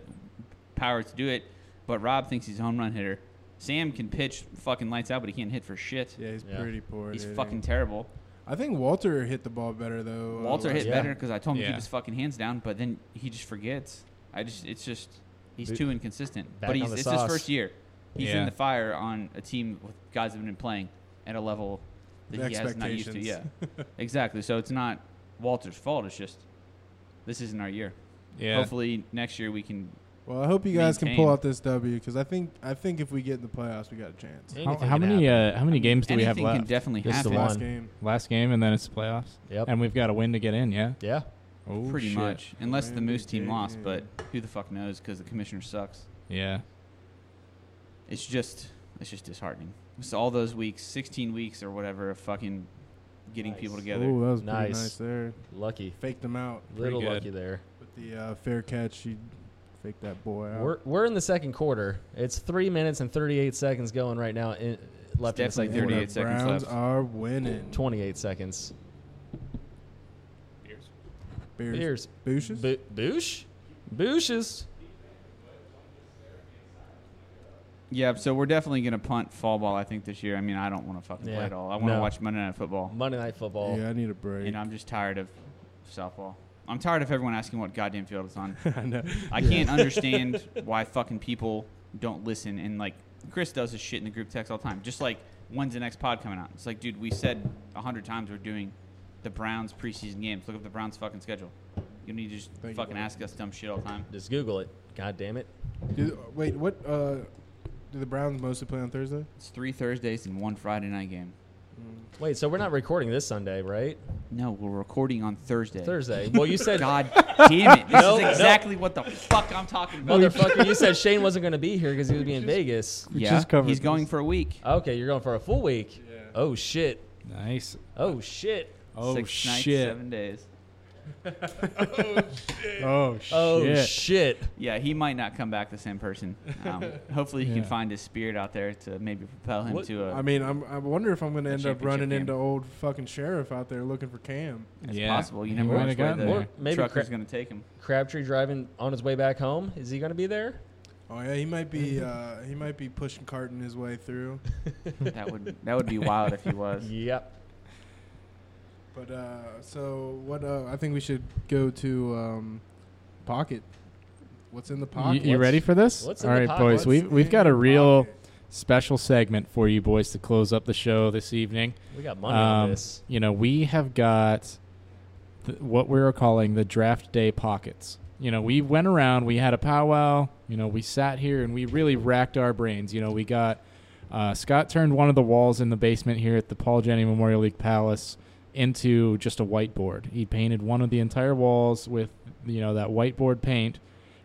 power to do it. But Rob thinks he's a home run hitter. Sam can pitch fucking lights out, but he can't hit for shit.
Yeah, he's
Yeah.
pretty poor. at
He's
hitting.
fucking terrible.
I think Walter hit the ball better though. uh,
Walter
last
hit
yeah.
better because I told him to
Yeah.
keep his fucking hands down, but then he just forgets. I just, it's just, he's
Dude.
too inconsistent.
Back
but
on
he's,
the
it's
sauce.
his first year. He's
Yeah.
in the fire on a team with guys that have been playing at a level that he has not used to. Yeah,
Expectations.
exactly. So it's not Walter's fault. It's just this isn't our year. Hopefully next year we can.
Well, I hope you guys can pull
Maintain.
out this W because I think I think if we get in the playoffs, we got a chance.
Anything
How,
can
how many
happen.
uh, how many games do we have
Anything can
left?
definitely
This is the
happen.
Last
one.
game.
Last game and then it's playoffs.
Yep.
And we've got a win to get in, yeah.
yeah.
Oh,
Pretty
shit.
much, unless the
Randy
Moose team lost,
James.
but who the fuck knows? Because the commissioner sucks.
Yeah.
it's just it's just disheartening. So all those weeks, sixteen weeks or whatever, of fucking getting
Nice.
people together.
Oh, that was pretty
Nice.
nice there.
Lucky.
Faked him out
Little
good.
lucky there.
with the uh, fair catch. She faked that boy out.
We're, we're in the second quarter. It's three minutes and 38 seconds going right now. In, left in
definitely
the second
And the
38
quarter.
seconds
Browns
left.
are winning.
28 seconds.
Bears.
Beers.
Booshes?
Bo- Boosh? Booshes.
Yeah, so we're definitely gonna punt fall ball. I think this year. I mean, I don't want to fucking
Yeah.
play at all. I want to
No.
watch Monday Night Football,
Monday Night Football.
Yeah, I need a break.
and I'm just tired of softball. I'm tired of everyone asking what goddamn field it's on.
I know.
I can't understand why fucking people don't listen. And like Chris does this shit in the group text all the time. Just like when's the next pod coming out? It's like, dude, we said a hundred times we're doing the Browns preseason games. Look up the Browns fucking schedule. You need to just
Thank you,
fucking
buddy.
ask us dumb shit all the time.
Just Google it. God damn it.
Do- wait, what? Uh, do the Browns mostly play on Thursday?
It's three Thursdays and one Friday night game.
Wait, so we're not recording this Sunday, right?
No, we're recording on Thursday.
Thursday. Well, you said
God damn it! This
No, no.
is exactly what the fuck I'm talking about.
motherfucker. you said Shane wasn't going to be here because he was being in Vegas.
We
yeah,
just covered
he's going
this.
for a week.
Okay, you're going for a full week. Oh shit.
Nice.
Oh shit.
Oh
Six nights,
shit.
seven days.
Oh shit.
Oh shit.
Yeah, he might not come back the same person. Um, hopefully, he
Yeah.
can find his spirit out there to maybe propel him
What-
to a.
I mean, I'm, I wonder if I'm going to
A
end up
championship
running
game.
into old fucking sheriff out there looking for Cam.
it's
Yeah.
possible. You
He might
never know
have
which way
gotten
the
there.
Or maybe
trucker's
Cra-
going to take him.
Crabtree driving on his way back home. Is he going to be there?
Oh yeah, he might be
Mm-hmm.
uh, he might be pushing carting his way through.
That would that would be wild if he was.
Yep.
But uh, so what? Uh, I think we should go to um, pocket. What's in the
You,
pocket?
you ready for this?
what's in
All
the
right,
pocket?
boys.
What's
We've we've
in
got a
the
real
pocket?
special segment for you boys to close up the show this evening.
We got money on
Um,
this.
You know, we have got th- what we are calling the draft day pockets. You know, we went around, we had a powwow, you know, we sat here and we really racked our brains. You know, we got uh, Scott turned one of the walls in the basement here at the Paul Jenny Memorial League Palace into just a whiteboard. He painted one of the entire walls with, you know, that whiteboard paint.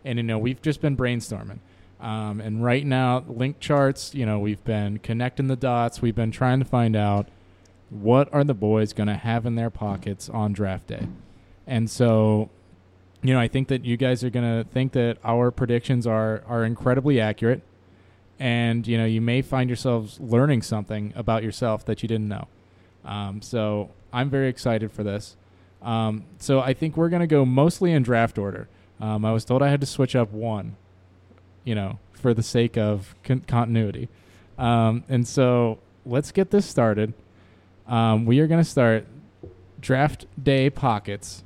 And, you know, we've just been brainstorming. Um, and right now, link charts, you know, we've been connecting the dots. We've been trying to find out what are the boys going to have in their pockets on draft day? And so, you know, I think that you guys are going to think that our predictions are are incredibly accurate, and you know, you may find yourselves learning something about yourself that you didn't know. Um, so I'm very excited for this. Um, so I think we're going to go mostly in draft order. Um, I was told I had to switch up one, you know, for the sake of con- continuity. Um, and so let's get this started. Um, we are going to start draft day pockets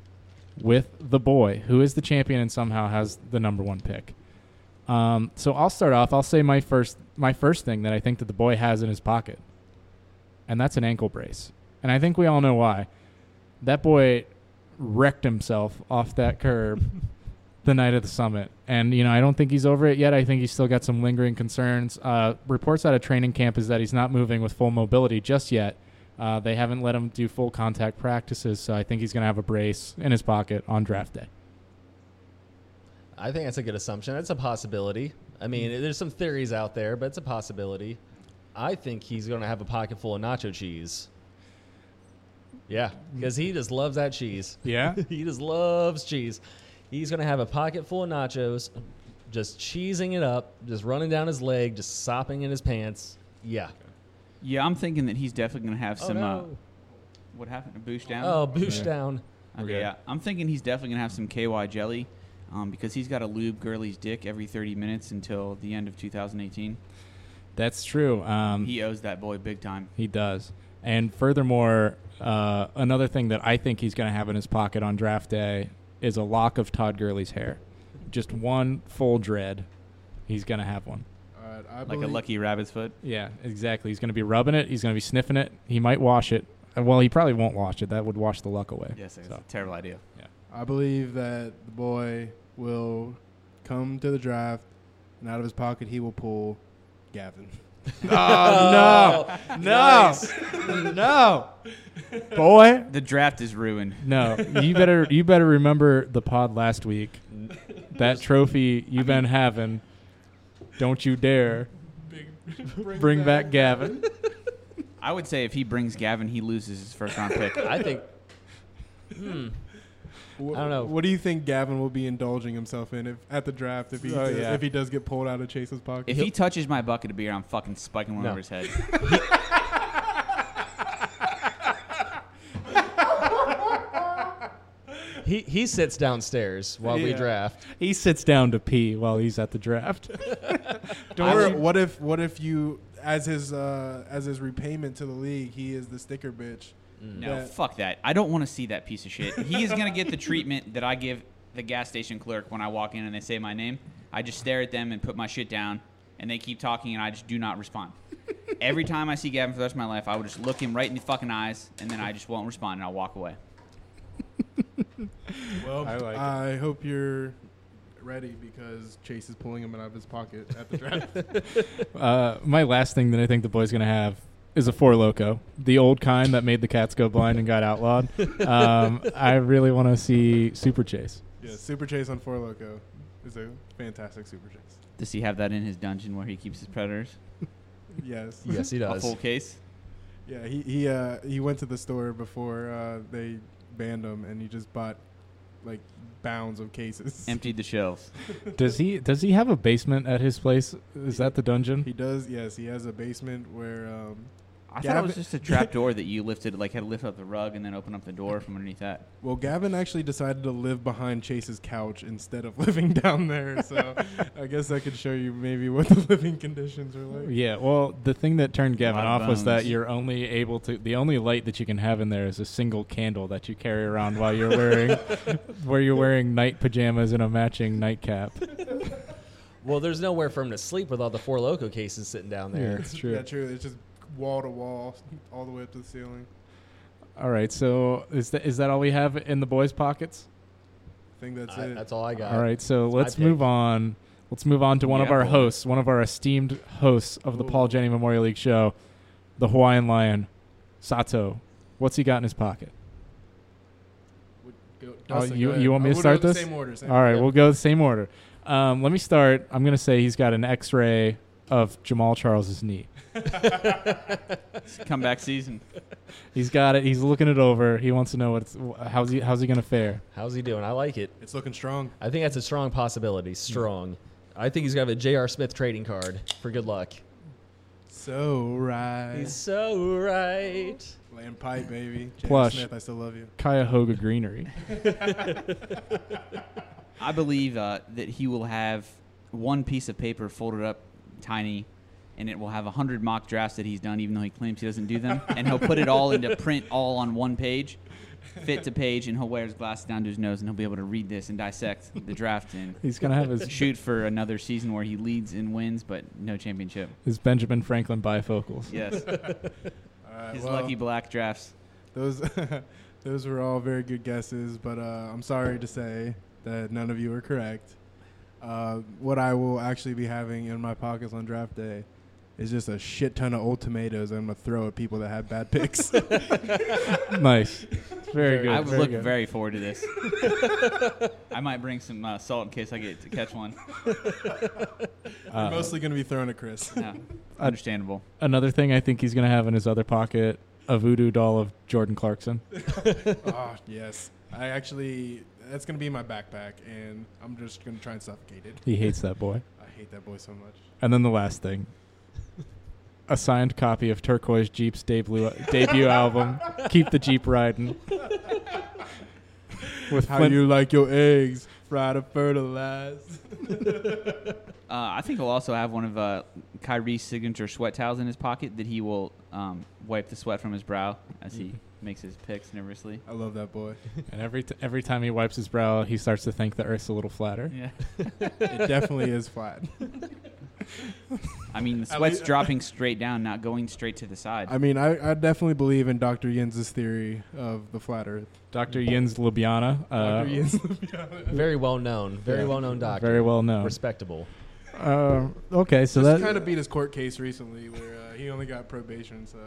with the boy who is the champion and somehow has the number one pick. Um, so I'll start off. I'll say my first my first thing that I think that the boy has in his pocket, and that's an ankle brace. And I think we all know why. That boy wrecked himself off that curb the night of the summit. And, you know, I don't think he's over it yet. I think he's still got some lingering concerns. Uh, reports out of training camp is that he's not moving with full mobility just yet. Uh, they haven't let him do full contact practices, so I think he's going to have a brace in his pocket on draft day.
I think that's a good assumption. That's a possibility. I mean, there's some theories out there, but it's a possibility. I think he's going to have a pocket full of nacho cheese. Yeah, because he just loves that cheese.
Yeah?
he just loves cheese. He's going to have a pocket full of nachos, just cheesing it up, just running down his leg, just sopping in his pants. Yeah.
Yeah, I'm thinking that he's definitely going to have
Oh,
some. uh,
no.
what happened? A boosh down.
oh boosh
Yeah.
down.
We're
Okay,
good.
yeah. I'm thinking he's definitely gonna have some KY jelly, um, because he's got to lube Gurley's dick every 30 minutes until the end of 2018.
That's true. Um,
He owes that boy big time.
He does. And furthermore, uh, another thing that I think he's going to have in his pocket on draft day is a lock of Todd Gurley's hair. Just one full dread. He's going to have one.
All right, I
Like a
believe-
lucky rabbit's foot.
Yeah, exactly. He's going to be rubbing it. He's going to be sniffing it. He might wash it. Uh, Well, he probably won't wash it. That would wash the luck away.
Yes, it's
So.
a terrible idea.
I believe that the boy will come to the draft, and out of his pocket he will pull Gavin.
Oh, no. No. no. Boy.
The draft is ruined.
No, you better you better remember the pod last week. That trophy you've been having. Don't you dare bring, back Gavin.
I would say if he brings Gavin, he loses his first round pick.
I think
Wh-
I don't know.
What do you think Gavin will be indulging himself in if, at the draft if he
Oh,
does,
yeah.
if he does get pulled out of Chase's pocket?
If he touches my bucket of beer, I'm fucking spiking one
No.
over his head.
he, he sits downstairs while we
Yeah.
draft.
He sits down to pee while he's at the draft.
Don't worry. What if what if you as his uh, as his repayment to the league he is the sticker bitch?
No,
Yeah.
fuck that. I don't want to see that piece of shit. He is going to get the treatment that I give the gas station clerk when I walk in and they say my name. I just stare at them and put my shit down, and they keep talking, and I just do not respond. Every time I see Gavin for the rest of my life, I will just look him right in the fucking eyes, and then I just won't respond, and I'll walk away.
Well,
I like it.
I hope you're ready because Chase is pulling him out of his pocket at the draft.
Uh, my last thing that I think the boy's gonna have is a four loco, the old kind that made the cats go blind and got outlawed. Um, I really want to see Super Chase.
yeah, Super Chase on Four Loco is a fantastic Super Chase.
Does he have that in his dungeon where he keeps his predators?
Yes.
Yes, he
A
does.
full case?
Yeah, he he uh, he went to the store before uh, they banned him, and he just bought like bounds of cases.
Emptied the shelves.
Does he does he have a basement at his place? Is that the dungeon?
He does. Yes, he has a basement where. Um,
I thought it was
Gavin-
just a trap door that you lifted, like had to lift up the rug and then open up the door from underneath that.
well, Gavin actually decided to live behind Chase's couch instead of living down there, so I guess I could show you maybe what the living conditions were like.
Yeah, well, the thing that turned Gavin
lot of
off was that
bones.
you're only able to the only light that you can have in there is a single candle that you carry around while you're wearing where you're wearing night pajamas and a matching nightcap.
Well, there's nowhere for him to sleep with all the four loco cases sitting down there.
It's true.
Yeah, true. It's just wall to wall, all the way up to the ceiling.
All right, so is that is that all we have in the boys' pockets?
I think that's
I-
it.
that's all I got.
All right, so
my
let's
pick.
move on. Let's move on to one of
Yeah,
our
boy.
hosts, one of our esteemed hosts of the
Ooh.
Paul Jenny Memorial League show, the Hawaiian Lion, Sato. What's he got in his pocket?
Dustin,
Uh, you-
go ahead.
you want me
I
to
would
start
go the
this?
Same order. Same
All right,
Yeah.
we'll go the same order. Um, let me start. I'm going to say he's got an X-ray of Jamal Charles's knee.
It's comeback season.
He's got it. He's looking it over. He wants to know what's how's he how's he going to fare.
How's he doing? I like it.
It's looking strong.
I think that's a strong possibility. Strong. I think he's gonna have a J.R. Smith trading card for good luck.
So right.
He's so right.
Lamb pie, baby. James
Plush.
Smith, I still love you.
Cuyahoga Greenery.
I believe uh, that he will have one piece of paper folded up tiny, and it will have 100 mock drafts that he's done, even though he claims he doesn't do them. And he'll put it all into print all on one page, fit to page, and he'll wear his glasses down to his nose, and he'll be able to read this and dissect the draft and
He's going to have his
shoot for another season where he leads and wins, but no championship.
his Benjamin Franklin bifocals.
Yes.
All right,
His
well,
lucky black drafts.
Those, those were all very good guesses, but uh, I'm sorry to say that none of you are correct. Uh, what I will actually be having in my pockets on draft day is just a shit ton of old tomatoes I'm gonna throw at people that have bad picks.
Nice. Very good.
I was
very
looking
good.
very forward to this. I might bring some uh, salt in case I get to catch one.
Uh,
I'm mostly gonna be throwing at Chris.
Yeah, understandable.
Another thing I think he's going to have in his other pocket a voodoo doll of Jordan Clarkson.
Ah, yes. I actually, that's gonna be in my backpack, and I'm just gonna try and suffocate it.
He hates that boy.
I hate that boy so much.
And then the last thing a signed copy of Turquoise Jeep's debut, debut album, Keep the Jeep Riding. With
How
Flint-
you like your eggs? Fried or fertilized?
Uh, I think he'll also have one of uh, Kyrie's signature sweat towels in his pocket that he will um, wipe the sweat from his brow as he
Mm-hmm.
makes his picks nervously.
I love that boy.
and every, t- every time he wipes his brow, he starts to think the earth's a little flatter.
Yeah,
It definitely is flat.
I mean the
At
sweat's
lea-
dropping straight down, not going straight to the side.
I mean, I, I definitely believe in Dr. Yinz's theory of the flat earth.
Dr. Yinz Ljubljana. Uh,
Dr. Yinz.
Very well known. Very well known doctor.
Very well known.
respectable.
Uh, okay, so
So this
that
kind of beat his court case recently where uh, he only got probation, so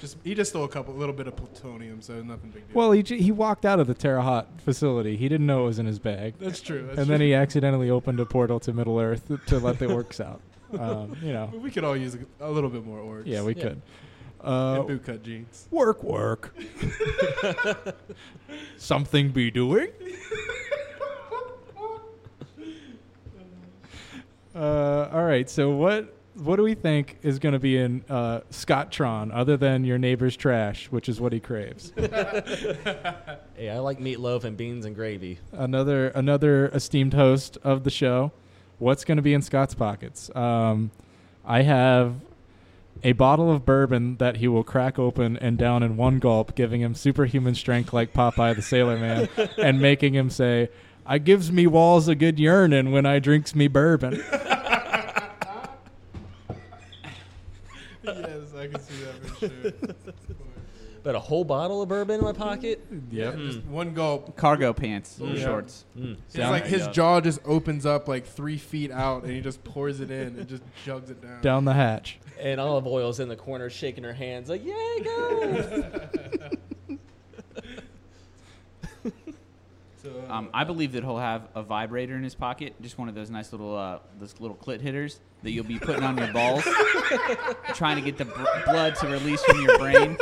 just he just stole a couple, little bit of plutonium, so nothing big deal.
Well, he j- he walked out of the Terra Hot facility. He didn't know it was in his bag,
that's true. That's
and then he accidentally opened a portal to Middle Earth to let the orcs out. Um, you know,
true. we could all use a, a little bit more orcs.
yeah, we
Yeah.
could.
and
Uh,
bootcut jeans.
work, work. Something be doing. Uh, all right. So what what do we think is going to be in uh, Scottron other than your neighbor's trash, which is what he craves?
Hey, I like meatloaf and beans and gravy.
another another esteemed host of the show. What's going to be in Scott's pockets? Um, I have a bottle of bourbon that he will crack open and down in one gulp, giving him superhuman strength like Popeye the Sailor Man, and making him say, "I gives me walls a good yearning when I drinks me bourbon."
yes, I can see that for sure.
But a whole bottle of bourbon in my pocket.
Yep.
Just one gulp.
Cargo pants, no
Yeah.
shorts.
It's like his jaw just opens up like three feet out, and he just pours it in and just jugs it down.
Down the hatch.
And olive oil's in the corner, shaking her hands like, "Yeah, go!"
So,
Um, I believe that he'll have a vibrator in his pocket, just one of those nice little uh, those little clit hitters that you'll be putting on your balls, trying to get the br- blood to release from your brain,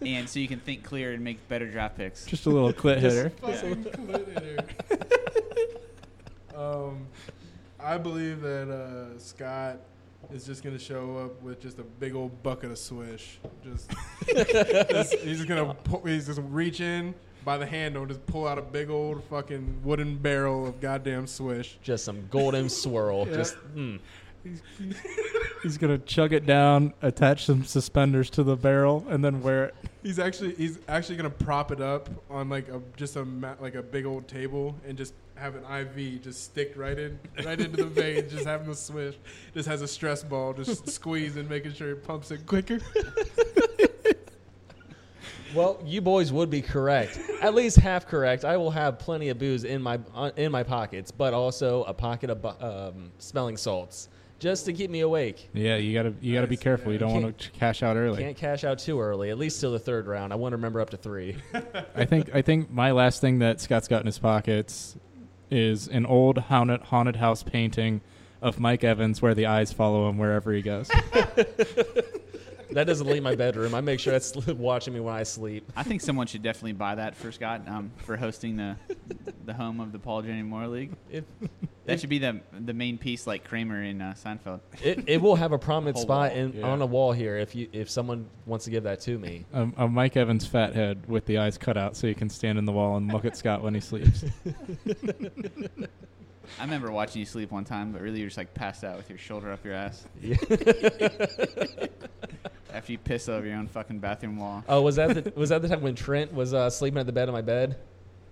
and so you can think clear and make better draft picks.
Just a little clit hitter.
Fucking um, I believe that uh, Scott is just gonna show up with just a big old bucket of swish. Just, just- he's just gonna pu- he's just reach in by the handle and just pull out a big old fucking wooden barrel of goddamn swish.
Just some golden swirl. Just mm.
He's gonna chug it down, attach some suspenders to the barrel, and then wear it.
He's actually he's actually gonna prop it up on like a just a ma- like a big old table and just have an IV just stick right in right into the vein, just having the swish. Just has a stress ball, just squeezing, making sure it pumps it quicker.
Well, you boys would be correct. At least half correct. I will have plenty of booze in my uh, in my pockets, but also a pocket of bu- um, smelling salts just to keep me awake.
Yeah, you gotta you gotta be
Nice,
careful. You
yeah.
don't want to cash out early.
Can't cash out too early. At least till the third round. I want to remember up to three.
I think I think my last thing that Scott's got in his pockets is an old haunted haunted house painting of Mike Evans where the eyes follow him wherever he goes.
That doesn't leave my bedroom. I make sure that's watching me when I sleep.
I think someone should definitely buy that for Scott um, for hosting the the home of the Paul Jenny Moore League.
It,
That should be the the main piece, like Kramer in uh, Seinfeld.
it, it will have a prominent
Whole
spot
wall.
in,
Yeah.
on a wall here if you if someone wants to give that to me.
Um, a Mike Evans fat head with the eyes cut out so you can stand in the wall and look at Scott when he sleeps.
I remember watching you sleep one time, but really you're just like passed out with your shoulder up your ass
Yeah.
after you piss over your own fucking bathroom wall.
Oh, was that the, was that the time when Trent was uh, sleeping at the bed of my bed,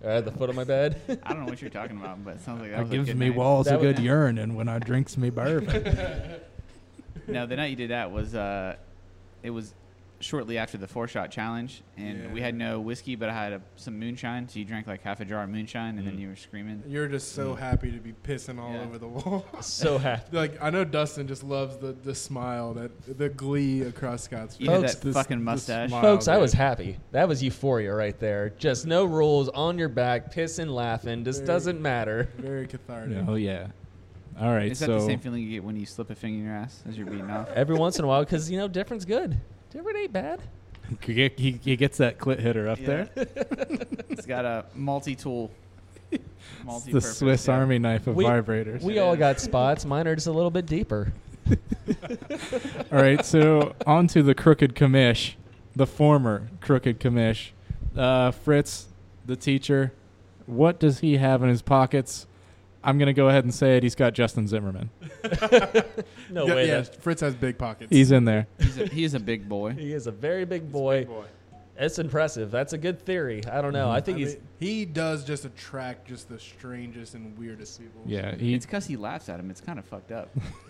or at the foot of my bed?
I don't know what you're talking about, but it sounds like that
It
was a
gives
good
me
night.
walls
That
a
would-
good urine, and when I drinks me bourbon.
No, the night you did that was uh, it was shortly after the four shot challenge, and we
Yeah.
had no whiskey, but I had a, some moonshine. So you drank like half a jar of moonshine, and then
Mm.
you were screaming.
You're just so happy to be pissing all
Mm. Yeah.
over the wall.
so happy.
like I know Dustin just loves the, the smile that the glee across Scott's face.
You had
Folks,
that
this-
fucking
this
mustache.
smile,
Folks, I
dude.
was happy. That was euphoria right there. Just no rules, on your back, pissing, laughing. Just
Very-
doesn't matter.
very cathartic.
oh yeah. All right.
Is that
so
the same feeling you get when you slip a finger in your ass as you're beating off?
Every once in a while, because you know, different's good. Different ain't bad.
he, he- he gets that clit hitter up there.
it's got a multi-tool,
It's
multi
the Swiss Army knife of
We-
vibrators.
We
It
all
is.
got spots. Mine are just a little bit deeper.
All right, so on to the crooked commish, the former crooked commish, uh, Fritz, the teacher. What does he have in his pockets? I'm gonna go ahead and say it. He's got Justin Zimmerman.
No
yeah,
way.
yeah,
that-
Fritz has big pockets.
He's in there.
He's a, he's a big boy.
He is a very big boy. It's impressive. That's a good theory. I don't know. I think
I
he's
mean, he does just attract just the strangest and weirdest people.
Yeah, he,
It's because he laughs at him. It's kind of fucked up.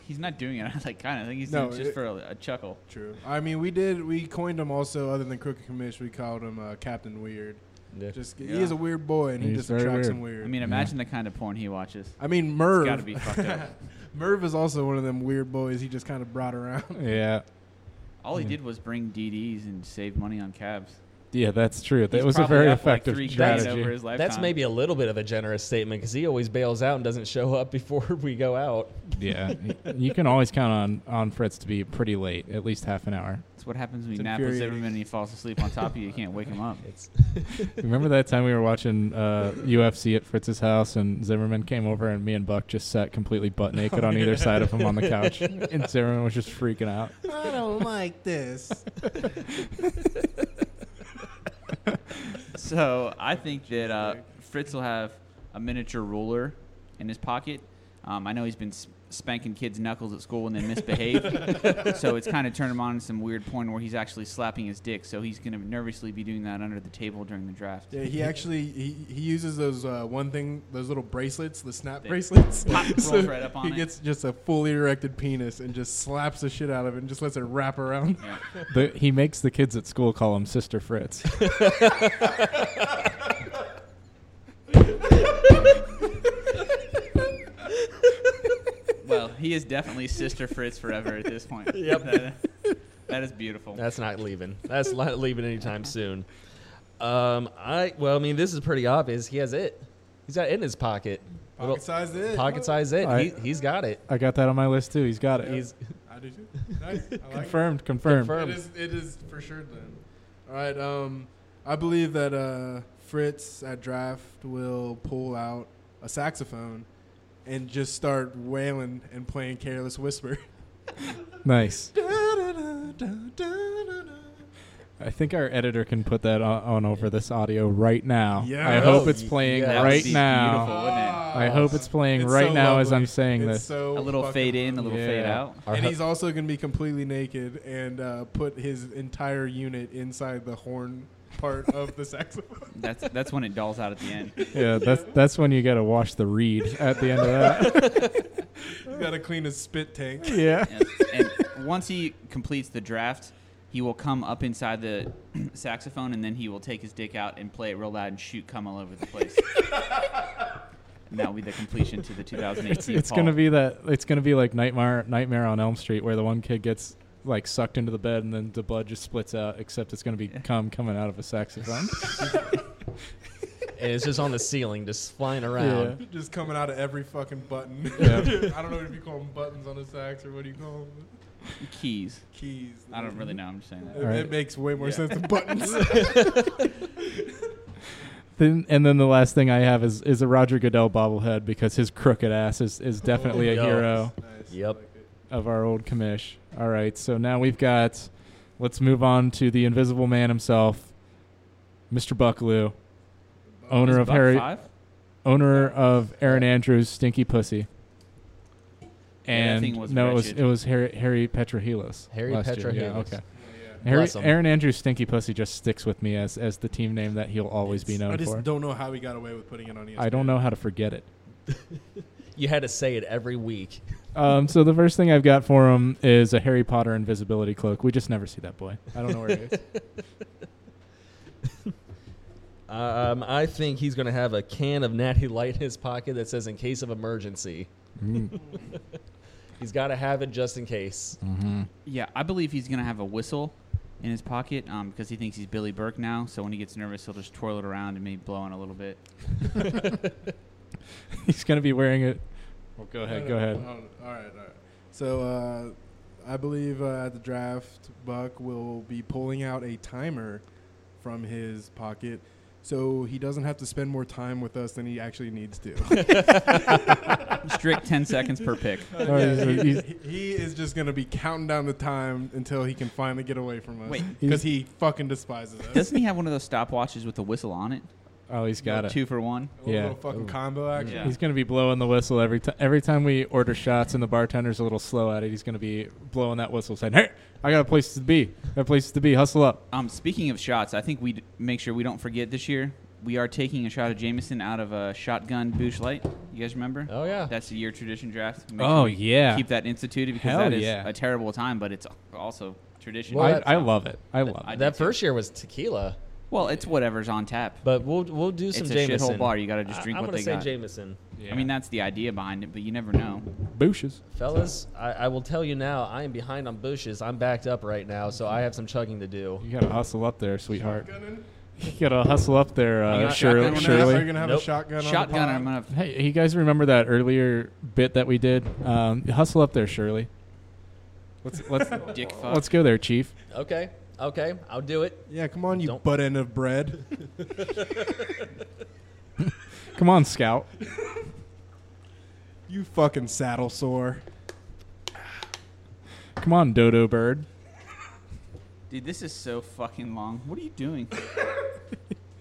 He's not doing it. I like kind of think he's
No,
doing it just
it-
for a, a chuckle.
True. I mean, we did. We coined him also. Other than Crooked Commish, we called him uh, Captain Weird.
Yeah.
Just
Yeah.
he is a weird boy, and he
He's
just
very weird.
attracts some weird.
I mean, imagine the kind of porn he watches.
I mean,
It's got to
Merv.
be fucked up.
Merv is also one of them weird boys. He just kind of brought around.
yeah,
All he did was bring DDs and save money on cabs.
yeah, that's true. That
He's
was a
probably
very
up, like,
effective
three grand Over
strategy.
his lifetime.
that's maybe a little bit of a generous statement because he always bails out and doesn't show up before we go out.
yeah, you can always count on on Fritz to be pretty late, at least half an hour.
That's what happens when
It's
you nap with
infuriating.
Zimmerman and he falls asleep on top of you. You can't wake him up.
It's
Remember that time we were watching uh, UFC at Fritz's house and Zimmerman came over and me and Buck just sat completely butt naked on either side of him on the couch and Zimmerman was just freaking out.
I don't like this.
So I think that uh, Fritz will have a miniature ruler in his pocket. Um, I know he's been s- spanking kids' knuckles at school when they misbehave, so it's kind of turned him on to some weird point where he's actually slapping his dick. So he's going to nervously be doing that under the table during the draft.
Yeah, he actually he, he uses those uh, one thing those little bracelets, the snap
They
bracelets.
pop- rolls right up on
he
it.
gets just a fully erected penis and just slaps the shit out of it and just lets it wrap around.
Yeah.
The, he makes the kids at school call him Sister Fritz.
Well, he is definitely Sister Fritz forever at this point.
Yep.
That- that is beautiful.
That's not leaving. That's not leaving anytime soon. Um, I well, I mean, this is pretty obvious. He has it. He's got it in his pocket. Little-
Pocket sized it.
pocket size it.
I-
he, he's got it.
I got that on my list too. He's got it.
He's
I do too. Nice. I like it.
confirmed, confirmed.
Confirmed.
It is it is for sure then. All right, um I believe that uh Fritz at draft will pull out a saxophone and just start wailing and playing careless whisper.
Nice.
I
I think our editor can put that on, on over this audio right now.
Yeah.
I hope it's
Oh,
playing
yeah.
That would
right
be
now.
beautiful, Oh, wouldn't it?
I hope it's playing right now as I'm saying this.
So
A little
fucking
fade in, a
lovely.
little
Yeah.
fade out.
our
and
ho-
he's also going to be completely naked and uh, put his entire unit inside the horn part of the saxophone.
That's that's when it dolls out at the end.
Yeah, that's that's when you got to wash the reed at the end of that.
He's got to clean his spit tank.
yeah.
Yes. and once he completes the draft, he will come up inside the saxophone and then he will take his dick out and play it real loud and shoot cum all over the place. and that will be the completion to the 2018
It's, it's
fall.
gonna be that. It's gonna be like Nightmare Nightmare on Elm Street, where the one kid gets like sucked into the bed and then the blood just splits out. Except it's gonna be cum coming out of a saxophone.
and it's just on the ceiling, just flying around.
Just coming out of every fucking button.
Yeah.
I don't know if you call them buttons on a sax or what do you call them?
Keys.
Keys.
I don't really know. I'm just saying
It,
that.
it
Alright.
makes way more
Yeah.
sense than buttons.
Then, and then the last thing I have is, is a Roger Goodell bobblehead because his crooked ass is,
Oh,
is definitely a
Yo.
hero
Nice.
Yep.
I like it.
of our old commish. All right, so now we've got, let's move on to the Invisible Man himself, Mr. Buckaloo, owner
Is
of
Buck
Harry,
Five?
owner of Aaron Andrews' Stinky Pussy.
Yeah, that
And
thing was
no, it was,
wretched.
it was Harry, Harry Petrahilas.
Harry
last year. Yeah,
Petrahilas.
okay.
Yeah, yeah.
Harry,
Bless him.
Aaron Andrews' Stinky Pussy just sticks with me as, as the team name that he'll always be known
I just
for.
don't know how we got away with putting it on E ESPN.
I don't know how to forget it.
You had to say it every week.
Um, so the first thing I've got for him is a Harry Potter invisibility cloak. We just never see that boy. I don't know where he is.
Um, I think he's going to have a can of Natty Light in his pocket that says "In case of emergency." He's got to have it just in case.
Yeah, I believe he's gonna have a whistle in his pocket um, because he thinks he's Billy Burke now. So when he gets nervous, he'll just twirl it around and maybe blow on a little bit.
He's gonna be wearing it. Well, go ahead.
No,
Go
no,
ahead.
no, no. All right, all right. So uh, I believe uh, at the draft, Buck will be pulling out a timer from his pocket, so he doesn't have to spend more time with us than he actually needs to.
Strict ten seconds per pick.
Oh,
All right, so
he,
Oh, he's-
he is just gonna be counting down the time until he can finally get away from us.
Wait.
because he fucking despises us.
Doesn't he have one of those stopwatches with a whistle on it?
oh, he's got it.
Two for one.
A little,
yeah. Oh.
little fucking combo action.
Yeah.
He's gonna be blowing the whistle every time. Every time we order shots and the bartender's a little slow at it, he's gonna be blowing that whistle, saying, "Hey, I got a place to be. I got a place to be. Hustle up."
Um, speaking of shots, I think we d- make sure we don't forget this year. We are taking a shot of Jameson out of a shotgun Bush Light. You guys remember?
Oh yeah,
That's a year tradition draft. Make
Oh,
sure we
yeah.
Keep that instituted because
Hell,
that is
yeah.
a terrible time, but it's also tradition.
Well,
I,
that's-
I love it. I love
I
it.
do
that
too.
first year was tequila,
Well, it's whatever's on tap.
but we'll we'll do some
it's a
Jameson.
shithole bar. You got to just
I-
drink
I'm
what
gonna
they
say
got.
Jameson,
Yeah.
I mean, that's the idea behind it, but you never know.
booshes.
fellas. I, I will tell you now, I am behind on bushes. I'm backed up right now, so I have some chugging to do.
You gotta hustle up there, sweetheart.
Shotgunning?
You gotta hustle up there,
You
uh,
got
Shirley.
shotgun
Are you
Shirley.
gonna have
Nope.
a shotgun? On
Shotgun. I'm
the pod?
gonna. f-
Hey, you guys remember that earlier bit that we did? Um, hustle up there, Shirley. Let's let's
Dick fuck.
let's go there, Chief.
Okay, okay, I'll do it.
Yeah, come on, you
Don't-
butt end of bread.
Come on, Scout.
you fucking saddle sore.
Come on, Dodo Bird.
Dude, this is so fucking long. What are you doing?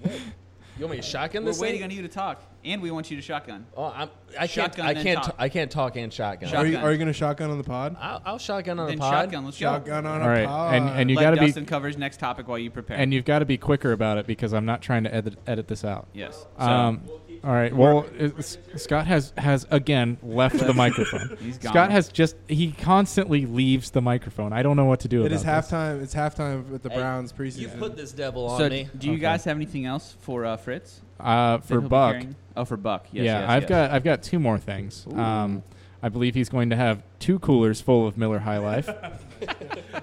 You want me to shotgun
We're
this
waiting
thing?
on you to talk, and we want you to shotgun.
Oh, I'm, I can't.
Shotgun
I
then
can't.
talk.
I I can't talk and shotgun.
Shot-
Are you,
Shotgun.
are you gonna shotgun on the pod?
I'll, I'll shotgun on
Then
the pod.
shotgun. Let's
Shotgun
go.
on
All
a
right,
pod.
and and you
Let
gotta
Dustin
be
covers next topic while you prepare.
and you've got to be quicker about it because I'm not trying to edit edit this out.
yes. So,
Um, all right. Well, it's, Scott has has again left the microphone.
He's gone.
Scott has just he constantly leaves the microphone. I don't know what to do.
It
about
is
this.
halftime. It's halftime at the
Hey,
Browns preseason.
You put this devil on
So,
me.
do you
Okay.
guys have anything else for uh, Fritz?
uh,
that he'll
for
be
Buck.
carrying? Oh, for Buck. Yes,
yeah,
yes,
I've
yes.
got I've got two more things. Um, I believe he's going to have two coolers full of Miller High Life.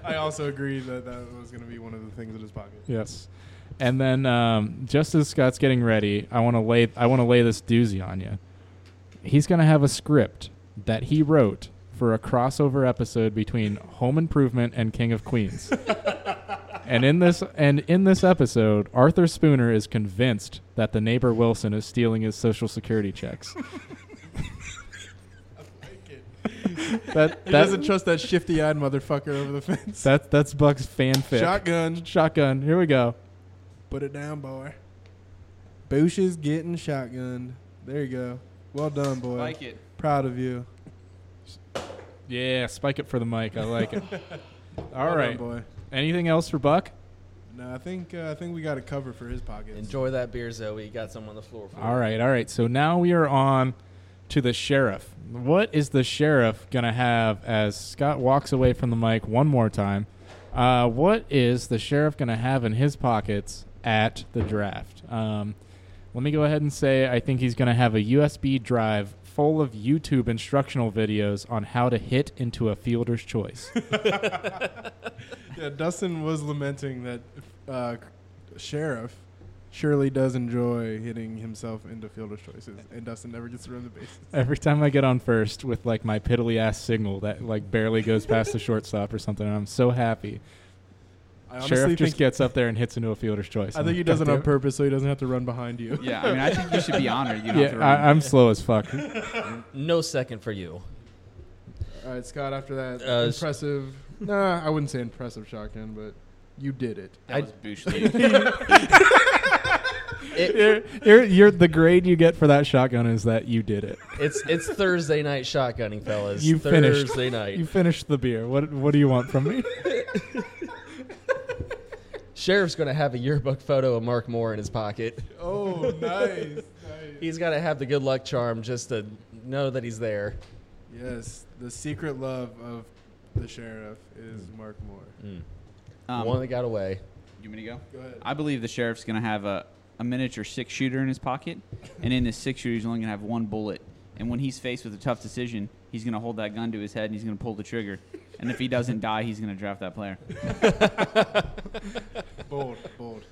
I also agree that that was going to be one of the things in his pocket.
yes, and then um, just as Scott's getting ready, I want to lay I want to lay this doozy on you. He's going to have a script that he wrote for a crossover episode between Home Improvement and King of Queens. and in this and in this episode, Arthur Spooner is convinced that the neighbor Wilson is stealing his social security checks. That,
He
that,
doesn't trust that shifty-eyed motherfucker over the fence.
That that's Buck's fanfic.
Shotgun.
Shotgun. Here we go.
Put it down, boy. Boosh is getting shotgunned. There you go. Well done, boy.
like it.
Proud of you.
Yeah, spike it for the mic. I like it. All
Well
right.
done, boy.
Anything else for Buck?
No, I think uh, I think we got a cover for his pockets.
Enjoy that beer, Zoe. You got some on the floor. For you.
All right. All right. So now we are on to the sheriff. What is the sheriff gonna have as Scott walks away from the mic one more time? Uh, what is the sheriff gonna have in his pockets at the draft? Um, let me go ahead and say I think he's gonna have a USB drive full of YouTube instructional videos on how to hit into a fielder's choice.
Yeah, Dustin was lamenting that uh, sheriff surely does enjoy hitting himself into fielder's choices, and Dustin never gets to run the bases.
Every time I get on first with like my piddly ass signal that like barely goes past the shortstop or something, and I'm so happy.
I honestly
Sheriff just
think
gets up there and hits into a fielder's choice.
I
I'm
think he
like,
does it
"God
on
damn
purpose so he doesn't have to run behind you.
Yeah, I mean, I think you should be honored. You don't have to
Yeah, I,
run.
I'm slow as fuck.
No second for you.
All right, Scott. After that
Uh, s-
impressive, nah, I wouldn't say impressive shotgun, but you did it.
that
I-
was Bush League.
you're, you're, you're the grade you get for that shotgun is that you did it.
It's it's Thursday night shotgunning, fellas.
You finished.
Thursday night.
You finished the beer. What what do you want from me?
Sheriff's gonna have a yearbook photo of Mark Moore in his pocket.
Oh, nice. nice.
He's gotta have the good luck charm just to know that he's there.
Yes, the secret love of the sheriff is
Mm.
Mark Moore.
Um,
One that got away.
you want me to go?
Go ahead.
I believe the sheriff's going to have a, a miniature six shooter in his pocket, and in this six shooter, he's only going to have one bullet. And when he's faced with a tough decision, he's going to hold that gun to his head and he's going to pull the trigger. And if he doesn't die, he's going to draft that player.
bold, bold.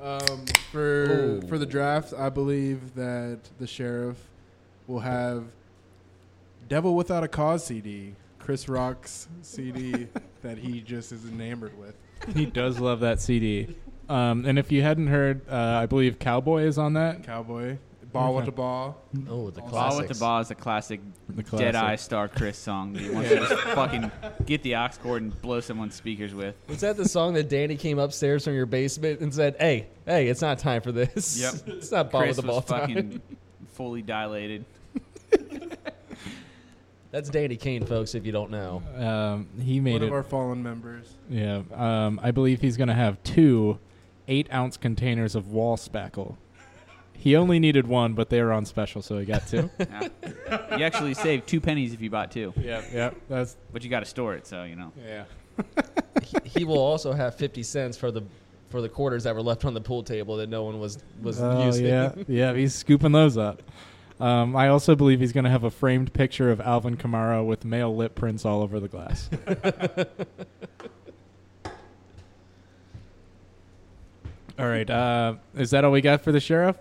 Um, for
Ooh.
for the draft, I believe that the sheriff will have "Devil Without a Cause" CD, Chris Rock's CD that he just is enamored with.
he does love that CD. Um, and if you hadn't heard, uh, I believe Cowboy is on that.
Cowboy, ball with the ball.
Oh, the
Ball with
classics.
the Ball is a classic,
The
Jedi
classic.
Star Chris song. He wants to just fucking get the ox cord and blow someone's speakers with.
Was that the song that Danny came upstairs from your basement and said, "Hey, hey, it's not time for this.
Yep.
it's not ball
Chris
with the ball
was
time."
fucking fully dilated.
That's Danny Kane, folks. If you don't know,
Um, he made
One
it.
of our fallen members.
yeah. Um, I believe he's going to have two eight ounce containers of wall spackle. He only needed one, but they were on special, so he got two.
Yeah. you actually save two pennies if you bought two,
yeah, yeah. That's
but you got to store it, so you know.
yeah.
he, he will also have fifty cents for the for the quarters that were left on the pool table that no one was was
Oh
using.
yeah, yeah. He's scooping those up. Um, I also believe he's going to have a framed picture of Alvin Kamara with male lip prints all over the glass. all right. Uh, is that all we got for the sheriff?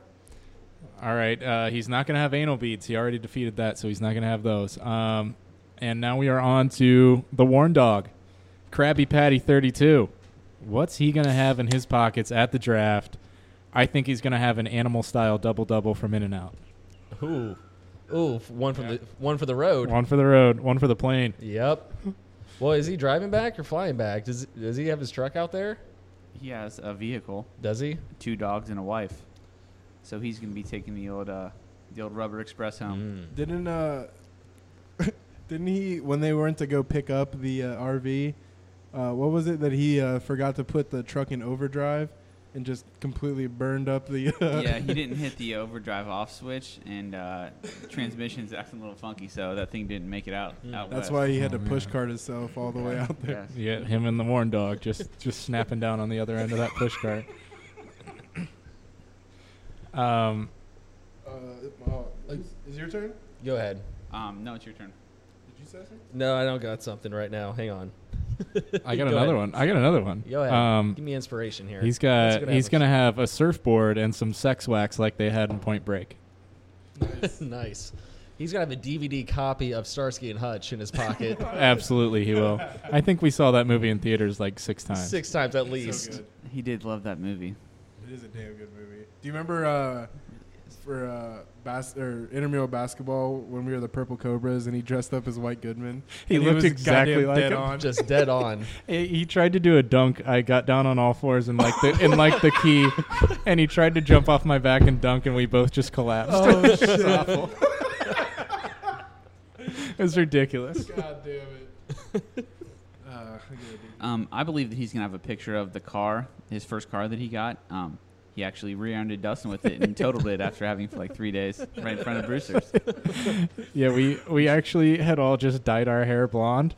All right. Uh, he's not going to have anal beads. He already defeated that, so he's not going to have those. Um, and now we are on to the Warn Dog, Krabby Patty 32. What's he going to have in his pockets at the draft? I think he's going to have an animal style double double from In and Out.
Ooh, ooh, one from the one for the road.
One for the road, one for the plane.
Yep. Well, is he driving back or flying back? Does does he have his truck out there?
He has a vehicle.
Does he?
two dogs and a wife. So he's gonna be taking the old uh, the old Rubber Express home.
Hmm.
Didn't uh, didn't he when they went to go pick up the uh, RV? Uh, what was it that he uh, forgot to put the truck in overdrive and just completely burned up the? Uh,
yeah, he didn't hit the overdrive off switch, and uh, transmission's acting a little funky, so that thing didn't make it out. out
That's
west.
why he had
Oh,
to push cart himself all the way out there.
Yeah.
Yeah, him and the Warren dog just just snapping down on the other end of that push cart. Um,
Uh, oh, is, is your turn?
Go ahead.
Um, no, it's your turn.
Did you say something?
No, I don't got something right now. Hang on.
I got
Go
another
ahead.
one. I got another one.
Go ahead.
Um,
Give me inspiration here.
he's
That's
got
good
he's
average.
gonna have a surfboard and some sex wax like they had in Point Break.
nice. He's gonna have a DVD copy of Starsky and Hutch in his pocket
Absolutely, he will. I think we saw that movie in theaters like six times.
six times at
So
least.
good.
He did love that movie.
It is a damn good movie. Do you remember uh, for uh, bas- or intramural basketball when we were the Purple Cobras and he dressed up as White Goodman?
He
And
looked
was
exactly
goddamn
like
dead
him.
on.
Just dead on.
He he tried to do a dunk. I got down on all fours and like the and like the key, and he tried to jump off my back and dunk, and we both just collapsed.
Oh shit!
it was ridiculous.
God damn it. Uh, I gotta do-
Um, I believe that he's gonna have a picture of the car, his first car that he got. Um, he actually rear-ended Dustin with it and totaled it after having it for like three days right in front of Brewster's.
Yeah, we we actually had all just dyed our hair blonde,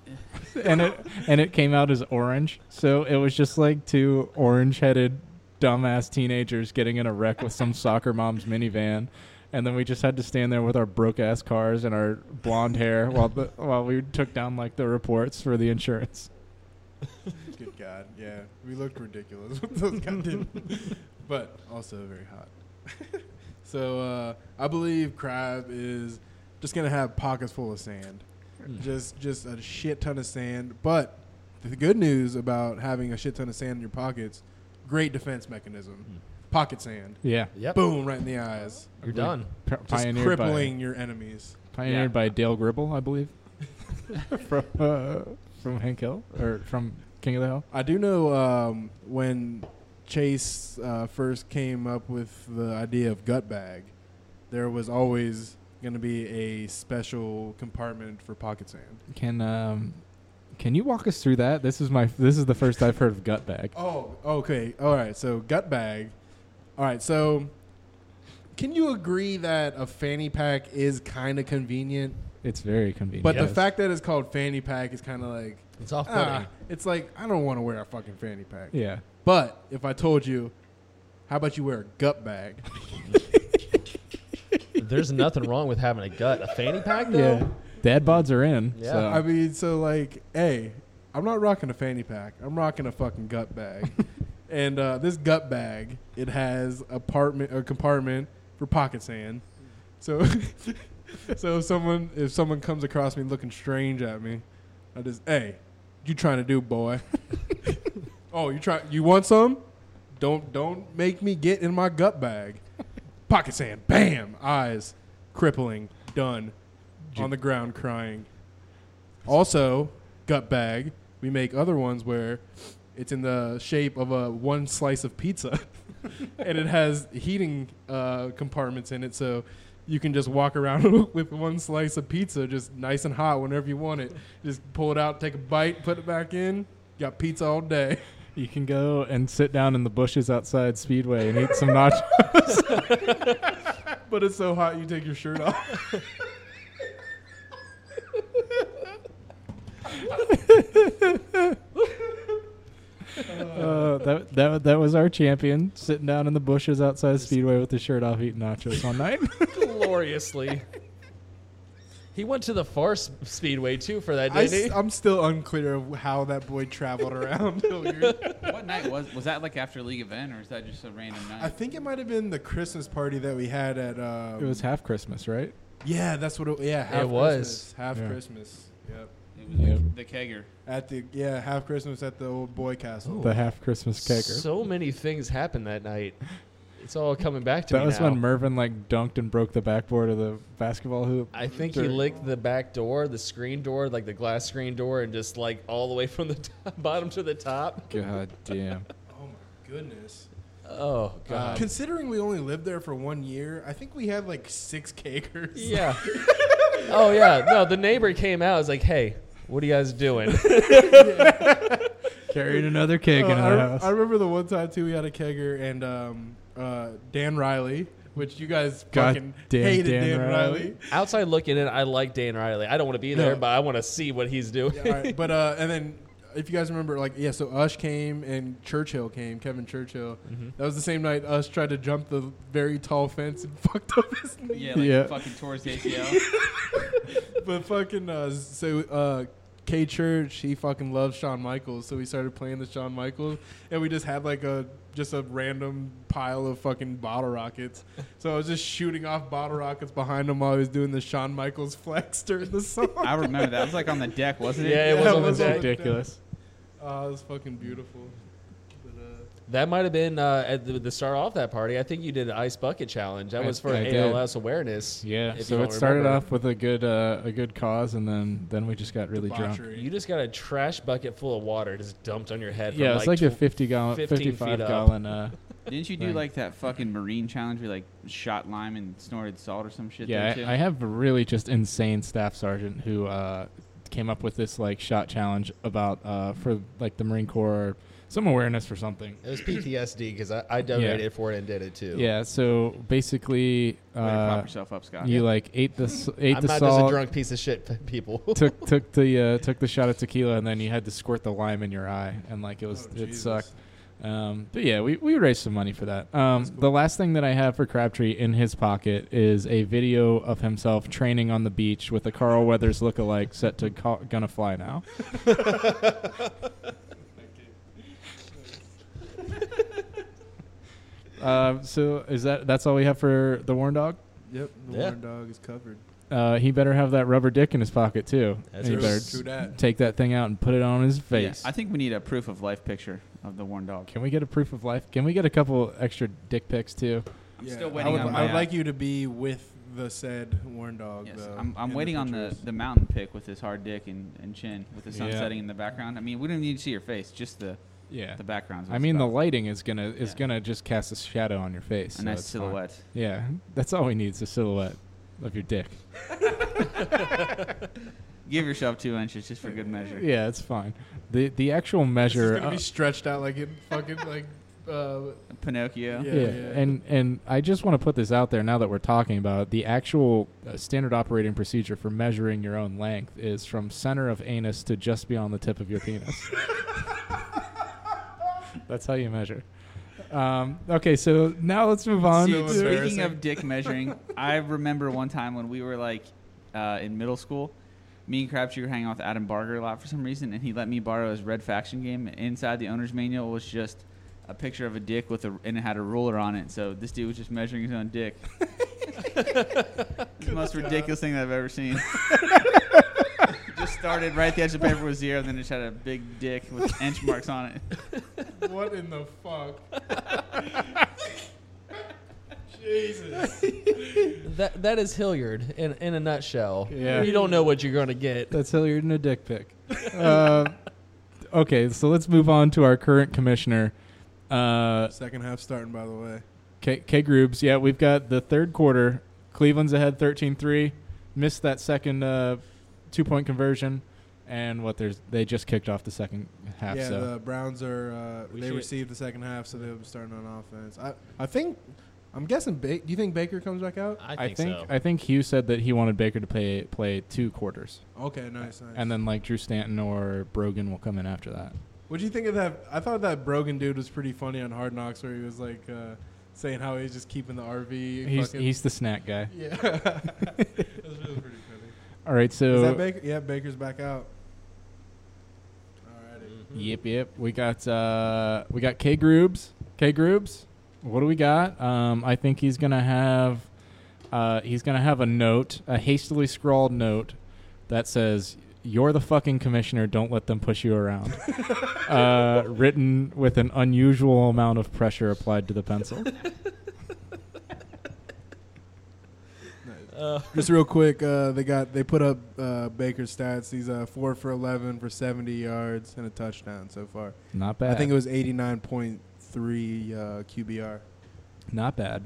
and it and it came out as orange. So it was just like two orange-headed dumbass teenagers getting in a wreck with some soccer mom's minivan. And then we just had to stand there with our broke ass cars and our blonde hair while the, while we took down like the reports for the insurance.
Good God, yeah, we looked ridiculous with those goddamn but also very hot. so uh, I believe crab is just gonna have pockets full of sand, just just a shit ton of sand. But the good news about having a shit ton of sand in your pockets, great defense mechanism, pocket sand.
Yeah.
Yep.
Boom! Right in the eyes,
You're done.
P-
just
pioneered
crippling your enemies.
by pioneered
Yeah.
by Dale Gribble, I believe, from uh, from Hank Hill or from King of the Hill.
I do know um, when Chase uh, first came up with the idea of gut bag, there was always going to be a special compartment for pocket sand.
Can um, can you walk us through that? This is my this is the first I've heard of gut bag.
Oh, okay. All right. So gut bag. All right. So can you agree that a fanny pack is kind of convenient?
It's very convenient.
But the
Yes.
fact that it's called fanny pack is kind of like,
It's off putting.
ah, it's like, I don't want to wear a fucking fanny pack.
yeah,
But if I told you, how about you wear a gut bag?
There's nothing wrong with having a gut. A fanny pack, though?
yeah, dad bods are in.
Yeah.
so-
I mean, so like, hey, I'm not rocking a fanny pack. I'm rocking a fucking gut bag. and uh, this gut bag, it has apartment a compartment for pocket sand. So, so if someone if someone comes across me looking strange at me, I just hey, you trying to do boy? oh, you try you want some? Don't don't make me get in my gut bag. Pocket sand, bam, eyes, crippling, done, on the ground crying. Also, gut bag. We make other ones where it's in the shape of a one slice of pizza, and it has heating uh, compartments in it, so you can just walk around with one slice of pizza, just nice and hot whenever you want it. Just pull it out, take a bite, put it back in. Got pizza all day.
you can go and sit down in the bushes outside Speedway and eat some nachos.
But it's so hot you take your shirt off.
Uh, that that that was our champion sitting down in the bushes outside of Speedway with his shirt off, eating nachos all night.
Gloriously. He went to the far s- speedway, too, for that,
I
didn't he?
am still unclear of how that boy traveled around Hilliard.
What night was was that like after a league event or is that just a random night?
I think it might have been the Christmas party that we had at. Um,
it was half Christmas, right?
Yeah, that's what it. Yeah, half
It was.
Christmas, half
Yeah.
Christmas. Yep.
it was
Yeah.
the, the kegger.
At the yeah, half Christmas at the old boy castle.
The half Christmas caker.
So many things happened that night. It's all coming back to
that
me
was
now.
when Mervin like dunked and broke the backboard of the basketball hoop.
I think he licked the back door, the screen door, like the glass screen door, and just like all the way from the top, bottom to the top.
God damn.
oh my goodness. Um,
Oh god.
Considering we only lived there for one year, I think we had like six cakers.
yeah. oh yeah. No, the neighbor came out. Was like, hey, what are you guys doing?
Carried another keg
Uh,
into
I,
the house.
I remember the one time too we had a kegger and um, uh, Dan Riley, which you guys
God
fucking
damn
hated
Dan
Dan,
Riley.
Riley.
Outside looking in, I like Dan Riley. I don't want to be
No.
there, but I want to see what he's doing.
Yeah, all right. But uh, and then if you guys remember, like yeah, so Ush came and Churchill came, Kevin Churchill. That was the same night Ush tried to jump the very tall fence and fucked up his knee.
Yeah, like
Yeah.
fucking towards the ACL.
But fucking uh, so uh, K Church, he fucking loves Shawn Michaels, so we started playing the Shawn Michaels, and we just had like a just a random pile of fucking bottle rockets. So I was just shooting off bottle rockets behind him while he was doing the Shawn Michaels flex during the song.
I remember that. It was like on the deck, wasn't it?
Yeah, it
Yeah,
was
it
on the
was on
deck.
the-
ridiculous.
Oh, it was fucking beautiful. But, uh,
That might have been uh, at the, the start off that party. I think you did the ice bucket challenge. That
I-
was for
I did.
ALS awareness.
Yeah.
if you
So
don't
it started
remember.
off with a good uh, a good cause, and then then we just got really drunk.
debauchery.
You just got a trash bucket full of water just dumped on your head.
Yeah,
from
it's like, a
tw-
fifty gallon,
15 feet
fifty-five
up.
gallon. Uh,
Didn't you do
Right.
like that fucking marine challenge where you, like shot lime and snorted salt or some shit?
yeah,
there, too?
I, I have a really just insane staff sergeant who uh, came up with this like shot challenge about uh, for like the Marine Corps, or some awareness for something.
It was PTSD because I, I donated for it and did it too.
Yeah, so basically,
Way to prop
uh,
yourself up, Scott.
you like ate the s- ate
I'm
the
not just a
salt,
drunk piece of shit, p- people.
took took the uh, took the shot of tequila, and then you had to squirt the lime in your eye, and like it was
Oh,
it
Jesus.
sucked. Um, but yeah, we, we raised some money for that. Um, The last thing that I have for Crabtree in his pocket is a video of himself training on the beach with a Carl Weathers lookalike set to ca- Gonna Fly Now. Uh, so is that that's all we have for the Warren Dog?
Yep, the
Yeah.
Warren Dog is covered.
Uh, he better have that rubber dick in his pocket too.
That's
he
true.
better
True that.
take that thing out and put it on his face.
I think we need a proof of life picture of the worn dog.
Can we get a proof of life? Can we get a couple extra dick pics too?
I'm
Yeah,
still
I
waiting
would,
on
I
my. uh,
would like you to be with the said Warren Dog.
yes,
though, in
I'm, I'm
Um, the
waiting on the,
pictures.
the mountain pick with his hard dick and, and chin with the sun
Yeah.
setting in the background. I mean, we don't need to see your face, just the
Yeah.
the backgrounds.
I mean, the lighting is gonna is
Yeah.
gonna just cast a shadow on your face.
a
so
nice
it's fine.
silhouette.
Yeah, that's all we need is a silhouette of your dick.
Give yourself two inches just for good measure.
Yeah, it's fine. the The actual
This is
measure.
gonna
uh,
be stretched out like it fucking like. Uh,
Pinocchio.
Yeah.
yeah, and and I just want to put this out there now that we're talking about it, the actual uh, standard operating procedure for measuring your own length is from center of anus to just beyond the tip of your penis. That's how you measure. Um, okay, so now let's move on.
Dude,
So
to-
speaking
embarrassing.
of dick measuring, I remember one time when we were like uh, in middle school. Me and Crabtree were hanging out with Adam Barger a lot for some reason, and he let me borrow his red faction game. Inside the owner's manual was just a picture of a dick with a and it had a ruler on it. So this dude was just measuring his own dick. It's the most ridiculous thing that I've ever seen. just started right at the edge of the paper with zero, and then it just had a big dick with inch marks on it.
what in the fuck? Jesus.
That that is Hilliard in in a nutshell.
Yeah.
You don't know what you're gonna get.
That's Hilliard and a dick pic. Uh, okay, so let's move on to our current commissioner, uh,
Second half starting, by the way.
K, K Groobs. Yeah, we've got the third quarter. Cleveland's ahead 13 3. Missed that second uh, two point conversion. And what there's they just kicked off the second half.
yeah,
so
the Browns are. Uh,
We
they
should-
received the second half, so they'll be starting on offense. I, I think. I'm guessing. Ba- do you think Baker comes back out?
I think I think Hugh said that he wanted Baker to play play two quarters,
Okay, nice. nice.
and then like Drew Stanton or Brogan will come in after that.
What do you think of that? I thought that Brogan dude was pretty funny on Hard Knocks, where he was like uh, saying how he's just keeping the RV.
He's
fucking-
he's the snack guy.
yeah, that was really pretty funny.
All right,
Is
so
that Baker? Yeah, Baker's back out. Alrighty.
Yep, yep. We got uh we got K Groobs. K Groobs. What do we got? Um I think he's gonna have uh he's gonna have a note, a hastily scrawled note that says, You're the fucking commissioner, don't let them push you around. uh written with an unusual amount of pressure applied to the pencil.
Nice.
Uh,
Just real quick, uh, they got they put up uh, Baker's stats. He's uh, four for eleven for seventy yards and a touchdown so far.
Not bad.
I think it was eighty nine point three uh, QBR.
not bad.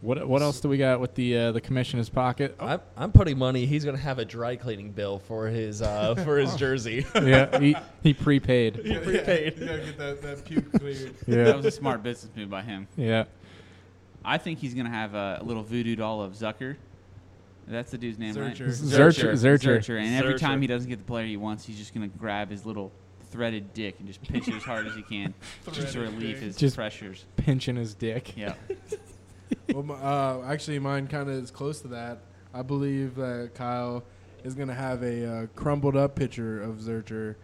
What what else do we got with the uh, the commissioner's pocket?
Oh.
I'm, I'm putting money. He's gonna have a dry cleaning bill for his uh, for his jersey.
yeah, he, he prepaid.
He prepaid.
You gotta get that, that puke cleared.
That
Yeah.
was a smart business move by him.
Yeah.
I think he's gonna have a, a little voodoo doll of Zucker. That's the dude's name, right?
Zurcher.
Zurcher. Zurcher.
Zurcher. And every
Zurcher.
time he doesn't get the player he wants, he's just gonna grab his little threaded dick and just pinch it as hard as he can, just to
Threaded
relieve
dick.
his
Just-
pressures.
Pinching his dick.
Yeah.
well, my- uh, actually, mine kind of is close to that. I believe that Kyle is going to have a uh, crumbled up picture of Zercher,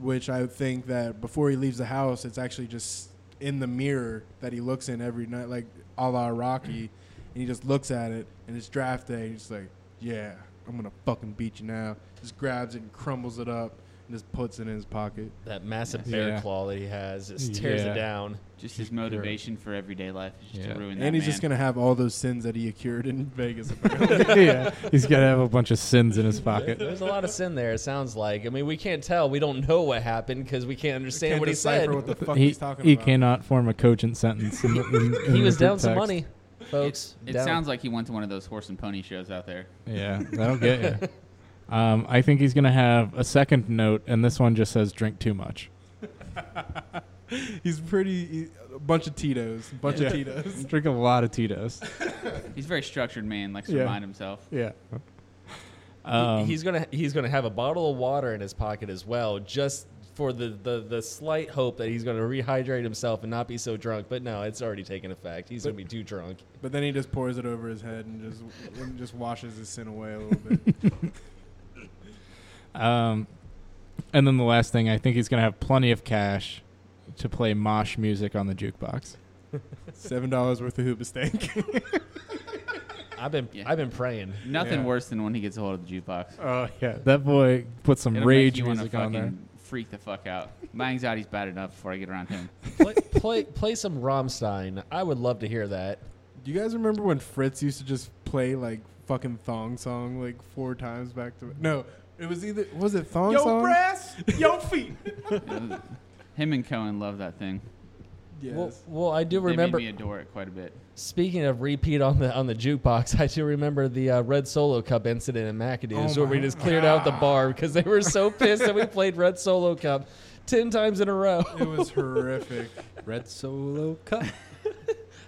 which I think that before he leaves the house, it's actually just in the mirror that he looks in every night, like a la Rocky, and he just looks at it, and it's draft day, and he's like, yeah, I'm going to fucking beat you now. Just grabs it and crumbles it up and just puts it in his pocket.
That massive
Yeah.
bear claw that he has just tears
Yeah.
it down.
Just his motivation for everyday life is just
Yeah.
to ruin that
And he's just
man.
going to have all those sins that he accrued in Vegas.
yeah, he's got to have a bunch of sins in his
There-
pocket.
There's a lot of sin there. It sounds like. I mean, we can't tell. We don't know what happened because we can't understand
Can't
what he
decipher
said.
What the fuck
He,
he's talking
he
about.
cannot form a cogent sentence. In, the- in, in
he was
the
down some
text.
money, folks.
It
Down.
sounds like he went to one of those horse and pony shows out there.
Yeah, that'll get you. Um, I think he's going to have a second note, and this one just says drink too much.
He's pretty. He, a bunch of Tito's. A bunch of Tito's.
Drink a lot of Tito's.
He's a very structured man, likes to
Yeah.
remind himself.
Yeah.
He-
Um,
he's gonna he's gonna have a bottle of water in his pocket as well, just for the, the the slight hope that he's gonna rehydrate himself and not be so drunk. But no, it's already taken effect. He's gonna be too drunk.
But then he just pours it over his head and just and just washes his sin away a little bit.
um, and then the last thing, I think he's going to have plenty of cash to play mosh music on the jukebox.
Seven dollars worth of hoop steak.
I've been
Yeah.
I've been praying.
Nothing
Yeah.
worse than when he gets a hold of the jukebox.
Oh yeah, that boy put some
It'll make
rage
you wanna
music on there.
fucking Freak the fuck out. My anxiety's bad enough before I get around him.
Play play, play some Rammstein. I would love to hear that.
Do you guys remember when Fritz used to just play like fucking thong song like four times back to no? It was either was it thong song?
brass, yo feet.
Him and Cohen love that thing.
Yes.
Well, well, I do remember.
They made me adore it quite a bit.
Speaking of repeat on the on the jukebox, I do remember the uh, Red Solo Cup incident in McAdoo's where we just cleared out the bar because they were so pissed that we played Red Solo Cup ten times in a row.
it was horrific.
Red Solo Cup.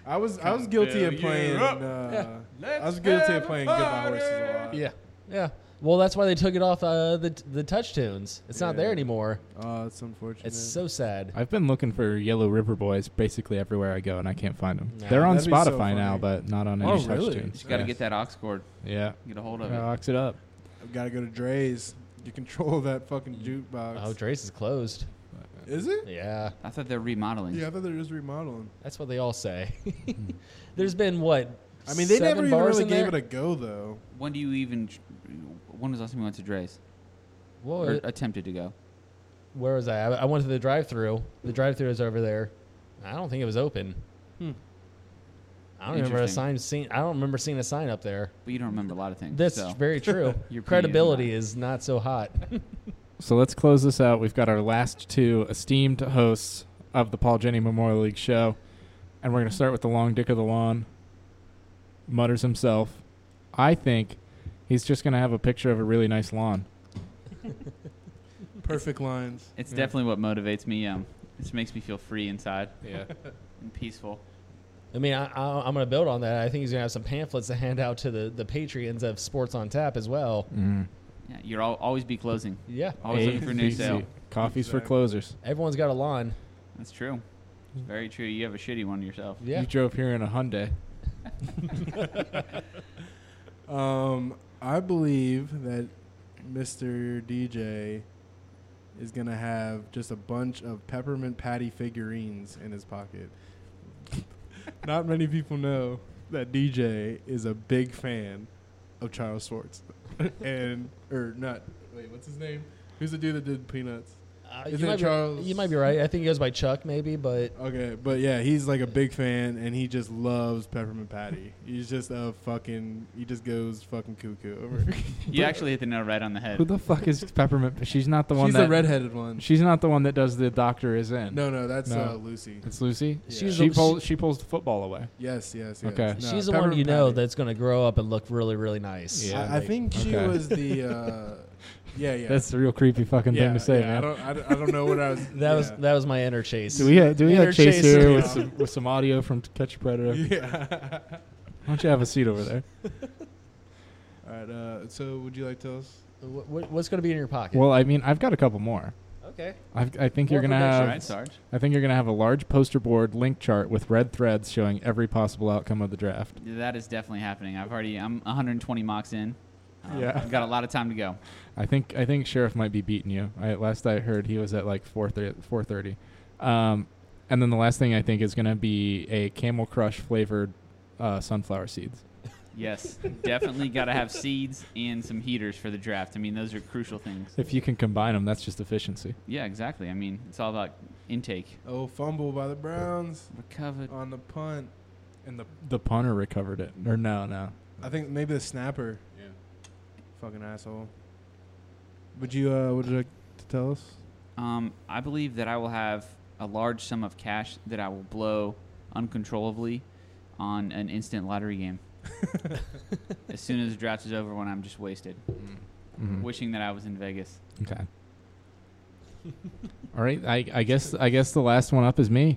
I was I was guilty of
fill
playing.
you up.
Uh, I was guilty of playing "Goodbye Horses" a lot.
Yeah, yeah. Well, that's why they took it off uh, the the touch tunes. It's not there
Yeah.
anymore.
Oh, it's unfortunate.
It's so sad.
I've been looking for Yellow River Boys basically everywhere I go, and I can't find them.
Nah,
They're on
that'd be so
Spotify now,
funny.
but not on any
Oh,
touch
really?
tunes.
Just got to
yeah.
get that aux cord.
Yeah,
Get a hold of
Yeah,
it.
ox it up.
I've got to go to Dre's. You control that fucking jukebox.
Oh, Drace is closed.
Is it?
Yeah,
I thought they're remodeling.
Yeah, I thought they were just remodeling.
that's what they all say. There's been what?
Hmm. I mean, they
seven
never even
bars
really
in
gave
there?
it a go though.
When do you even? When was the last time you went to Dre's?
What-
Or attempted to go?
where was I? I I went to the drive-through. The drive-through is over there. I don't think it was open.
Hmm.
I don't remember a
Interesting.
sign seen. I don't remember seeing a sign up there.
But you don't remember a lot of things.
That's
so.
very true.
Your PD is
credibility
not.
is not so hot.
So let's close this out. We've got our last two esteemed hosts of the Paul Jenny Memorial League show, and we're going to start with the long dick of the lawn. Mutters himself. I think he's just going to have a picture of a really nice lawn.
Perfect lines.
It's
Yeah.
definitely what motivates me. Um, it makes me feel free inside
Yeah.
and peaceful.
I mean, I, I, I'm going to build on that. I think he's going to have some pamphlets to hand out to the the patrons of Sports on Tap as well.
Mm.
Yeah, you're all, always be closing.
Yeah,
Always looking for a new
ABC.
sale.
Coffee's for
Exactly.
closers.
everyone's got a lawn.
That's true. It's very true. You have a shitty one yourself.
Yeah,
You drove here in a Hyundai.
Um, I believe that Mr. DJ is gonna have just a bunch of peppermint patty figurines in his pocket. Not many people know that DJ is a big fan of Charles Schwartz, and or not. Wait, what's his name? Who's the dude that did Peanuts?
Uh,
Isn't
you,
it
might be,
Charles-
you might be right. I think he goes by Chuck, maybe, but
Okay, but yeah, he's like a big fan, and he just loves peppermint patty. He's just a fucking. He just goes fucking cuckoo over. it.
You actually hit the nail right on the
Who
head.
the fuck is Peppermint? She's not the one
She's
that.
the redheaded one.
she's not the one that does the doctor is in.
No, no, that's
No.
Uh, Lucy.
It's Lucy.
She's
she
the-
pulls. She pulls the football away.
Yes, yes, yes.
Okay.
No,
she's the one you
Peppermint
know
Patty.
that's going to grow up and look really, really nice.
Yeah,
I, I think she
okay.
was the. Uh, yeah, yeah.
That's a real creepy fucking
yeah,
thing to say,
yeah,
man.
I don't, I don't, I don't know what I was.
That was
yeah.
that was my inner chase.
Do we have, do we have Chase
Interchase.
here with
Yeah.
some, with some audio from Catch a Predator? Why
Yeah.
don't you have a seat over there?
All right. Uh, so, would you like to tell us?
Wh- wh- what's going to be in your pocket?
Well, I mean, I've got a couple more.
okay.
I've, I think you're
More
gonna have.
prediction,
All right, Sarge.
I think you're gonna have a large poster board link chart with red threads showing every possible outcome of the draft.
That is definitely happening. I've already. I'm 120 mocks in. Um,
Yeah.
I've got a lot of time to go.
I think I think Sheriff might be beating you. I, last I heard, he was at like four four thirty. Um, and then the last thing I think is gonna be a Camel Crush flavored uh, sunflower seeds.
Yes, definitely got to have seeds and some heaters for the draft. I mean, those are crucial things.
If you can combine them, that's just efficiency.
Yeah, exactly. I mean, it's all about intake.
Oh, fumble by the Browns
Recovered.
on the punt, and the
The punter recovered it, or no, no.
I think maybe the snapper. Yeah. Fucking asshole. Would you? Uh, would you like to tell us?
Um, I believe that I will have a large sum of cash that I will blow uncontrollably on an instant lottery game. as soon as the draft is over, when I'm just wasted,
Mhm.
wishing that I was in Vegas.
Okay. All right. I, I guess I guess the last one up is me.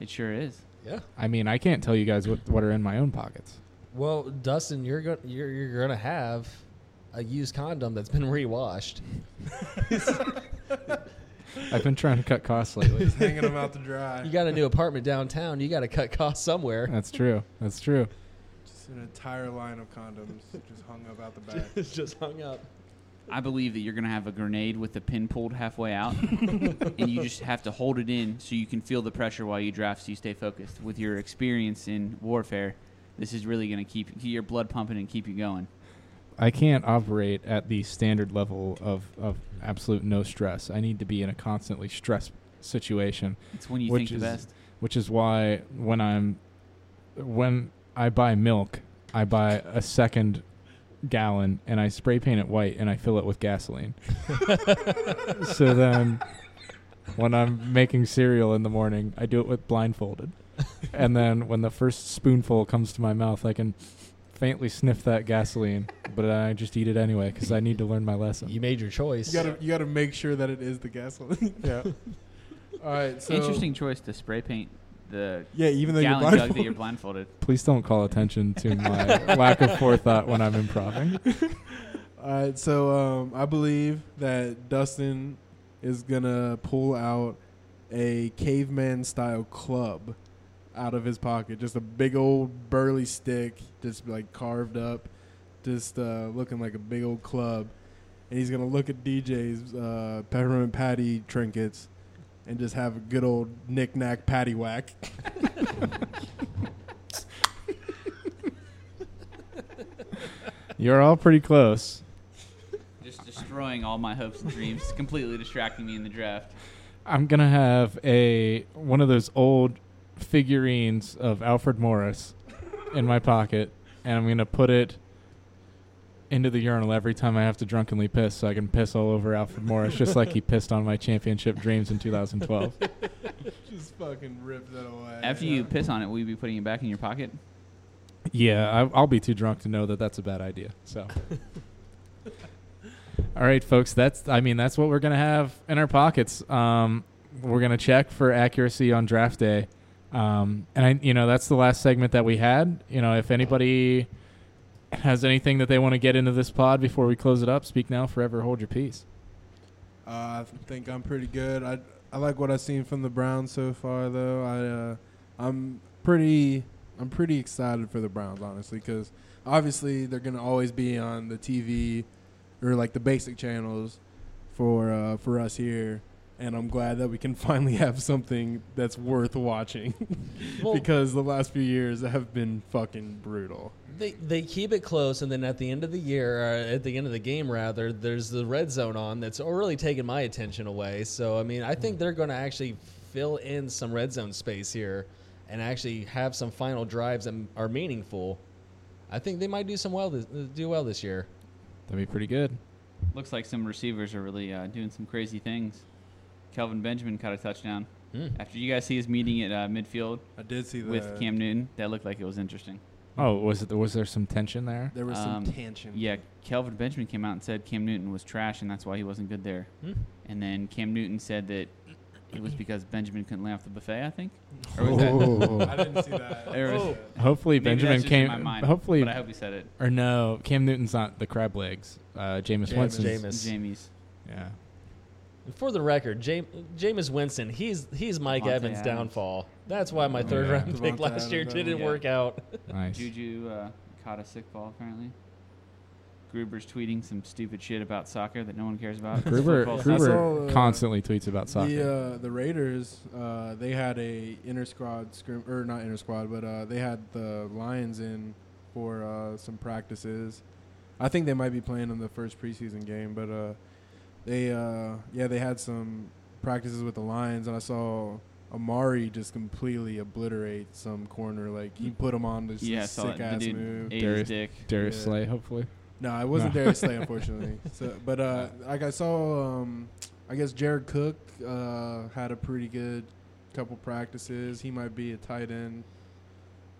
It sure is.
Yeah.
I mean, I can't tell you guys what, what are in my own pockets.
Well, Dustin, you're going you're, you're going to have a used condom that's been rewashed.
I've been trying to cut costs lately.
Just hanging them out to dry.
You got a new apartment downtown. You got to cut costs somewhere.
That's true. That's true.
Just an entire line of condoms just hung up out the back.
It's just hung up.
I believe that you're going to have a grenade with the pin pulled halfway out, and you just have to hold it in so you can feel the pressure while you draft so you stay focused. With your experience in warfare, this is really going to keep keep your blood pumping and keep you going.
I can't operate at the standard level of, of absolute no stress. I need to be in a constantly stressed situation.
It's when you
Which
think
is-
the best.
which is why when I'm when I buy milk, I buy a second gallon and I spray paint it white and I fill it with gasoline. so then when I'm making cereal in the morning, I do it with blindfolded. And then when the first spoonful comes to my mouth, I can faintly sniff that gasoline, but I just eat it anyway cuz I need to learn my lesson.
You made your choice.
You gotta you gotta make sure that it is the gasoline.
Yeah.
All right. So
Interesting choice to spray paint the
Yeah, even though you're
gallon jug that
blindfolded.
you're blindfolded.
Please don't call attention to my lack of forethought when I'm improvising.
All right, so um, I believe that Dustin is gonna pull out a caveman style club out of his pocket, just a big old burly stick, just like carved up, just uh, looking like a big old club, and he's gonna look at DJ's uh, peppermint patty trinkets, and just have a good old knick knack patty whack.
You're all pretty close.
Just destroying all my hopes and dreams, completely distracting me in the draft.
I'm gonna have a one of those old figurines of Alfred Morris in my pocket, and I'm gonna put it into the urinal every time I have to drunkenly piss, so I can piss all over Alfred Morris, just like he pissed on my championship dreams in 2012.
just fucking rip that away.
After you piss on it, will you be putting it back in your pocket?
Yeah, I, I'll be too drunk to know that that's a bad idea. So, all right, folks, that's I mean that's what we're gonna have in our pockets. Um, we're gonna check for accuracy on draft day, um, and I, you know that's the last segment that we had. You know, if anybody has anything that they want to get into this pod before we close it up, speak now, forever hold your peace.
Uh, I think I'm pretty good. I I like what I've seen from the Browns so far, though. I uh, I'm pretty I'm pretty excited for the Browns, honestly, because obviously they're gonna always be on the TV or like the basic channels for uh, for us here, and I'm glad that we can finally have something that's worth watching
Well-
because the last few years have been fucking brutal.
They, they keep it close, and then at the end of the year, or at the end of the game rather, there's the red zone on that's really taking my attention away. So I mean, I think they're going to actually fill in some red zone space here, and actually have some final drives that are meaningful. I think they might do some well this, do well this year.
That'd be pretty good.
Looks like some receivers are really uh, doing some crazy things. Kelvin Benjamin caught a touchdown.
Hmm.
After you guys see his meeting at uh, midfield
I did see that
with Cam Newton, that looked like it was interesting.
Oh, was it was there some tension there?
There was
Um,
some tension.
Yeah, Kelvin Benjamin came out and said Cam Newton was trash and that's why he wasn't good there.
Hmm.
And then Cam Newton said that it was because Benjamin couldn't lay off the buffet, I think. Or was that-
I
Oh.
didn't see that. Oh.
There was-
Hopefully
Maybe that's
Benjamin
just in
came.
my mind,
hopefully
but I hope he said it.
Or no, Cam Newton's not the crab legs. Uh, Jameis
Jameis.
Winston's.
Jameis.
Jamie's.
Yeah.
For the record, Jame, Jameis Winston, he's he's Mike
Devontae
Evans'
Adams.
downfall. That's why my third
Yeah.
round pick
Devontae
last year
Adams,
didn't
yeah.
work out.
Nice.
Juju uh, caught a sick ball apparently. Gruber's tweeting some stupid shit about soccer that no one cares about. It's
Gruber,
football
Gruber
season.
saw, uh,
constantly tweets about soccer.
The uh, the Raiders, uh, they had a inter squad scrim or not inter squad, but uh, they had the Lions in for uh, some practices. I think they might be playing in the first preseason game, but uh, they uh, yeah they had some practices with the Lions, and I saw Amari just completely obliterate some corner. Like he put him on this
Yeah, I saw that.
sick
The
ass
dude
move.
ate
Darius-
his dick.
Darius
yeah.
Slay, hopefully.
No, I wasn't
No.
there at Slay, unfortunately. so, but uh, like I saw, um, I guess Jared Cook uh, had a pretty good couple practices. He might be a tight end,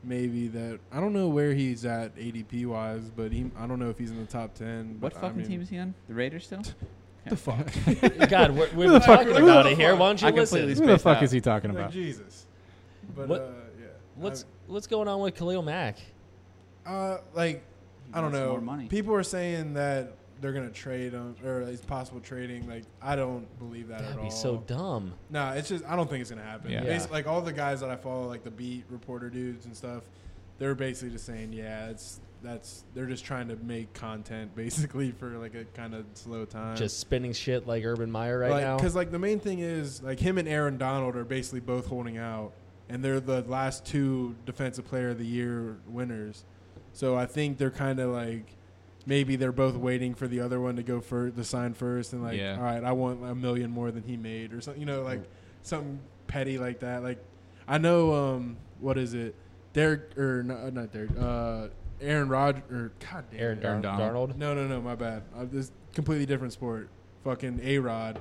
maybe that. I don't know where he's at ADP wise, but he. I don't know if he's in the top ten.
What
but I
fucking
mean-
team is he on? The Raiders still?
The fuck?
God, we're, we've
the
been
fuck-
talking
who the
about it here. Why don't you
I
listen?
completely
Who the
spaced
fuck
out.
is he talking
like
about?
Jesus. But
What-
uh, yeah,
What's
I-
what's going on with Khalil Mack?
uh, like I don't
Wants some
know.
More money.
People are saying that they're gonna trade him, or it's possible trading. Like I don't believe that at
That'd
all.
be so dumb.
No, it's just I don't think it's gonna happen.
Yeah.
Basi- like all the guys that I follow, like the beat reporter dudes and stuff, they were basically just saying, yeah, it's that's they're just trying to make content basically for like a kind of slow time.
Just spinning shit like Urban Meyer right
Uh, like,
now.
Because like the main thing is like him and Aaron Donald are basically both holding out, and they're the last two Defensive Player of the Year winners. So I think they're kind of like maybe they're both waiting for the other one to go for to sign first, and like
Yeah.
all right, I want a million more than he made or something. You know, like something petty like that. Like I know um what is it? Derek or no, not Derek. Uh, Aaron Rod or God damn
Aaron,
it. Uh,
Dar-
Aaron Donald.
Donald.
No, no, no. My bad. Uh, this is a completely different sport. Fucking A Rod.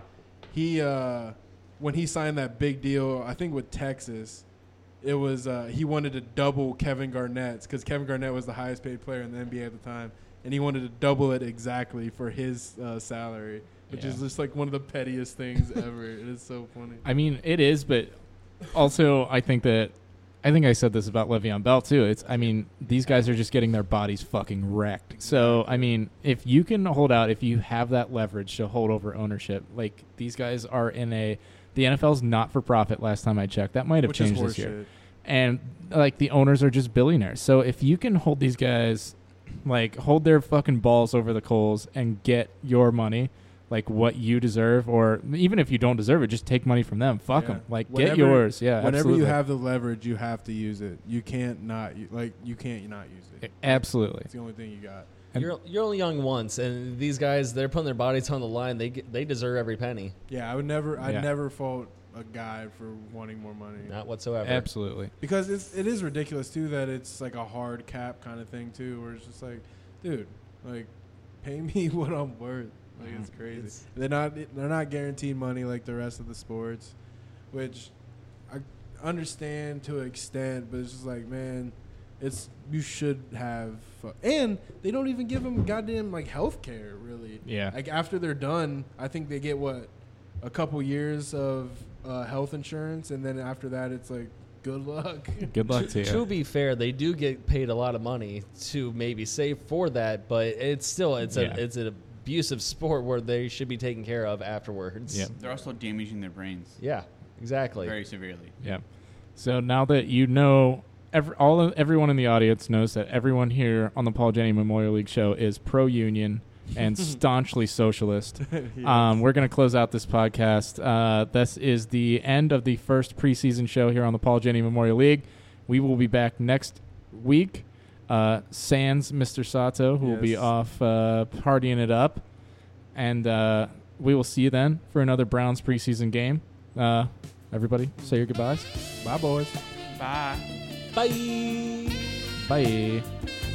He uh, when he signed that big deal, I think with Texas, it was uh, he wanted to double Kevin Garnett's because Kevin Garnett was the highest paid player in the NBA at the time, and he wanted to double it exactly for his uh, salary, which is
Yeah.
just like one of the pettiest things ever. It is so funny.
I mean, it is, but also I think that I think I said this about Le'Veon Bell too. It's I mean, these guys are just getting their bodies fucking wrecked. So I mean, if you can hold out, if you have that leverage to hold over ownership, like these guys are in a the NFL's not for profit. Last time I checked, that might have
Which is
changed
horseshit.
this year. and like the owners are just billionaires. So if you can hold these guys, like hold their fucking balls over the coals and get your money, like what you deserve, or even if you don't deserve it, just take money from them. Fuck
Yeah.
them. Like
Whenever-
get yours. Yeah,
Whenever
Uh, absolutely.
you have the leverage, you have to use it. You can't not u- like you can't not use it.
absolutely.
It's the only thing you got.
And-
you're you're only young once, and these guys they're putting their bodies on the line. They get, they deserve every penny,
Yeah, I would never. I'd
Yeah.
never fault a guy for wanting more money
not whatsoever.
Absolutely.
because it's it is ridiculous too that it's like a hard cap kind of thing too, where it's just like, dude, like, pay me what I'm worth. Like it's crazy. they're not they're not guaranteed money like the rest of the sports, which I understand to an extent, but it's just like man. It's you should have, fu- and they don't even give them goddamn like health care really.
Yeah.
Like after they're done, I think they get what a couple years of uh, health insurance, and then after that, it's like good luck.
Good luck to
To, to
you.
be fair, they do get paid a lot of money to maybe save for that, but it's still it's
Yeah.
a it's an abusive sport where they should be taken care of afterwards.
Yeah.
They're also damaging their brains
Yeah, exactly.
very severely.
Yeah. So now that you know, every, all of, everyone in the audience knows that everyone here on the Paul Jenny Memorial League show is pro union and staunchly socialist. um, we're going to close out this podcast. Uh, this is the end of the first preseason show here on the Paul Jenny Memorial League. We will be back next week. Uh, sans Mr. Sato, who will be
Yes.
off uh, partying it up. And uh, we will see you then for another Browns preseason game. Uh, everybody, say your goodbyes.
Bye, boys.
Bye.
Bye.
Bye.